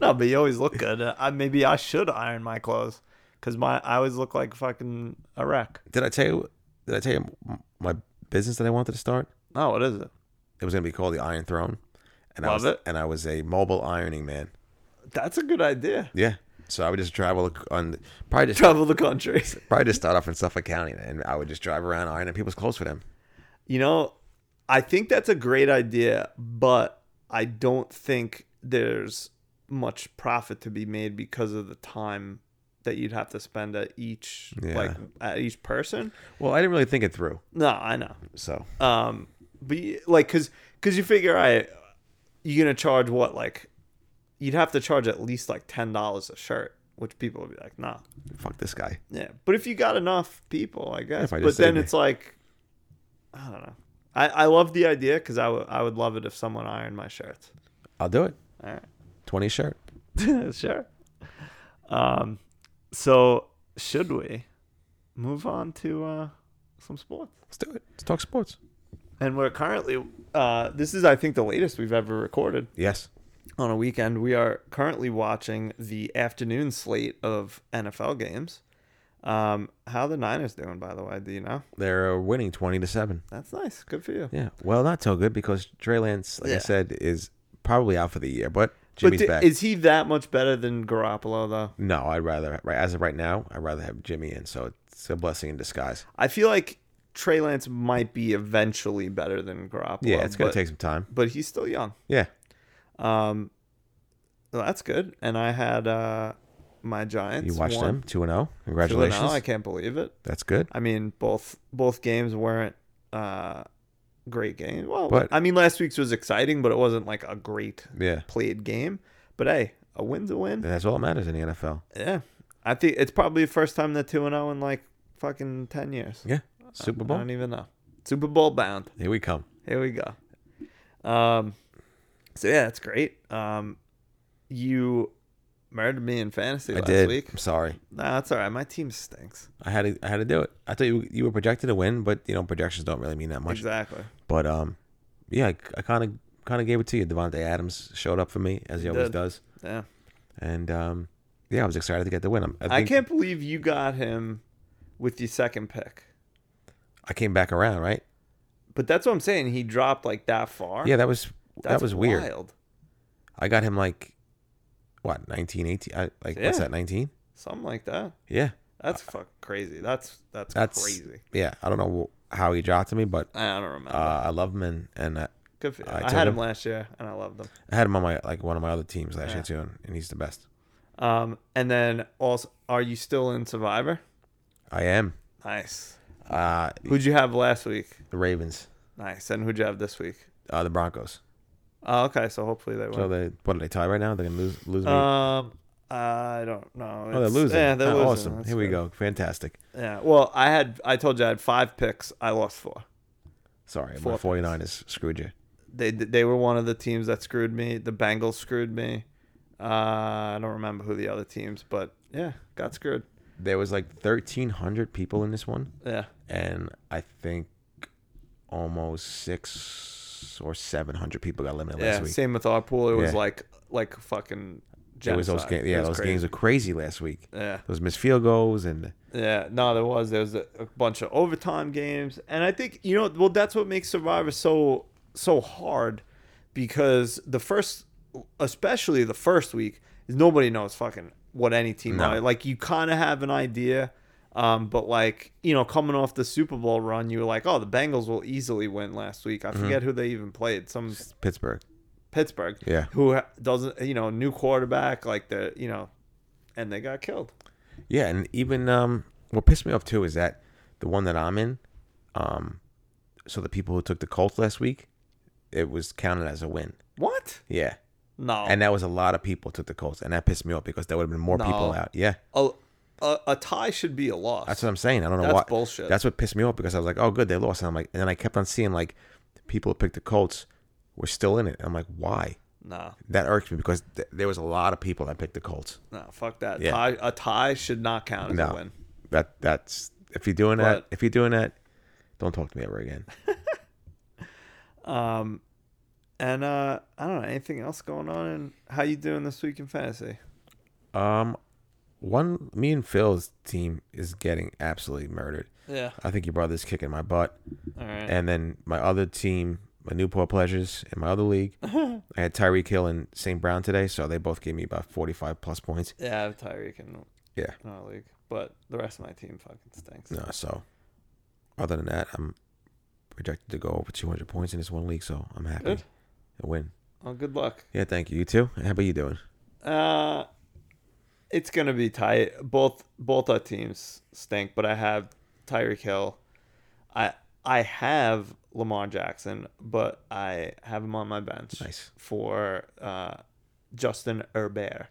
Speaker 3: No, but you always look good. Uh, I, maybe I should iron my clothes because my I always look like fucking a wreck.
Speaker 4: did I tell you? Did I tell you m- my business that I wanted to start?
Speaker 3: No, what is it?
Speaker 4: It was gonna be called the Iron Throne, and I
Speaker 3: Love
Speaker 4: was
Speaker 3: it.
Speaker 4: and I was a mobile ironing man.
Speaker 3: That's a good idea.
Speaker 4: Yeah. So I would just travel ac- on probably just
Speaker 3: Travel the country.
Speaker 4: probably just start off in Suffolk County, and I would just drive around ironing people's clothes for them.
Speaker 3: You know, I think that's a great idea, but I don't think there's much profit to be made because of the time that you'd have to spend at each
Speaker 4: Yeah.
Speaker 3: like at each person.
Speaker 4: Well, I didn't really think it through,
Speaker 3: No, I know.
Speaker 4: so
Speaker 3: Um, but you- like, cause, cause you figure, I, you're gonna charge what? Like, you'd have to charge at least like ten dollars a shirt, which people would be like, nah.
Speaker 4: fuck this guy.
Speaker 3: Yeah, but if you got enough people, I guess.
Speaker 4: If I
Speaker 3: but
Speaker 4: just
Speaker 3: then
Speaker 4: did-
Speaker 3: it's like, I don't know. I, I love the idea because I would I would love it if someone ironed my shirts.
Speaker 4: I'll do it.
Speaker 3: All right.
Speaker 4: Twenty a shirt.
Speaker 3: sure. Um, so should we move on to uh, some sports?
Speaker 4: Let's do it. Let's talk sports.
Speaker 3: And we're currently uh, this is I think the latest we've ever recorded.
Speaker 4: Yes.
Speaker 3: on a weekend. We are currently watching the afternoon slate of NFL games. Um, how the Niners doing, by the way? Do you know?
Speaker 4: They're winning twenty to seven.
Speaker 3: That's nice. Good for you.
Speaker 4: Yeah. Well, not so good because Trey Lance, like
Speaker 3: Yeah.
Speaker 4: I said, is probably out for the year, but Jimmy's
Speaker 3: but di-
Speaker 4: back.
Speaker 3: is he that much better than Garoppolo though?
Speaker 4: no, I'd rather right as of right now, I'd rather have Jimmy in. So it's a blessing in disguise.
Speaker 3: I feel like Trey Lance might be eventually better than Garoppolo.
Speaker 4: Yeah, it's gonna
Speaker 3: but,
Speaker 4: take some time.
Speaker 3: but he's still young.
Speaker 4: Yeah.
Speaker 3: Um, well, that's good. And I had uh, my Giants.
Speaker 4: You watched
Speaker 3: won
Speaker 4: them two and zero.
Speaker 3: two and oh.
Speaker 4: Congratulations.
Speaker 3: I can't believe it.
Speaker 4: That's good.
Speaker 3: I mean, both both games weren't uh, great games. Well,
Speaker 4: But-
Speaker 3: I mean, last week's was exciting, but it wasn't like a great
Speaker 4: Yeah.
Speaker 3: played game. But hey, a win's a win.
Speaker 4: That's all that matters in the NFL.
Speaker 3: Yeah, I think it's probably the first time they're two and zero in like fucking ten years.
Speaker 4: Yeah. Super
Speaker 3: I
Speaker 4: Bowl.
Speaker 3: don't even know. Super Bowl bound.
Speaker 4: Here we come.
Speaker 3: Here we go. Um, so yeah, that's great. Um, you murdered me in fantasy
Speaker 4: I
Speaker 3: last
Speaker 4: did.
Speaker 3: week.
Speaker 4: I'm sorry.
Speaker 3: Nah, that's all right. My team stinks.
Speaker 4: I had to. I had to do it. I thought you you were projected to win, but you know projections don't really mean that much.
Speaker 3: Exactly.
Speaker 4: But um, yeah, I kind of kind of gave it to you. Devontae Adams showed up for me as he always
Speaker 3: did.
Speaker 4: does,
Speaker 3: Yeah.
Speaker 4: and um, yeah, I was excited to get the win. I'm- I,
Speaker 3: I
Speaker 4: think-
Speaker 3: can't believe you got him with your second pick.
Speaker 4: I came back around, right?
Speaker 3: But that's what I'm saying. He dropped like that far.
Speaker 4: Yeah, that was that
Speaker 3: That's
Speaker 4: was weird.
Speaker 3: wild.
Speaker 4: I got him like what 19, 18? I, like what's
Speaker 3: Yeah.
Speaker 4: that? Nineteen?
Speaker 3: Something like that.
Speaker 4: Yeah,
Speaker 3: That's fucking crazy. That's that's,
Speaker 4: Uh, that's
Speaker 3: crazy.
Speaker 4: Yeah, I don't know wh- how he dropped to me, but
Speaker 3: I don't remember.
Speaker 4: uh, I love him and and I,
Speaker 3: Good for you.
Speaker 4: I
Speaker 3: I,
Speaker 4: took
Speaker 3: had
Speaker 4: him.
Speaker 3: him last year and I loved him.
Speaker 4: I had him on my like one of my other teams last
Speaker 3: Yeah.
Speaker 4: year too, and, and he's the best.
Speaker 3: Um, and then also, are you still in Survivor?
Speaker 4: I am.
Speaker 3: Nice.
Speaker 4: Uh,
Speaker 3: Who'd you have last week?
Speaker 4: the Ravens,
Speaker 3: Nice. And who'd you have this week?
Speaker 4: uh, the Broncos.
Speaker 3: Oh, okay. So hopefully they win.
Speaker 4: So they what are they tied right now? They're gonna lose lose me.
Speaker 3: um, I don't know.
Speaker 4: Oh, they're
Speaker 3: It's-
Speaker 4: losing.
Speaker 3: Yeah, they're
Speaker 4: Oh,
Speaker 3: losing.
Speaker 4: Awesome.
Speaker 3: That's
Speaker 4: Here we
Speaker 3: good.
Speaker 4: go. Fantastic.
Speaker 3: Yeah. Well, I had I told you I had five picks. I lost four.
Speaker 4: Sorry,
Speaker 3: Four
Speaker 4: my
Speaker 3: picks.
Speaker 4: 49ers screwed you.
Speaker 3: They they were one of the teams that screwed me. The Bengals screwed me. Uh, I don't remember who the other teams, but yeah, got screwed.
Speaker 4: There was like 1,300 people in this one,
Speaker 3: Yeah.
Speaker 4: and I think almost six or 700 people got eliminated
Speaker 3: Yeah.
Speaker 4: last week.
Speaker 3: Same with our pool. It was
Speaker 4: Yeah.
Speaker 3: like like fucking.
Speaker 4: It was those
Speaker 3: genocide.
Speaker 4: games.
Speaker 3: It
Speaker 4: Yeah,
Speaker 3: was
Speaker 4: those
Speaker 3: crazy.
Speaker 4: games were crazy last week.
Speaker 3: Yeah.
Speaker 4: Those missed field goals and
Speaker 3: Yeah, no, there was there was a, a bunch of overtime games, and I think you know, well, that's what makes Survivor so so hard because the first, especially the first week, is nobody knows fucking what any team
Speaker 4: No.
Speaker 3: are. like. You kind of have an idea, um, but like you know, coming off the Super Bowl run, you were like, oh, the Bengals will easily win last week. I
Speaker 4: Mm-hmm.
Speaker 3: forget who they even played. Some
Speaker 4: Pittsburgh.
Speaker 3: Pittsburgh,
Speaker 4: Yeah.
Speaker 3: who ha- doesn't you know new quarterback like the you know, and they got killed.
Speaker 4: Yeah, and even um, what pissed me off too is that the one that I'm in, um, so the people who took the Colts last week, it was counted as a win.
Speaker 3: What?
Speaker 4: Yeah.
Speaker 3: No.
Speaker 4: And that was a lot of people took the Colts, and that pissed me off because there would have been more people
Speaker 3: Oh. No.
Speaker 4: out. Yeah,
Speaker 3: a, a, a tie should be a loss.
Speaker 4: that's what I'm saying. I don't know
Speaker 3: That's
Speaker 4: why.
Speaker 3: bullshit.
Speaker 4: That's what pissed me off because I was like, oh, good, they lost. And I'm like, and then I kept on seeing like the people who picked the Colts were still in it. I'm like, why?
Speaker 3: nah,
Speaker 4: That irked me because th- there was a lot of people that picked the Colts.
Speaker 3: nah, fuck that.
Speaker 4: Yeah.
Speaker 3: Tie, a tie should not count as
Speaker 4: No,
Speaker 3: a win.
Speaker 4: that that's if you're doing that,
Speaker 3: But-
Speaker 4: if you're doing that, don't talk to me ever again.
Speaker 3: Um, and uh, I don't know anything else going on. And how you doing this week in fantasy?
Speaker 4: Um, one me and Phil's team is getting absolutely murdered.
Speaker 3: Yeah.
Speaker 4: I think your brother's kicking my butt.
Speaker 3: All right.
Speaker 4: And then my other team, my Newport Pleasures, in my other league, I had Tyreek Hill and St. Brown today, so they both gave me about 45 plus points.
Speaker 3: yeah, I have Tyreek in
Speaker 4: Yeah.
Speaker 3: our league, but the rest of my team fucking stinks.
Speaker 4: No, so other than that, I'm projected to go over 200 points in this one league, so I'm happy
Speaker 3: Good.
Speaker 4: to win.
Speaker 3: Well, good luck.
Speaker 4: Yeah, thank you. You too. How about you doing?
Speaker 3: Uh, it's gonna be tight. Both both our teams stink, but I have Tyreek Hill. I I have Lamar Jackson, but I have him on my bench
Speaker 4: Nice.
Speaker 3: for uh, Justin Herbert,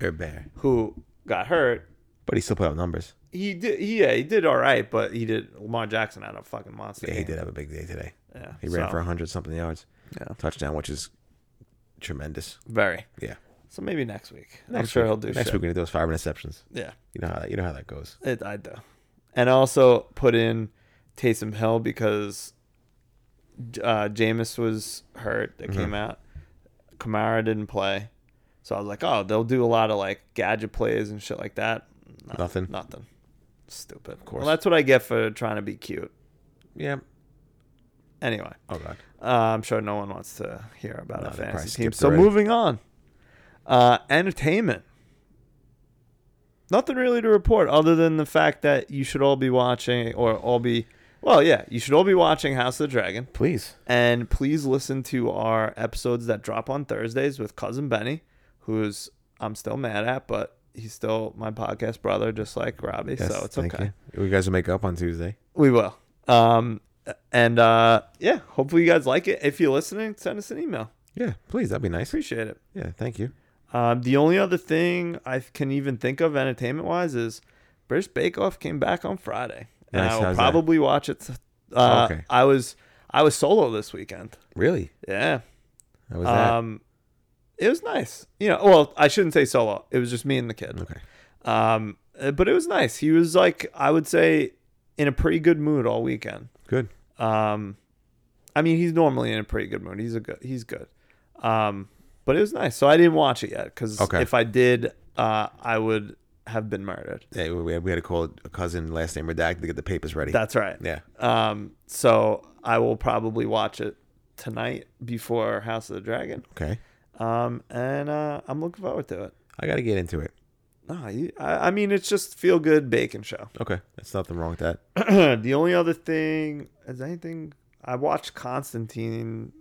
Speaker 4: You're bear.
Speaker 3: who got hurt.
Speaker 4: But he still put up numbers.
Speaker 3: He did, yeah, he did all right, but he did. Lamar Jackson had a fucking monster.
Speaker 4: Yeah, he
Speaker 3: game.
Speaker 4: did have a big day today.
Speaker 3: Yeah,
Speaker 4: He ran
Speaker 3: so,
Speaker 4: for 100 something yards.
Speaker 3: Yeah.
Speaker 4: Touchdown, which is tremendous.
Speaker 3: very.
Speaker 4: Yeah.
Speaker 3: So maybe next week. I'm
Speaker 4: Next
Speaker 3: sure
Speaker 4: week-
Speaker 3: he'll do.
Speaker 4: Next
Speaker 3: shit.
Speaker 4: week we're going to do those five interceptions.
Speaker 3: Yeah.
Speaker 4: You know how that, you know how that goes.
Speaker 3: It, I do. And I also put in Taysom Hill because uh, Jameis was hurt that came out. Kamara didn't play. So I was like, oh, they'll do a lot of like gadget plays and shit like that. No,
Speaker 4: Nothing.
Speaker 3: Nothing. Stupid. Of
Speaker 4: course.
Speaker 3: Well, that's what I get for trying to be cute.
Speaker 4: Yeah.
Speaker 3: Anyway,
Speaker 4: Oh, God.
Speaker 3: uh, I'm sure no one wants to hear about
Speaker 4: No,
Speaker 3: a
Speaker 4: they probably
Speaker 3: fantasy team.
Speaker 4: skipped
Speaker 3: So
Speaker 4: already.
Speaker 3: moving on. Uh, entertainment. Nothing really to report other than the fact that you should all be watching or all be well, yeah, you should all be watching House of the Dragon.
Speaker 4: Please.
Speaker 3: And please listen to our episodes that drop on Thursdays with cousin Benny, who's I'm still mad at, but he's still my podcast brother, just like Robbie.
Speaker 4: Yes,
Speaker 3: so it's
Speaker 4: thank
Speaker 3: okay.
Speaker 4: You. you guys will make up on Tuesday.
Speaker 3: We will. Um, and uh, yeah, hopefully you guys like it. If you're listening, send us an email.
Speaker 4: Yeah, please. That'd be nice.
Speaker 3: Appreciate it.
Speaker 4: Yeah, thank you.
Speaker 3: Um, the only other thing I can even think of entertainment wise is British Bake Off came back on Friday, and
Speaker 4: Nice,
Speaker 3: I will
Speaker 4: how's that?
Speaker 3: probably watch it. Uh,
Speaker 4: Okay.
Speaker 3: I was I was solo this weekend.
Speaker 4: Really?
Speaker 3: Yeah.
Speaker 4: How was that?
Speaker 3: Um, it was nice. You know, well, I shouldn't say solo. It was just me and the kid.
Speaker 4: okay.
Speaker 3: Um, uh, but it was nice. He was like I would say in a pretty good mood all weekend.
Speaker 4: Good.
Speaker 3: Um, I mean, he's normally in a pretty good mood. He's a good. He's good. Um, but it was nice. So I didn't watch it yet because
Speaker 4: Okay.
Speaker 3: if I did, uh, I would have been murdered.
Speaker 4: Yeah, we, we had to call a cousin last name redacted to get the papers ready.
Speaker 3: That's right.
Speaker 4: yeah.
Speaker 3: Um, so I will probably watch it tonight before House of the Dragon.
Speaker 4: Okay.
Speaker 3: Um, and uh, I'm looking forward to it.
Speaker 4: I got to get into it.
Speaker 3: No, you, I, I mean it's just feel good bacon show.
Speaker 4: Okay. That's nothing wrong with that.
Speaker 3: the only other thing is anything I watched Constantine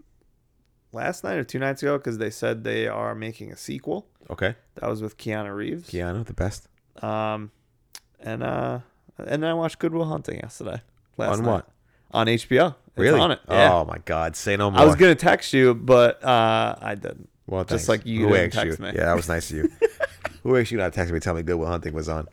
Speaker 3: last night or two nights ago because they said they are making a sequel.
Speaker 4: Okay.
Speaker 3: That was with Keanu Reeves.
Speaker 4: Keanu, the best.
Speaker 3: Um, and uh, and then I watched Goodwill Hunting yesterday. Last
Speaker 4: On
Speaker 3: night.
Speaker 4: what?
Speaker 3: On HBO. It's
Speaker 4: really?
Speaker 3: on it. Yeah.
Speaker 4: Oh, my God. Say no more.
Speaker 3: I was gonna text you, but uh, I didn't.
Speaker 4: Well,
Speaker 3: Just
Speaker 4: thanks.
Speaker 3: like you
Speaker 4: Who
Speaker 3: didn't
Speaker 4: asked
Speaker 3: text
Speaker 4: you?
Speaker 3: me.
Speaker 4: Yeah, that was nice of you. Who asked you not to text me? Tell me Goodwill Hunting was on.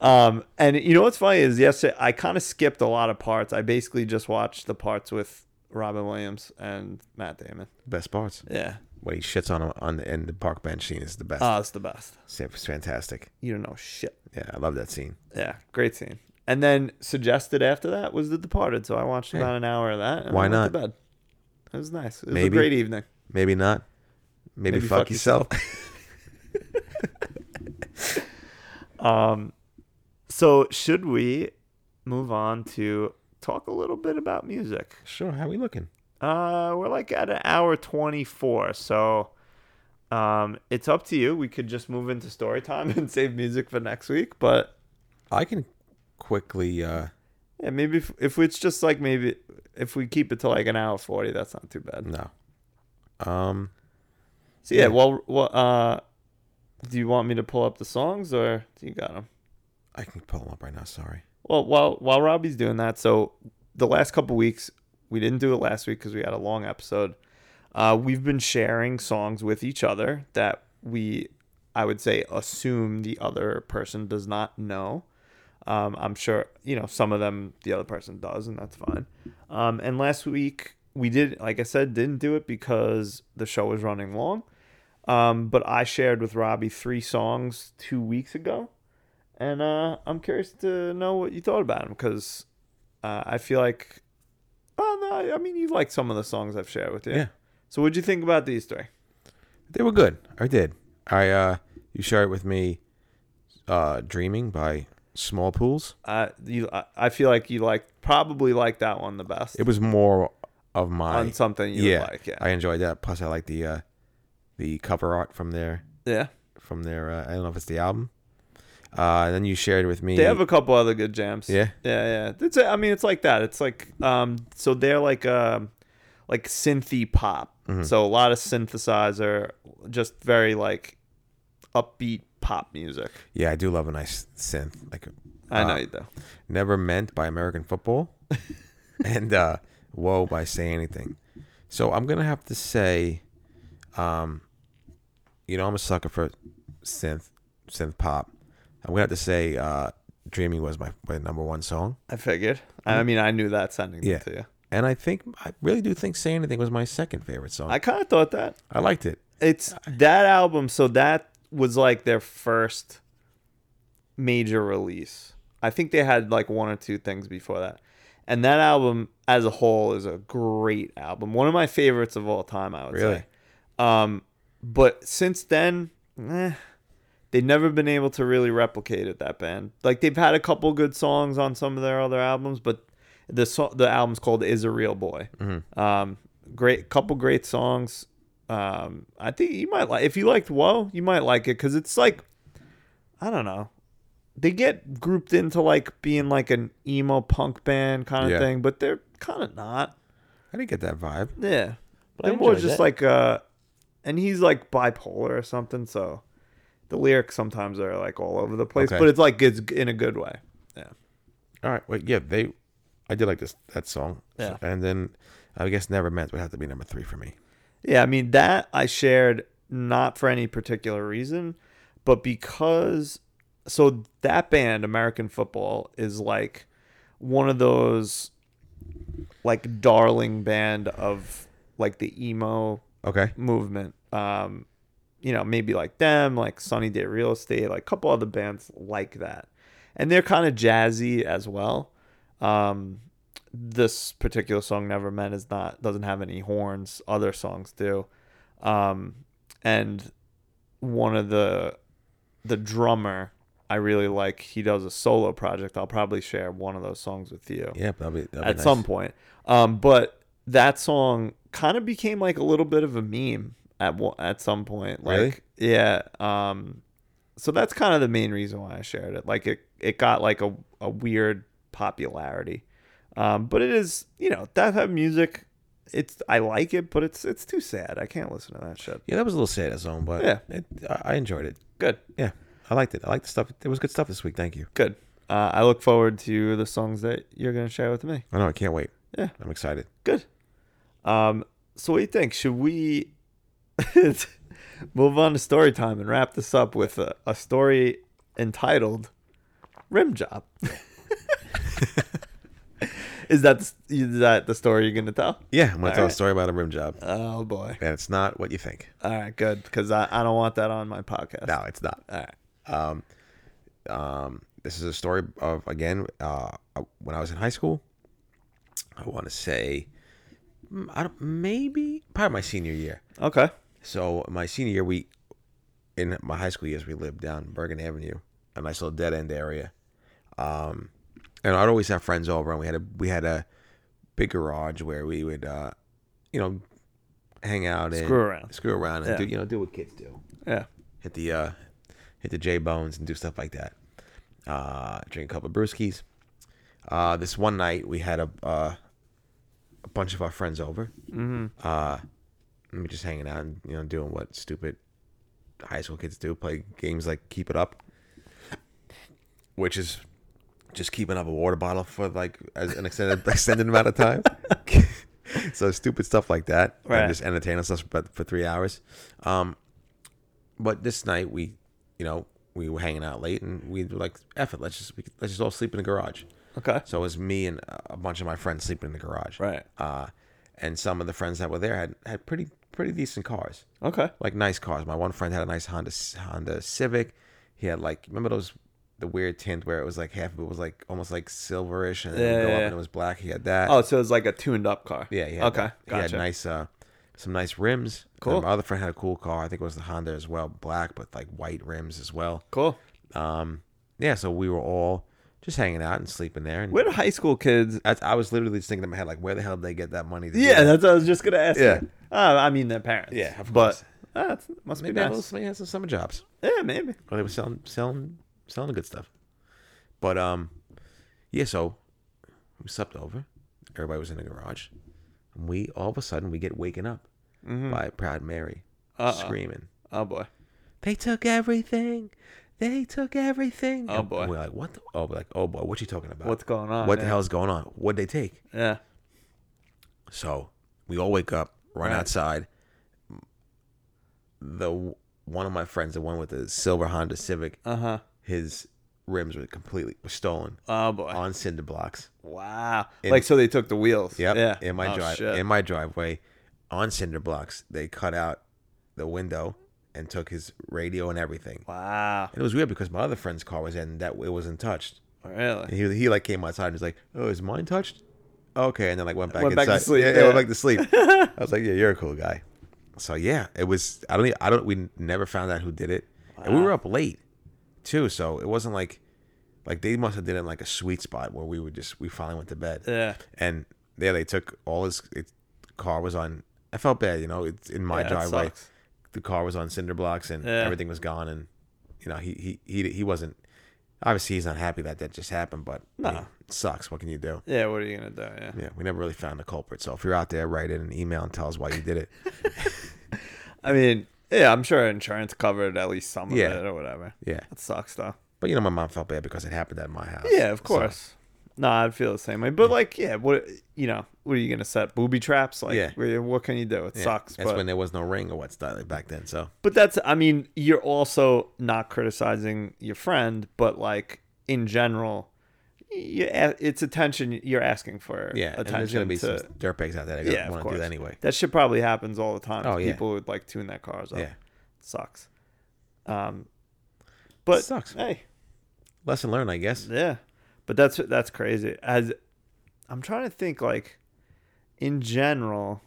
Speaker 3: Um, and you know what's funny is yesterday I kind of skipped a lot of parts. I basically just watched the parts with Robin Williams and Matt Damon.
Speaker 4: Best parts.
Speaker 3: Yeah.
Speaker 4: When he shits on him on the, in the park bench scene is the best.
Speaker 3: Oh, it's the best.
Speaker 4: it was fantastic.
Speaker 3: You don't know shit.
Speaker 4: Yeah, I love that scene.
Speaker 3: Yeah, great scene. And then suggested after that was The Departed, so I watched about an hour of that. And
Speaker 4: Why
Speaker 3: I went
Speaker 4: not?
Speaker 3: To bed. It was nice. It was
Speaker 4: Maybe.
Speaker 3: a great evening.
Speaker 4: Maybe not. Maybe, fuck, yourself.
Speaker 3: Um, so should we move on to talk a little bit about music?
Speaker 4: sure. How we looking?
Speaker 3: Uh, we're like at an hour twenty-four, so um, it's up to you. We could just move into story time and save music for next week, but
Speaker 4: I can quickly. uh
Speaker 3: yeah, maybe if, if it's just like maybe if we keep it to like an hour forty, that's not too bad.
Speaker 4: No. Um.
Speaker 3: So yeah, well, well, uh, do you want me to pull up the songs or do you got them?
Speaker 4: I can pull them up right now. Sorry.
Speaker 3: Well, while while Robbie's doing that, so the last couple weeks we didn't do it last week because we had a long episode. Uh, we've been sharing songs with each other that we, I would say, assume the other person does not know. Um, I'm sure you know some of them the other person does, and that's fine. Um, and last week we did, like I said, didn't do it because the show was running long. Um, but I shared with Robbie three songs two weeks ago and uh, I'm curious to know what you thought about him because uh, I feel like Well, no, I mean you like some of the songs I've shared with you.
Speaker 4: Yeah.
Speaker 3: So what'd you think about these three?
Speaker 4: They were good. I did. I uh you shared with me uh Dreaming by Small Pools.
Speaker 3: Uh, you, I, I feel like you like probably like that one the best.
Speaker 4: It was more of my
Speaker 3: On something you would like, yeah.
Speaker 4: I enjoyed that. Plus I like the uh the cover art from their
Speaker 3: yeah.
Speaker 4: from their uh, I don't know if it's the album. Uh then you shared with me
Speaker 3: They have a couple other good jams.
Speaker 4: Yeah?
Speaker 3: yeah, yeah. It's I mean, it's like that. It's like um, so they're like um, like synthy pop.
Speaker 4: Mm-hmm.
Speaker 3: So a lot of synthesizer, just very like upbeat pop music.
Speaker 4: Yeah, I do love a nice synth. Like
Speaker 3: I know
Speaker 4: uh,
Speaker 3: you do.
Speaker 4: Never Meant by American Football, and uh, Whoa by Say Anything. So I'm gonna have to say, um, you know, I'm a sucker for synth, synth pop. I'm gonna have to say, uh, Dreaming was my, my number one song.
Speaker 3: I figured. I mean, I knew that sending
Speaker 4: Mm-hmm. Yeah,
Speaker 3: them to you.
Speaker 4: and I think I really do think Say Anything was my second favorite song.
Speaker 3: I
Speaker 4: I,
Speaker 3: kind of thought that.
Speaker 4: liked it.
Speaker 3: It's that album. So that was like their first major release. I think they had like one or two things before that. And that album as a whole is a great album. One of my favorites of all time, I would
Speaker 4: Really?
Speaker 3: say. Um, but since then, eh, they've never been able to really replicate it, that band. Like they've had a couple good songs on some of their other albums, but the so- the album's called Is a Real Boy. Um, great couple great songs. Um, I think you might like if you liked Whoa, you might like it because it's like I don't know. They get grouped into like being like an emo punk band kind of
Speaker 4: Yeah.
Speaker 3: thing, but they're kind of not.
Speaker 4: I didn't get that vibe.
Speaker 3: Yeah,
Speaker 4: I
Speaker 3: they're more
Speaker 4: enjoyed
Speaker 3: just
Speaker 4: that.
Speaker 3: like uh, and he's like bipolar or something. So the lyrics sometimes are like all over the place,
Speaker 4: Okay.
Speaker 3: but it's like it's in a good way. Yeah,
Speaker 4: All right, wait, yeah, they, I did like this that song.
Speaker 3: Yeah.
Speaker 4: and then I guess Never Meant would have to be number three for me.
Speaker 3: yeah. I mean that I shared not for any particular reason, but because so that band American Football is like one of those like darling band of like the emo
Speaker 4: Okay,
Speaker 3: movement. Um, you know, maybe like them, like Sunny Day Real Estate, like a couple other bands like that. And they're kind of jazzy as well. Um, this particular song, Never Meant, is not doesn't have any horns. Other songs do. Um, and one of the the drummer I really like. He does a solo project. I'll probably share one of those songs with you
Speaker 4: yeah, that'll be, that'll be
Speaker 3: at
Speaker 4: nice.
Speaker 3: some point. Um, but that song kind of became like a little bit of a meme at one- at some point. Like,
Speaker 4: Really?
Speaker 3: Yeah. Um, so that's kind of the main reason why I shared it. Like it it got like a, a weird popularity. Um, but it is you know that type of music. It's I like it, but it's it's too sad. I can't listen to that shit.
Speaker 4: Yeah, that was a little sad as zone, but
Speaker 3: Yeah.
Speaker 4: it, I I enjoyed it.
Speaker 3: Good,
Speaker 4: Yeah, I liked it. I liked the stuff. It was good stuff this week. Thank you.
Speaker 3: good. Uh, I look forward to the songs that you're gonna share with me.
Speaker 4: I know. I can't wait.
Speaker 3: Yeah.
Speaker 4: I'm excited.
Speaker 3: Good. Um, so what do you think? Should we move on to story time and wrap this up with a, a story entitled "Rim Job"? is that is that the story you're gonna tell?
Speaker 4: Yeah, I'm gonna tell
Speaker 3: right.
Speaker 4: a story about a rim job,
Speaker 3: Oh boy!
Speaker 4: and it's not what you think.
Speaker 3: All right, good because I, I don't want that on my podcast.
Speaker 4: No, it's not.
Speaker 3: All right.
Speaker 4: Um, this is a story of again uh, when I was in high school. I want to say, mm, I don't, maybe probably my senior year.
Speaker 3: Okay.
Speaker 4: So my senior year, we in my high school years, we lived down Bergen Avenue, a nice little dead end area. Um, and I'd always have friends over, and we had a we had a big garage where we would, uh, you know, hang out and
Speaker 3: Screw around.
Speaker 4: screw around, and
Speaker 3: Yeah.
Speaker 4: do you know do what kids do,
Speaker 3: Yeah.
Speaker 4: hit the uh, hit the J bones and do stuff like that. Uh, drink a couple of brewskis. Uh, this one night we had a uh, a bunch of our friends over. Mm-hmm. Uh, and we're just hanging out and you know doing what stupid high school kids do, play games like Keep It Up, which is just keeping up a water bottle for like as an extended extended amount of time. so stupid stuff like that,
Speaker 3: Right.
Speaker 4: and just entertain ourselves for, for three hours. Um, but this night we, you know, we were hanging out late, and we were like, "F it, let's just we, let's just all sleep in the garage."
Speaker 3: Okay.
Speaker 4: So it was me and uh, a bunch of my friends sleeping in the garage.
Speaker 3: Right.
Speaker 4: Uh, and some of the friends that were there had had pretty pretty decent cars,
Speaker 3: Okay.
Speaker 4: like nice cars. My one friend had a nice Honda Honda Civic. He had like remember those the weird tint where it was like half of it was like almost like silverish, and then it would go
Speaker 3: Yeah,
Speaker 4: up
Speaker 3: yeah.
Speaker 4: and it was black. He had that.
Speaker 3: Oh, so it's like a tuned up car.
Speaker 4: Yeah, yeah.
Speaker 3: Okay,
Speaker 4: He had
Speaker 3: gotcha.
Speaker 4: nice, uh, some nice rims. And
Speaker 3: Cool.
Speaker 4: my other friend had a cool car. I think it was the Honda as well, black but like white rims as well.
Speaker 3: Cool.
Speaker 4: Um, yeah. So we were all just hanging out and sleeping there. And
Speaker 3: Where do high school kids?
Speaker 4: I, I was literally just thinking in my head like, where the hell did they get that money? To do
Speaker 3: Yeah,
Speaker 4: that?
Speaker 3: that's what I was just gonna ask. you.
Speaker 4: Yeah.
Speaker 3: Uh, I mean their parents.
Speaker 4: Yeah, of
Speaker 3: but
Speaker 4: course.
Speaker 3: uh, that's- must
Speaker 4: maybe
Speaker 3: be
Speaker 4: that
Speaker 3: nice.
Speaker 4: was somebody had some summer jobs.
Speaker 3: Yeah, maybe.
Speaker 4: Or they were selling selling selling the good stuff. But um yeah, so we slept over. Everybody was in the garage. And we all of a sudden we get waken up
Speaker 3: Hmm. Mm-hmm.
Speaker 4: by Proud Mary screaming.
Speaker 3: Oh boy.
Speaker 4: They took everything. They took everything.
Speaker 3: Oh,
Speaker 4: And
Speaker 3: boy.
Speaker 4: we're like, what the oh we're like, oh boy, what you talking about?
Speaker 3: What's Oh, going on?
Speaker 4: what the
Speaker 3: yeah.
Speaker 4: hell is going on? What'd they take?
Speaker 3: Yeah.
Speaker 4: So we all wake up, run
Speaker 3: Right.
Speaker 4: outside. The one of my friends, the one with the silver Honda Civic,
Speaker 3: Uh huh.
Speaker 4: his rims were completely were stolen
Speaker 3: Oh boy.
Speaker 4: on cinder blocks.
Speaker 3: Wow.
Speaker 4: In-
Speaker 3: like so they took the wheels.
Speaker 4: Yep.
Speaker 3: Yeah.
Speaker 4: In my
Speaker 3: oh,
Speaker 4: drive
Speaker 3: shit.
Speaker 4: in my driveway on cinder blocks. They cut out the window and took his radio and everything.
Speaker 3: wow.
Speaker 4: And it was weird because my other friend's car was in that it wasn't touched.
Speaker 3: Really.
Speaker 4: And he he like came outside and was like, "Oh, is mine touched?" Okay, and then like went back
Speaker 3: Went back
Speaker 4: inside.
Speaker 3: to sleep,
Speaker 4: Yeah, yeah, went
Speaker 3: yeah.
Speaker 4: back to sleep. I was like, "Yeah, you're a cool guy." So yeah, it was. I don't. e- I don't. We never found out who did it, and we were up late too. So it wasn't like like they must have did it in like a sweet spot where we were just we finally went to bed.
Speaker 3: Yeah.
Speaker 4: And yeah, they took all his it, car was on. I felt bad, you know. It's in my
Speaker 3: Yeah, that
Speaker 4: driveway.
Speaker 3: sucks.
Speaker 4: The car was on cinder blocks, and
Speaker 3: Yeah.
Speaker 4: everything was gone. And you know, he he he he wasn't. Obviously, he's not happy that that just happened, but I mean,
Speaker 3: No.
Speaker 4: it sucks. What can you do?
Speaker 3: Yeah. What are you gonna do? Yeah.
Speaker 4: Yeah, we never really found the culprit. So if you're out there, write in an email and tell us why you did it.
Speaker 3: I mean, yeah. I'm sure insurance covered at least some of
Speaker 4: Yeah.
Speaker 3: it or whatever.
Speaker 4: Yeah,
Speaker 3: That sucks though.
Speaker 4: but you know, my mom felt bad because it happened at my house.
Speaker 3: Yeah,
Speaker 4: So,
Speaker 3: of course. No, I'd feel the same way. But like, yeah, what you know, what are you gonna set booby traps? Like,
Speaker 4: Yeah.
Speaker 3: wh- what can you do? It
Speaker 4: yeah,
Speaker 3: sucks.
Speaker 4: That's
Speaker 3: but,
Speaker 4: when there was no ring or what's that back then. So
Speaker 3: but that's, I mean, you're also not criticizing your friend, but like in general, you, a- it's attention you're asking for.
Speaker 4: yeah, and
Speaker 3: attention
Speaker 4: there's gonna be
Speaker 3: to.
Speaker 4: some dirtbags out there that
Speaker 3: yeah, of
Speaker 4: want to
Speaker 3: course.
Speaker 4: do that anyway.
Speaker 3: That shit probably happens all the time.
Speaker 4: Oh, yeah.
Speaker 3: people would like tune their cars up.
Speaker 4: Yeah.
Speaker 3: sucks. Um, but
Speaker 4: Sucks.
Speaker 3: Hey,
Speaker 4: Lesson learned, I guess.
Speaker 3: yeah, but that's that's crazy. As I'm trying to think, like in general,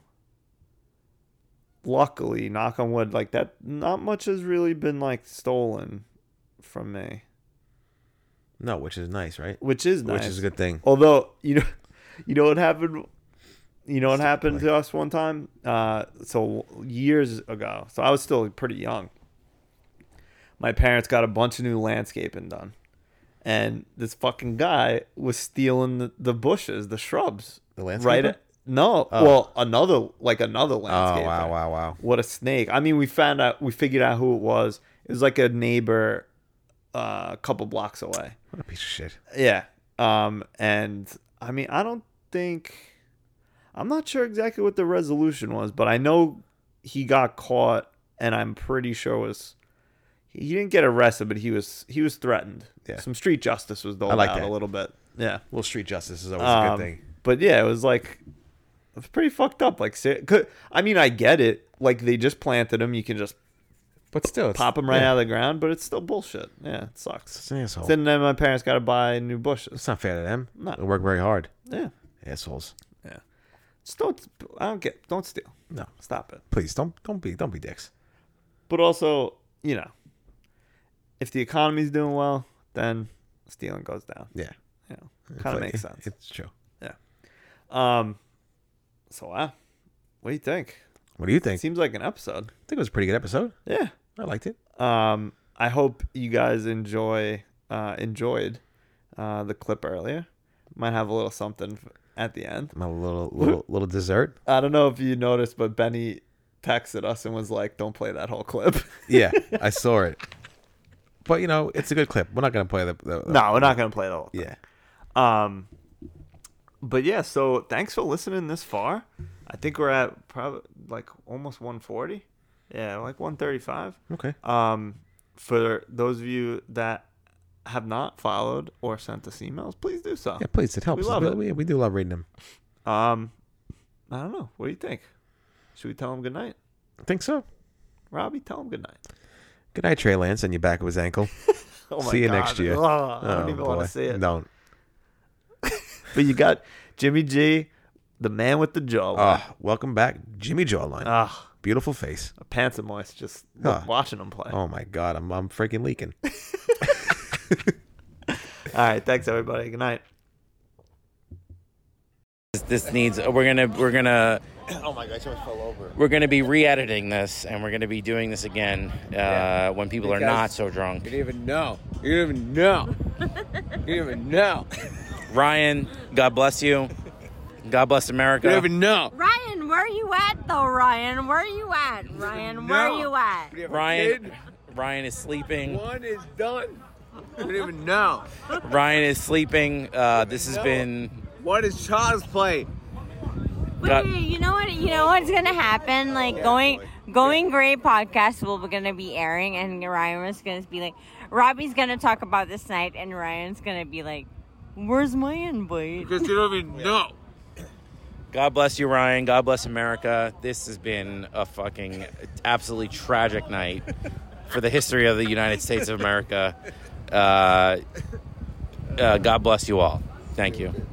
Speaker 3: luckily, knock on wood, like that, not much has really been like stolen from me,
Speaker 4: No, which is nice, right?
Speaker 3: which is nice.
Speaker 4: Which is a good thing.
Speaker 3: Although you know, you know what happened. You know what happened
Speaker 4: play.
Speaker 3: to us one time. Uh, so years ago, so I was still pretty young. My parents got a bunch of new landscaping done, and this fucking guy was stealing the, the bushes, the shrubs.
Speaker 4: The
Speaker 3: Right?
Speaker 4: landscaper?
Speaker 3: At, no, well, another like another
Speaker 4: Oh
Speaker 3: landscaper.
Speaker 4: wow, wow, wow.
Speaker 3: What a snake! I mean, we found out, we figured out who it was. It was like a neighbor, uh, a couple blocks away.
Speaker 4: What a piece of shit.
Speaker 3: Yeah. Um, and I mean, I don't think I'm not sure exactly what the resolution was, but I know he got caught, and I'm pretty sure was he didn't get arrested, but he was he was threatened.
Speaker 4: Yeah.
Speaker 3: Some street justice was doled
Speaker 4: like
Speaker 3: out
Speaker 4: that.
Speaker 3: a little bit. Yeah.
Speaker 4: Well, street justice is always a
Speaker 3: Um,
Speaker 4: good thing.
Speaker 3: But yeah, it was like it was pretty fucked up. Like, ser- could, I mean, I get it. Like they just planted him. You can just
Speaker 4: But still, it's,
Speaker 3: pop him right
Speaker 4: yeah,
Speaker 3: out of the ground, but it's still bullshit. Yeah, it
Speaker 4: It's
Speaker 3: sucks.
Speaker 4: an asshole.
Speaker 3: Then then my parents got to buy new bushes.
Speaker 4: It's not fair to them.
Speaker 3: No.
Speaker 4: They work very hard.
Speaker 3: Yeah.
Speaker 4: Assholes.
Speaker 3: Just don't. I don't get. Don't steal.
Speaker 4: No.
Speaker 3: Stop it.
Speaker 4: Please don't don't be don't be dicks.
Speaker 3: But also, you know, if the economy's doing well, then stealing goes down.
Speaker 4: Yeah.
Speaker 3: You know, kind of
Speaker 4: Like,
Speaker 3: makes
Speaker 4: it-
Speaker 3: sense.
Speaker 4: It's true.
Speaker 3: Um, so wow, what do you think?
Speaker 4: What do you think? I
Speaker 3: Seems like an episode.
Speaker 4: think it was a pretty good episode.
Speaker 3: Yeah.
Speaker 4: I liked it.
Speaker 3: Um, I hope you guys enjoy uh, enjoyed uh, the clip earlier. Might have a little something f- at the end.
Speaker 4: My little little, little dessert.
Speaker 3: I don't know if you noticed, but Benny texted us and was like, "Don't play that whole clip."
Speaker 4: Yeah, I saw it. But you know, it's a good clip. We're not gonna play the. the the-
Speaker 3: no, we're not gonna play the whole.
Speaker 4: Yeah.
Speaker 3: Um, but yeah, so thanks for listening this far. I think we're at probably like almost 140. Yeah, like 135.
Speaker 4: Okay.
Speaker 3: Um, for those of you that have not followed or sent us emails, please do so.
Speaker 4: Yeah, please. It helps.
Speaker 3: love it.
Speaker 4: We, we do love reading them.
Speaker 3: Um, I don't know. What do you think? Should we tell them good night?
Speaker 4: I think so.
Speaker 3: Robbie, tell them good night.
Speaker 4: Good night, Trey Lance, on your back of his ankle.
Speaker 3: Oh my
Speaker 4: see you
Speaker 3: God.
Speaker 4: next year.
Speaker 3: Ugh, I don't
Speaker 4: Oh,
Speaker 3: even want
Speaker 4: boy.
Speaker 3: to see it.
Speaker 4: Don't.
Speaker 3: But you got Jimmy G, the man with the jaw.
Speaker 4: Ah, welcome back, Jimmy Jawline.
Speaker 3: Ah,
Speaker 4: Beautiful face.
Speaker 3: pants are moist just look-
Speaker 4: Huh.
Speaker 3: watching him play.
Speaker 4: Oh my God, I'm I'm freaking leaking.
Speaker 3: All right, thanks everybody. Good night.
Speaker 6: This- This needs. We're gonna. We're gonna.
Speaker 7: Oh my gosh, I almost fell over.
Speaker 6: We're gonna be re-editing this, and we're gonna be doing this again uh,
Speaker 7: Yeah.
Speaker 6: when people are
Speaker 7: Because-
Speaker 6: not so drunk.
Speaker 7: You didn't even know. You didn't even know. You didn't even know.
Speaker 6: Ryan, God bless you. God bless America.
Speaker 7: You didn't even know.
Speaker 5: Ryan, where you at though, Ryan? Where you at? Ryan, where
Speaker 7: No.
Speaker 5: you at?
Speaker 7: You have a
Speaker 6: Ryan.
Speaker 7: kid.
Speaker 6: Ryan is sleeping.
Speaker 7: One is done. You didn't even know.
Speaker 6: Ryan is sleeping. Uh, this has been.
Speaker 7: What is child's play?
Speaker 5: Wait,
Speaker 6: Got-
Speaker 5: you know what? You know what's gonna happen? Like going, going gray podcast will be gonna be airing, and Ryan was gonna be like, Robbie's gonna talk about this night, and Ryan's gonna be like, "Where's my invite?"
Speaker 7: Because you don't even know.
Speaker 6: God bless you, Ryan. God bless America. This has been a fucking absolutely tragic night for the history of the United States of America. Uh, uh, God bless you all. Thank you.